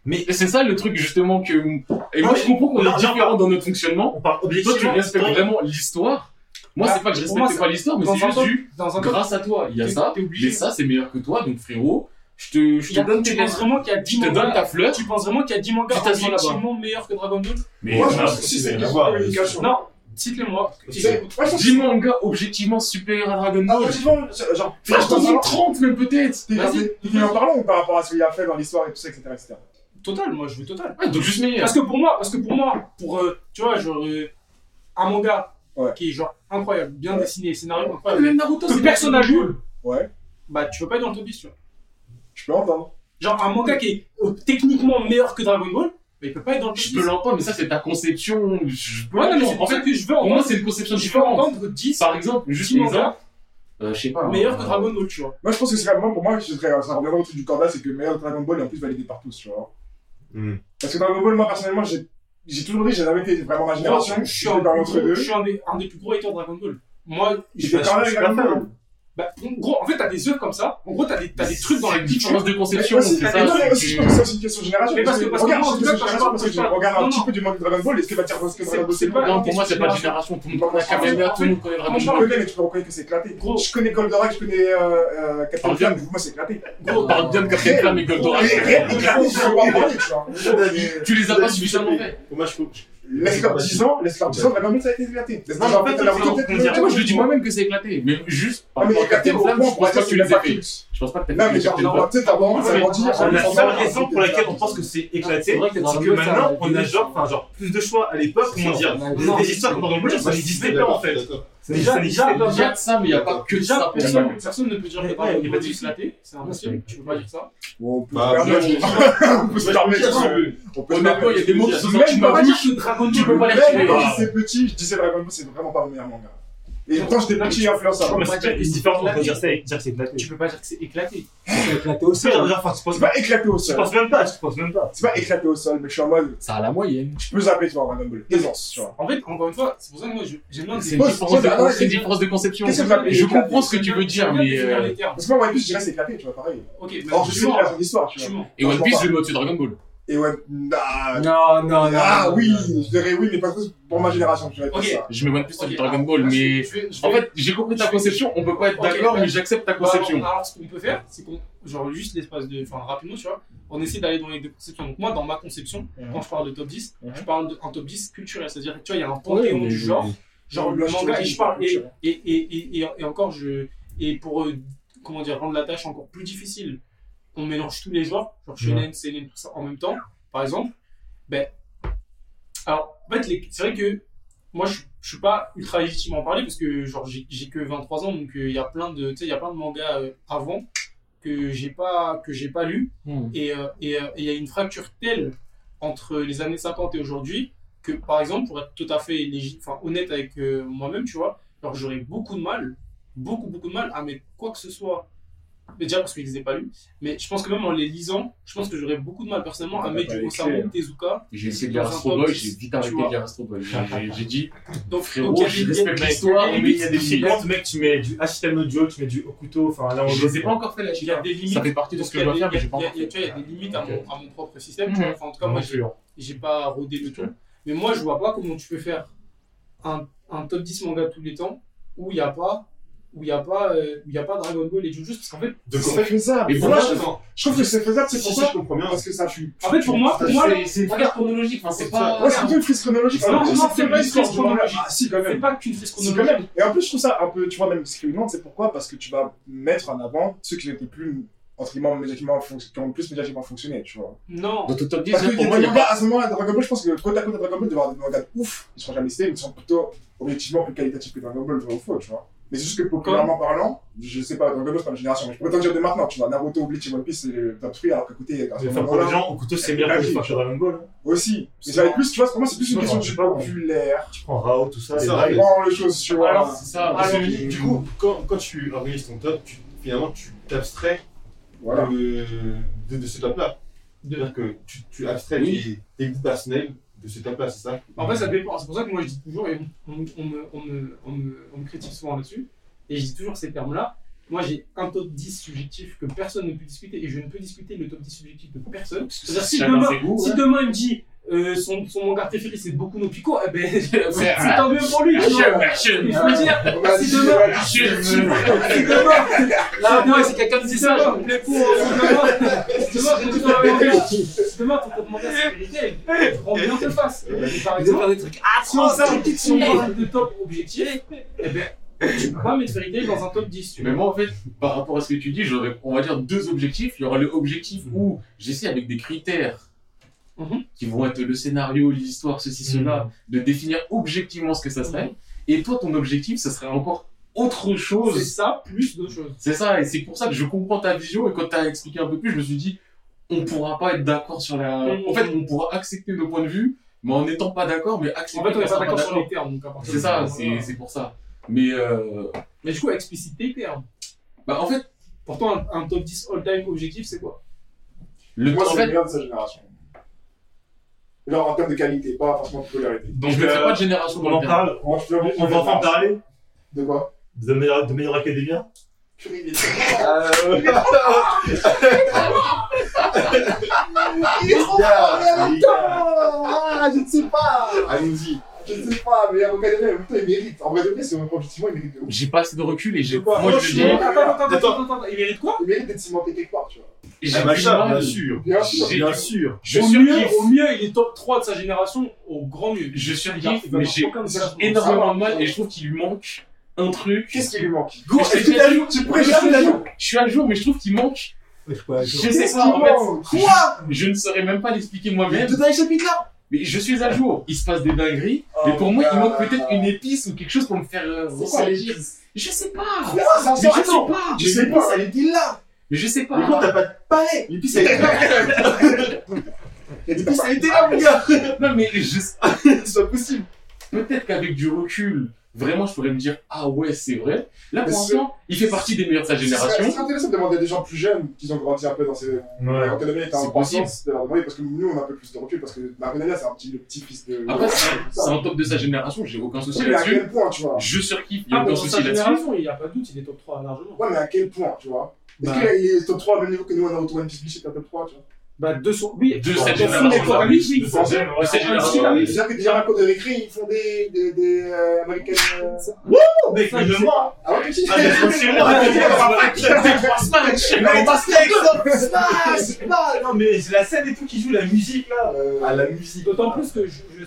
[SPEAKER 5] Mais-
[SPEAKER 1] Et c'est ça le truc justement que. Et
[SPEAKER 5] Non,
[SPEAKER 1] moi
[SPEAKER 5] mais-
[SPEAKER 1] je comprends qu'on
[SPEAKER 5] non,
[SPEAKER 1] est différent dans notre fonctionnement.
[SPEAKER 5] On parle
[SPEAKER 1] Toi tu
[SPEAKER 5] objectivement.
[SPEAKER 1] respectes vraiment l'histoire. Moi
[SPEAKER 3] Bah,
[SPEAKER 1] c'est pas que je
[SPEAKER 3] pour moi,
[SPEAKER 1] respecte
[SPEAKER 3] ça-
[SPEAKER 1] pas l'histoire, mais
[SPEAKER 3] dans
[SPEAKER 1] c'est
[SPEAKER 3] un
[SPEAKER 1] juste
[SPEAKER 3] top-
[SPEAKER 1] du
[SPEAKER 3] Dans un top,
[SPEAKER 1] grâce à toi. Il y a
[SPEAKER 3] T'es-
[SPEAKER 1] ça,
[SPEAKER 3] t'es obligé.
[SPEAKER 1] mais ça c'est meilleur que toi, donc frérot, je te, je
[SPEAKER 3] il
[SPEAKER 1] te
[SPEAKER 3] y a-
[SPEAKER 1] donne
[SPEAKER 3] tu
[SPEAKER 1] tes
[SPEAKER 3] penses vraiment qu'il y a 10
[SPEAKER 1] je te donne
[SPEAKER 3] mangas.
[SPEAKER 1] ta fleur.
[SPEAKER 3] Tu penses vraiment qu'il y a 10 mangas
[SPEAKER 1] Tu t'assois là-bas.
[SPEAKER 3] objectivement meilleurs que Dragon Ball
[SPEAKER 1] Mais
[SPEAKER 4] Moi, je
[SPEAKER 1] voilà.
[SPEAKER 4] pense que si c'est une
[SPEAKER 5] rien à voir,
[SPEAKER 4] communication.
[SPEAKER 3] Non, cite-les-moi.
[SPEAKER 4] Tu sais, moi, je pense que
[SPEAKER 1] Dis manga objectivement supérieur à Dragon
[SPEAKER 4] Non,
[SPEAKER 1] Ball.
[SPEAKER 4] franchement, genre,
[SPEAKER 1] Frère, je t'en donne 30 même peut-être.
[SPEAKER 4] Vas-y, il en parlant ou par rapport à ce qu'il a fait dans l'histoire et tout ça, etc. etc.
[SPEAKER 3] Total, moi je veux total.
[SPEAKER 1] Ouais, donc juste meilleur.
[SPEAKER 3] Parce que pour moi, parce que pour moi, pour euh, tu vois, genre euh, un manga
[SPEAKER 4] Ouais.
[SPEAKER 3] qui est genre incroyable, bien
[SPEAKER 4] Ouais.
[SPEAKER 3] dessiné, scénario incroyable,
[SPEAKER 1] Même Naruto,
[SPEAKER 3] que personne n'a lu,
[SPEAKER 4] Ouais,
[SPEAKER 3] bah tu peux pas être dans le top 10, tu vois.
[SPEAKER 4] je peux entendre.
[SPEAKER 3] Genre un manga qui est euh, techniquement meilleur que Dragon Ball, mais il peut pas être dans le top
[SPEAKER 1] Je
[SPEAKER 3] 10.
[SPEAKER 1] peux l'entendre, mais ça c'est ta conception. Je peux
[SPEAKER 3] Ouais, non,
[SPEAKER 1] l'entendre.
[SPEAKER 3] mais c'est
[SPEAKER 1] En
[SPEAKER 3] pour ça
[SPEAKER 1] fait,
[SPEAKER 3] que je veux
[SPEAKER 1] pour moi
[SPEAKER 3] entendre,
[SPEAKER 1] c'est une conception
[SPEAKER 3] je veux
[SPEAKER 1] différente.
[SPEAKER 3] entendre 10
[SPEAKER 1] Par exemple, juste
[SPEAKER 3] petits
[SPEAKER 1] un
[SPEAKER 3] mangas
[SPEAKER 1] exemple. Euh, je sais pas.
[SPEAKER 3] meilleurs
[SPEAKER 1] hein,
[SPEAKER 3] que Dragon Ball, tu vois.
[SPEAKER 4] Moi, je pense que c'est vraiment pour moi, je serais, ça reviendra au truc du Corda, c'est que le meilleur Dragon Ball est en plus validé par tous, tu vois.
[SPEAKER 10] Hmm.
[SPEAKER 4] Parce que Dragon Ball, moi, personnellement, j'ai j'ai toujours dit, j'ai jamais été vraiment ma
[SPEAKER 3] Moi,
[SPEAKER 4] génération.
[SPEAKER 3] je suis
[SPEAKER 4] j'étais
[SPEAKER 3] un,
[SPEAKER 4] dans
[SPEAKER 3] plus
[SPEAKER 4] l'entre-deux.
[SPEAKER 3] gros- je suis un des, un des plus gros haters de Dragon Ball. Moi,
[SPEAKER 4] Je
[SPEAKER 3] je
[SPEAKER 4] suis
[SPEAKER 3] suis
[SPEAKER 4] quand même Dragon Ball.
[SPEAKER 3] bah, en gros, en fait, t'as des œuvres comme ça. En gros, t'as des, t'as des trucs dans
[SPEAKER 1] C'est
[SPEAKER 3] les
[SPEAKER 1] une
[SPEAKER 3] culture.
[SPEAKER 1] différence de
[SPEAKER 4] Mais
[SPEAKER 1] conception.
[SPEAKER 4] aussi,
[SPEAKER 1] c'est
[SPEAKER 4] mais
[SPEAKER 1] ça,
[SPEAKER 4] non, mais
[SPEAKER 1] c'est-
[SPEAKER 4] aussi, je pense que c'est aussi une question de génération.
[SPEAKER 3] Mais parce que- parce que
[SPEAKER 4] regarde,
[SPEAKER 3] moi,
[SPEAKER 4] c'est une question
[SPEAKER 3] en tout
[SPEAKER 4] de
[SPEAKER 3] cas,
[SPEAKER 4] génération parce que
[SPEAKER 3] je
[SPEAKER 4] je
[SPEAKER 3] parle-
[SPEAKER 4] regarde un
[SPEAKER 3] non,
[SPEAKER 4] petit
[SPEAKER 3] non.
[SPEAKER 4] peu du manga de Dragon Ball, est-ce que va dire parce que
[SPEAKER 3] C'est-
[SPEAKER 4] Dragon Ball,
[SPEAKER 3] c'est
[SPEAKER 4] c'est bon
[SPEAKER 3] pas-
[SPEAKER 1] Non, pour moi c'est pas de génération. Tout le monde connaît
[SPEAKER 4] En fait,
[SPEAKER 1] Kamehameha,
[SPEAKER 3] en
[SPEAKER 1] tout le monde connaît Dragon
[SPEAKER 4] Je
[SPEAKER 1] Ball.
[SPEAKER 4] connais, mais tu peux reconnaître que c'est éclaté.
[SPEAKER 3] Gros.
[SPEAKER 4] Je connais Goldorak, je connais euh, euh, Captain
[SPEAKER 1] Parle bien.
[SPEAKER 4] Flamme, mais pour moi, c'est éclaté.
[SPEAKER 1] Gros, parle bien de Captain Flamme et Goldorak.
[SPEAKER 4] Mais rien d'éclaté, je peux pas en parler, tu vois.
[SPEAKER 1] Tu les as pas suffisamment fait.
[SPEAKER 10] Pour moi, je trouve.
[SPEAKER 4] Laisse-leur 10 ans, laisse-leur 10 ans, Dragon Ball, ça a été éclaté.
[SPEAKER 10] Non, mais en fait, c'est-
[SPEAKER 1] Ah, Moi je le dis moi-même que c'est éclaté. Mais juste par
[SPEAKER 4] Ah, mais
[SPEAKER 1] rapport à
[SPEAKER 4] éclaté
[SPEAKER 1] Captain
[SPEAKER 4] au
[SPEAKER 1] Flamme,
[SPEAKER 4] point,
[SPEAKER 1] je
[SPEAKER 4] pour
[SPEAKER 1] pense pas
[SPEAKER 4] dire
[SPEAKER 1] que
[SPEAKER 4] que
[SPEAKER 1] tu
[SPEAKER 4] tu l'as
[SPEAKER 1] les
[SPEAKER 4] pas
[SPEAKER 1] as fait.
[SPEAKER 4] culte.
[SPEAKER 1] Je pense pas que
[SPEAKER 4] Non,
[SPEAKER 1] t'as
[SPEAKER 4] mais
[SPEAKER 1] fait
[SPEAKER 4] genre,
[SPEAKER 1] Captain
[SPEAKER 4] non,
[SPEAKER 1] Flamme.
[SPEAKER 4] peut-être t'as vraiment, ça grandit.
[SPEAKER 5] On a la seule raison pour laquelle on pense que c'est éclaté,
[SPEAKER 2] vrai que
[SPEAKER 5] c'est
[SPEAKER 2] dans
[SPEAKER 5] que
[SPEAKER 2] le jeu, ça
[SPEAKER 5] maintenant
[SPEAKER 2] aurait
[SPEAKER 5] on a
[SPEAKER 2] été-
[SPEAKER 5] genre, enfin genre plus de choix à l'époque, comment dire,
[SPEAKER 2] Non,
[SPEAKER 6] Bah,
[SPEAKER 5] des histoires comme dans le jeu, ça n'existait pas en fait.
[SPEAKER 3] Déjà, déjà,
[SPEAKER 1] Il y a de ça, mais il n'y a pas que de
[SPEAKER 3] déjà,
[SPEAKER 1] ça. pour moi.
[SPEAKER 3] personne, personne ne peut dire que
[SPEAKER 14] Ouais,
[SPEAKER 3] par
[SPEAKER 14] ouais,
[SPEAKER 3] contre,
[SPEAKER 14] il y a pas
[SPEAKER 3] Bobby
[SPEAKER 14] de
[SPEAKER 3] est flatté. C'est impossible. Tu peux pas dire ça.
[SPEAKER 4] Bon, on peut
[SPEAKER 10] Bah,
[SPEAKER 4] se
[SPEAKER 10] moi,
[SPEAKER 4] permettre-
[SPEAKER 10] je-
[SPEAKER 4] on peut se permettre. On peut se
[SPEAKER 1] Honnêtement, il y a des mots qui
[SPEAKER 10] Je
[SPEAKER 1] sont
[SPEAKER 3] Même,
[SPEAKER 1] sortis
[SPEAKER 3] tu
[SPEAKER 1] de
[SPEAKER 3] peux
[SPEAKER 1] ma
[SPEAKER 3] pas hein. dire
[SPEAKER 1] bouche.
[SPEAKER 3] que Dragon
[SPEAKER 1] Tu
[SPEAKER 3] Ball.
[SPEAKER 1] peux pas les
[SPEAKER 4] Même
[SPEAKER 1] tirer.
[SPEAKER 4] quand j'étais petit, je disais Dragon Ball, c'est vraiment pas le meilleur manga. Et pourtant, j'étais petit influençable.
[SPEAKER 14] c'est différent entre dire ça et dire que c'est éclaté.
[SPEAKER 3] Tu peux pas dire que c'est éclaté.
[SPEAKER 2] éclaté au sol.
[SPEAKER 14] Tu penses
[SPEAKER 4] C'est pas éclaté au sol.
[SPEAKER 14] même pas, tu penses même pas.
[SPEAKER 4] C'est pas éclaté au sol, mais je suis en mode,
[SPEAKER 1] Ça a la moyenne.
[SPEAKER 4] je peux zapper, tu vois, Dragon Ball. Aisance, tu vois.
[SPEAKER 3] En fait, encore une fois, c'est pour ça que moi, je- j'aime bien
[SPEAKER 1] C'est
[SPEAKER 3] ces
[SPEAKER 1] une
[SPEAKER 4] bon,
[SPEAKER 1] différence
[SPEAKER 4] c'est-
[SPEAKER 1] de-
[SPEAKER 4] ah,
[SPEAKER 1] c'est une différence de conception.
[SPEAKER 4] Qu'est-ce que vous appelez
[SPEAKER 1] Je
[SPEAKER 4] éclaté
[SPEAKER 1] comprends ce que tu veux dire, mais. euh,
[SPEAKER 4] Parce que moi, One Piece, je dirais c'est éclaté, tu vois, pareil.
[SPEAKER 3] Ok, mais
[SPEAKER 4] Alors, je
[SPEAKER 3] tu
[SPEAKER 4] sais
[SPEAKER 3] mens,
[SPEAKER 4] pas son histoire, tu
[SPEAKER 3] tu
[SPEAKER 4] vois.
[SPEAKER 3] mens.
[SPEAKER 1] Et One Piece, je le mets au-dessus de Dragon Ball.
[SPEAKER 4] Et ouais, nah.
[SPEAKER 2] Non, non, non.
[SPEAKER 4] Ah
[SPEAKER 2] non,
[SPEAKER 4] oui,
[SPEAKER 2] non, non.
[SPEAKER 4] je dirais oui, mais pas que pour ma génération, tu vois.
[SPEAKER 3] Ok.
[SPEAKER 4] ça.
[SPEAKER 1] Je mets One Piece au-dessus de
[SPEAKER 3] Ok,
[SPEAKER 1] Dragon Ball,
[SPEAKER 3] alors,
[SPEAKER 1] mais.
[SPEAKER 3] je vais- je
[SPEAKER 1] En
[SPEAKER 3] vais-
[SPEAKER 1] fait, j'ai compris ta conception, on peut pas être
[SPEAKER 3] Ok,
[SPEAKER 1] d'accord,
[SPEAKER 3] ouais.
[SPEAKER 1] mais j'accepte ta
[SPEAKER 3] Bah, alors-
[SPEAKER 1] conception.
[SPEAKER 3] Alors, ce qu'on peut faire, c'est qu'on, genre, juste l'espace de, enfin, rapidement, tu vois, on essaie d'aller dans les deux conceptions. Donc, moi, dans ma conception,
[SPEAKER 14] Mhm.
[SPEAKER 3] quand je parle de top 10, je parle d'un top 10 culturel. C'est-à-dire, que, tu vois, il y a un
[SPEAKER 1] Ouais,
[SPEAKER 3] panthéon
[SPEAKER 1] mais
[SPEAKER 3] du
[SPEAKER 1] je-
[SPEAKER 3] genre, genre
[SPEAKER 4] Ouais,
[SPEAKER 3] le
[SPEAKER 4] je te
[SPEAKER 3] manga,
[SPEAKER 4] dis,
[SPEAKER 3] et je parle, et,
[SPEAKER 4] culturel.
[SPEAKER 3] et, et, et, et- et encore, je, et pour, euh, comment dire, rendre la tâche encore plus difficile, on mélange tous les genres, genre shonen, seinen, tout ça, en même temps, par exemple, ben, alors, en fait, les- c'est vrai que, moi, je, je suis pas ultra légitime à en parler parce que, genre, j'ai j'ai que 23 ans, donc euh, il y a plein de, tu sais, il y a plein de mangas euh, avant que j'ai pas, que j'ai pas lu,
[SPEAKER 1] Hmm.
[SPEAKER 3] et euh, et, euh, et il y a une fracture telle entre les années 50 et aujourd'hui que, par exemple, pour être tout à fait légi- enfin, honnête avec euh, moi-même, tu vois, alors j'aurais beaucoup de mal, beaucoup, beaucoup de mal à mettre quoi que ce soit. Mais déjà parce que je les ai pas lus, mais je pense que même en les lisant, je pense que j'aurais beaucoup de mal personnellement à
[SPEAKER 1] Ah,
[SPEAKER 4] T'as
[SPEAKER 1] bah,
[SPEAKER 3] mettre
[SPEAKER 4] pas
[SPEAKER 3] du
[SPEAKER 4] les clés,
[SPEAKER 3] Osamu Tezuka.
[SPEAKER 1] J'ai essayé de lire
[SPEAKER 3] Dans un
[SPEAKER 1] Astro
[SPEAKER 3] top
[SPEAKER 1] Boy,
[SPEAKER 3] 10,
[SPEAKER 1] j'ai vite arrêté
[SPEAKER 3] tu vois.
[SPEAKER 1] de lire Astro Boy. J'ai- J'ai dit,
[SPEAKER 3] Donc, donc, il y
[SPEAKER 1] frérot,
[SPEAKER 3] a
[SPEAKER 1] je
[SPEAKER 3] des- il y a
[SPEAKER 1] respecte
[SPEAKER 3] des-
[SPEAKER 1] l'histoire, Ah, mais il y a des
[SPEAKER 14] Si,
[SPEAKER 1] limites.
[SPEAKER 14] quand, mec, tu mets du Ashitano Joe, tu mets du Okuto, enfin là on
[SPEAKER 1] Je les ai pas encore fait la
[SPEAKER 3] il y a
[SPEAKER 1] chicane.
[SPEAKER 3] des limites.
[SPEAKER 1] Ça fait partie de ce que je
[SPEAKER 3] Donc,
[SPEAKER 1] dois
[SPEAKER 3] il y a
[SPEAKER 1] faire,
[SPEAKER 3] des-
[SPEAKER 1] mais j'ai pas
[SPEAKER 3] il y a-
[SPEAKER 1] encore
[SPEAKER 3] il y a-
[SPEAKER 1] fait.
[SPEAKER 3] Tu vois, il y a des limites à
[SPEAKER 14] Ok.
[SPEAKER 3] mon, à mon propre système. tu vois.
[SPEAKER 1] Mhm.
[SPEAKER 3] Enfin, en tout cas, moi,
[SPEAKER 14] Comment
[SPEAKER 3] j'ai-
[SPEAKER 14] tu
[SPEAKER 3] j'ai pas rodé le tout. Mais moi, je vois pas comment tu peux faire un, un top 10 manga de tous les temps où il n'y a pas où il y a pas euh, où il y a pas Dragon Ball et Jujutsu parce qu'en fait
[SPEAKER 10] De quoi
[SPEAKER 4] C'est faisable.
[SPEAKER 1] Et
[SPEAKER 4] Pour
[SPEAKER 1] moi,
[SPEAKER 4] moi,
[SPEAKER 1] je-
[SPEAKER 4] je je trouve que c'est faisable, c'est
[SPEAKER 10] Si,
[SPEAKER 4] pour
[SPEAKER 10] si,
[SPEAKER 4] ça.
[SPEAKER 10] je comprends bien.
[SPEAKER 4] Parce que ça, je suis.
[SPEAKER 3] en fait pour moi pour moi
[SPEAKER 1] C'est- C'est une frise chronologique, enfin, c'est pas.
[SPEAKER 4] Ouais, c'est plutôt une frise chronologique.
[SPEAKER 3] Non,
[SPEAKER 4] Alors,
[SPEAKER 3] non,
[SPEAKER 4] c'est
[SPEAKER 3] c'est
[SPEAKER 4] pas une frise
[SPEAKER 3] l'histoire du manga.
[SPEAKER 4] chronologique. Ah, si, quand
[SPEAKER 3] c'est
[SPEAKER 4] même.
[SPEAKER 3] pas qu'une frise
[SPEAKER 4] Si, quand
[SPEAKER 3] chronologique
[SPEAKER 4] même. Et en plus, je trouve ça un peu, tu vois, même discriminant, c'est pourquoi Parce que tu vas mettre en avant ceux qui n'étaient plus, entre guillemets, médiatiquement, fonc- qui ont le plus médiatiquement fonctionné, tu vois.
[SPEAKER 3] non
[SPEAKER 1] Dans ton top 10,
[SPEAKER 4] Parce
[SPEAKER 1] là,
[SPEAKER 4] qu'il y
[SPEAKER 1] pour
[SPEAKER 4] a
[SPEAKER 1] moi,
[SPEAKER 4] des
[SPEAKER 1] il y a pas.
[SPEAKER 4] mangas, à ce moment-là, Dragon Ball, je pense que côte à côte à Dragon Ball, il doit y avoir des mangas de ouf, ils seront jamais cités, mais ils sont plutôt objectivement plus qualitatifs que Dragon Ball, vrai ou faux, tu vois. Mais c'est juste que populairement parlant, je sais pas, Dragon Ball, c'est pas ma génération, mais je pourrais t'en dire de maintenant, tu vois, Naruto, Bleach et One Piece, c'est le top 3, alors qu'à côté, il y a
[SPEAKER 14] Mais
[SPEAKER 4] un
[SPEAKER 14] enfin, pour les
[SPEAKER 4] moment
[SPEAKER 14] gens, Okuto c'est meilleur que les Flash Dragon Ball. hein.
[SPEAKER 4] aussi. Mais
[SPEAKER 14] C'est
[SPEAKER 4] j'avais
[SPEAKER 14] pas-
[SPEAKER 4] plus, tu vois, pour moi, c'est plus une
[SPEAKER 14] Non,
[SPEAKER 4] question
[SPEAKER 14] je
[SPEAKER 4] de
[SPEAKER 14] sais pas, moi.
[SPEAKER 4] populaire,
[SPEAKER 14] Tu prends Rao, tout ça,
[SPEAKER 10] C'est
[SPEAKER 14] les
[SPEAKER 10] vrai.
[SPEAKER 14] drives.
[SPEAKER 4] grand, les choses, tu vois.
[SPEAKER 3] Alors,
[SPEAKER 1] Ah, C'est ça.
[SPEAKER 10] Parce que,
[SPEAKER 1] c'est-
[SPEAKER 10] du coup, quand, quand tu organises ton top, tu- finalement, tu t'abstrais
[SPEAKER 4] Voilà.
[SPEAKER 10] de, de, de ce top-là. C'est-à-dire que tu, tu abstrais
[SPEAKER 1] Oui.
[SPEAKER 10] tes, tes goûts personnels de ce top-là, c'est ça
[SPEAKER 3] en fait ça dépend c'est pour ça que moi je dis toujours et on, on- on me, on, me, on me- on me critique souvent là-dessus et je dis toujours ces termes là moi j'ai un top 10 subjectif que personne ne peut discuter et je ne peux discuter le top 10 subjectif de personne c'est-à-dire si
[SPEAKER 1] Chacun
[SPEAKER 3] demain
[SPEAKER 1] ses goûts,
[SPEAKER 3] Si
[SPEAKER 1] ouais.
[SPEAKER 3] demain il me dit euh, son, son manga préféré c'est Boku no Pico, eh ben, c'est
[SPEAKER 1] Ouais.
[SPEAKER 3] tant mieux pour lui. tu vois.
[SPEAKER 1] Chien,
[SPEAKER 3] Il
[SPEAKER 1] chien,
[SPEAKER 3] faut le dire, si
[SPEAKER 1] Ah,
[SPEAKER 3] demain,
[SPEAKER 1] chien.
[SPEAKER 3] si demain, là, moi c'est quelqu'un qui dit ça, je me plais pour, euh, si demain, si demain, on est dans la même chose. si demain, ton top manga c'est Fairy Tail, on bien te face. Et par
[SPEAKER 2] Ils ont
[SPEAKER 3] exemple,
[SPEAKER 2] fait des trucs.
[SPEAKER 3] si on parle si on parle de top objectif, eh ben, tu peux pas mettre Fairy Tail dans un top 10, tu
[SPEAKER 1] Mais
[SPEAKER 3] vois.
[SPEAKER 1] moi, en fait, par rapport à ce que tu dis, j'aurais, on va dire deux objectifs. Il y aura le objectif où j'essaie avec des critères
[SPEAKER 3] Mhm.
[SPEAKER 1] qui vont être le scénario, l'histoire, ceci, cela, de définir objectivement ce que ça serait. Et toi, ton objectif, ça serait encore autre
[SPEAKER 3] C'est
[SPEAKER 1] chose.
[SPEAKER 3] ça plus d'autres choses.
[SPEAKER 1] C'est ça, et c'est pour ça que je comprends ta vision. Et quand t'as expliqué un peu plus, je me suis dit, on pourra pas être d'accord sur la.
[SPEAKER 3] Mhm.
[SPEAKER 1] En fait, on pourra accepter nos points de vue, mais en n'étant pas d'accord, mais
[SPEAKER 3] En
[SPEAKER 1] accepter.
[SPEAKER 3] fait, on est
[SPEAKER 1] qu'on
[SPEAKER 3] pas
[SPEAKER 1] sera
[SPEAKER 3] d'accord sur les termes, donc à partir
[SPEAKER 1] C'est
[SPEAKER 3] de
[SPEAKER 1] ça,
[SPEAKER 3] ce
[SPEAKER 1] c'est
[SPEAKER 3] moment-là.
[SPEAKER 1] c'est pour ça. Mais euh,
[SPEAKER 3] Mais du coup, explicite tes termes.
[SPEAKER 1] bah, en fait,
[SPEAKER 3] Pourtant, un, un top 10 all-time objectif, c'est quoi
[SPEAKER 1] le
[SPEAKER 4] Moi,
[SPEAKER 1] en
[SPEAKER 4] c'est
[SPEAKER 1] fait,
[SPEAKER 4] le meilleur de sa génération. Genre en termes de qualité, pas forcément de popularité.
[SPEAKER 14] Donc,
[SPEAKER 1] je ne mettrai
[SPEAKER 14] euh,
[SPEAKER 1] pas de génération
[SPEAKER 14] on
[SPEAKER 1] dans
[SPEAKER 14] en
[SPEAKER 1] le
[SPEAKER 14] parle,
[SPEAKER 4] Moi, je peux
[SPEAKER 14] on on va enfin parler
[SPEAKER 4] hein. De quoi
[SPEAKER 14] de meilleur, de meilleur académien.
[SPEAKER 4] Curie, il est-
[SPEAKER 2] Euh,
[SPEAKER 4] Il est trop fort, Oh, mais attends, Je ne sais pas
[SPEAKER 10] Allons-y.
[SPEAKER 4] Je ne sais pas, mais en vrai de vrai, en même temps, il mérite. En vrai de vrai, c'est objectivement, il mérite de ouf.
[SPEAKER 1] J'ai pas assez de recul et j'ai.
[SPEAKER 4] De quoi
[SPEAKER 1] Moi, je le dis,
[SPEAKER 3] Attends, attends, attends,
[SPEAKER 10] Attends.
[SPEAKER 3] attends, attends, il mérite quoi
[SPEAKER 4] Il mérite d'être cimenté quelque part, tu vois.
[SPEAKER 1] j'ai
[SPEAKER 10] Ah,
[SPEAKER 1] du
[SPEAKER 10] machin, bien
[SPEAKER 1] mal.
[SPEAKER 10] sûr.
[SPEAKER 4] Bien sûr.
[SPEAKER 1] J'ai-
[SPEAKER 10] Bien sûr.
[SPEAKER 1] Je
[SPEAKER 3] au, mieux,
[SPEAKER 1] surkiffe.
[SPEAKER 3] au mieux, il est top 3 de sa génération, au grand mieux.
[SPEAKER 1] Je
[SPEAKER 3] Il a-
[SPEAKER 1] surkiffe,
[SPEAKER 3] il va
[SPEAKER 1] mais
[SPEAKER 3] dans
[SPEAKER 1] j'ai
[SPEAKER 3] aucun classement.
[SPEAKER 1] énormément de
[SPEAKER 4] Ça va.
[SPEAKER 1] mal et je trouve qu'il lui manque un truc.
[SPEAKER 4] Qu'est-ce qui lui manque
[SPEAKER 1] Go,
[SPEAKER 4] Est-ce
[SPEAKER 1] je
[SPEAKER 4] que
[SPEAKER 1] suis
[SPEAKER 4] t'es
[SPEAKER 1] à
[SPEAKER 4] à
[SPEAKER 1] jour.
[SPEAKER 4] jour Tu
[SPEAKER 1] Je
[SPEAKER 4] pourrais
[SPEAKER 1] suis
[SPEAKER 4] juste
[SPEAKER 1] à
[SPEAKER 4] à
[SPEAKER 1] jour. Je suis à jour, mais je trouve qu'il manque.
[SPEAKER 2] je sais pas, je-
[SPEAKER 1] Je sais
[SPEAKER 4] Qu'est-ce
[SPEAKER 1] pas,
[SPEAKER 4] qui
[SPEAKER 1] en fait.
[SPEAKER 4] manque
[SPEAKER 1] Je ne saurais même pas l'expliquer moi-même.
[SPEAKER 4] dernier chapitre là Oh
[SPEAKER 1] Mais je suis à jour, il se passe des dingueries, mais pour moi, il manque peut-être une épice ou quelque chose pour me faire euh,
[SPEAKER 4] C'est quoi les
[SPEAKER 1] ressentir. Je sais pas
[SPEAKER 4] Quoi, ça
[SPEAKER 1] Mais je sais
[SPEAKER 4] sort
[SPEAKER 1] pas
[SPEAKER 4] Je sais pas, elle était là
[SPEAKER 1] Mais je sais pas
[SPEAKER 10] Mais quoi, t'as pas de palais L'épice, elle est là L'épice, elle était là, mon gars
[SPEAKER 1] Non, mais je...
[SPEAKER 10] C'est pas possible
[SPEAKER 1] peut-être qu'avec du recul, vraiment, je pourrais me dire Ah ouais, c'est vrai. Là, pour
[SPEAKER 4] Mais c'est-
[SPEAKER 1] l'instant, il fait partie des meilleurs de sa
[SPEAKER 4] C'est
[SPEAKER 1] génération.
[SPEAKER 4] c'est intéressant de demander à des gens plus jeunes qui ont grandi un peu dans ces.
[SPEAKER 5] Ouais.
[SPEAKER 4] Quand Adonia était
[SPEAKER 1] C'est
[SPEAKER 4] en
[SPEAKER 1] possible.
[SPEAKER 4] croissance, de leur demander parce que nous on a un peu plus de recul parce que Adonia c'est un petit le petit fils de.
[SPEAKER 1] Après, c'est c'est un top de sa génération, j'ai aucun souci
[SPEAKER 4] mais à
[SPEAKER 1] là-dessus.
[SPEAKER 4] quel point tu vois
[SPEAKER 1] Je surkiffe, il y a
[SPEAKER 7] Ah, mais dans
[SPEAKER 1] aucun
[SPEAKER 7] sa
[SPEAKER 1] souci là-dessus.
[SPEAKER 7] génération, il n'y a pas de doute, il est top 3 largement.
[SPEAKER 4] Ouais mais à quel point tu vois Est-ce
[SPEAKER 7] Bah.
[SPEAKER 4] qu'il est top 3 au même niveau que nous on a retrouvé une petite bichette à top 3 tu vois
[SPEAKER 7] Bah, 200. Oui,
[SPEAKER 1] De
[SPEAKER 7] dans
[SPEAKER 1] cette
[SPEAKER 7] son époque,
[SPEAKER 1] génération-là.
[SPEAKER 7] lui, j'ai-
[SPEAKER 5] De centième,
[SPEAKER 1] De
[SPEAKER 5] ouais.
[SPEAKER 14] Ah,
[SPEAKER 1] cette
[SPEAKER 7] si,
[SPEAKER 1] génération-là.
[SPEAKER 7] là, oui.
[SPEAKER 4] C'est-à-dire que déjà un cours de récré ils font des. des. des. euh, américaines. euh,
[SPEAKER 5] Mais
[SPEAKER 7] Ça, je sais
[SPEAKER 5] moi
[SPEAKER 4] Ah ouais, petit
[SPEAKER 5] Ah, mais c'est chez moi
[SPEAKER 4] Smash
[SPEAKER 5] Non, mais c'est la scène et tout qui joue la musique là
[SPEAKER 4] Euh,
[SPEAKER 5] Ah, la musique
[SPEAKER 7] D'autant plus que je, je-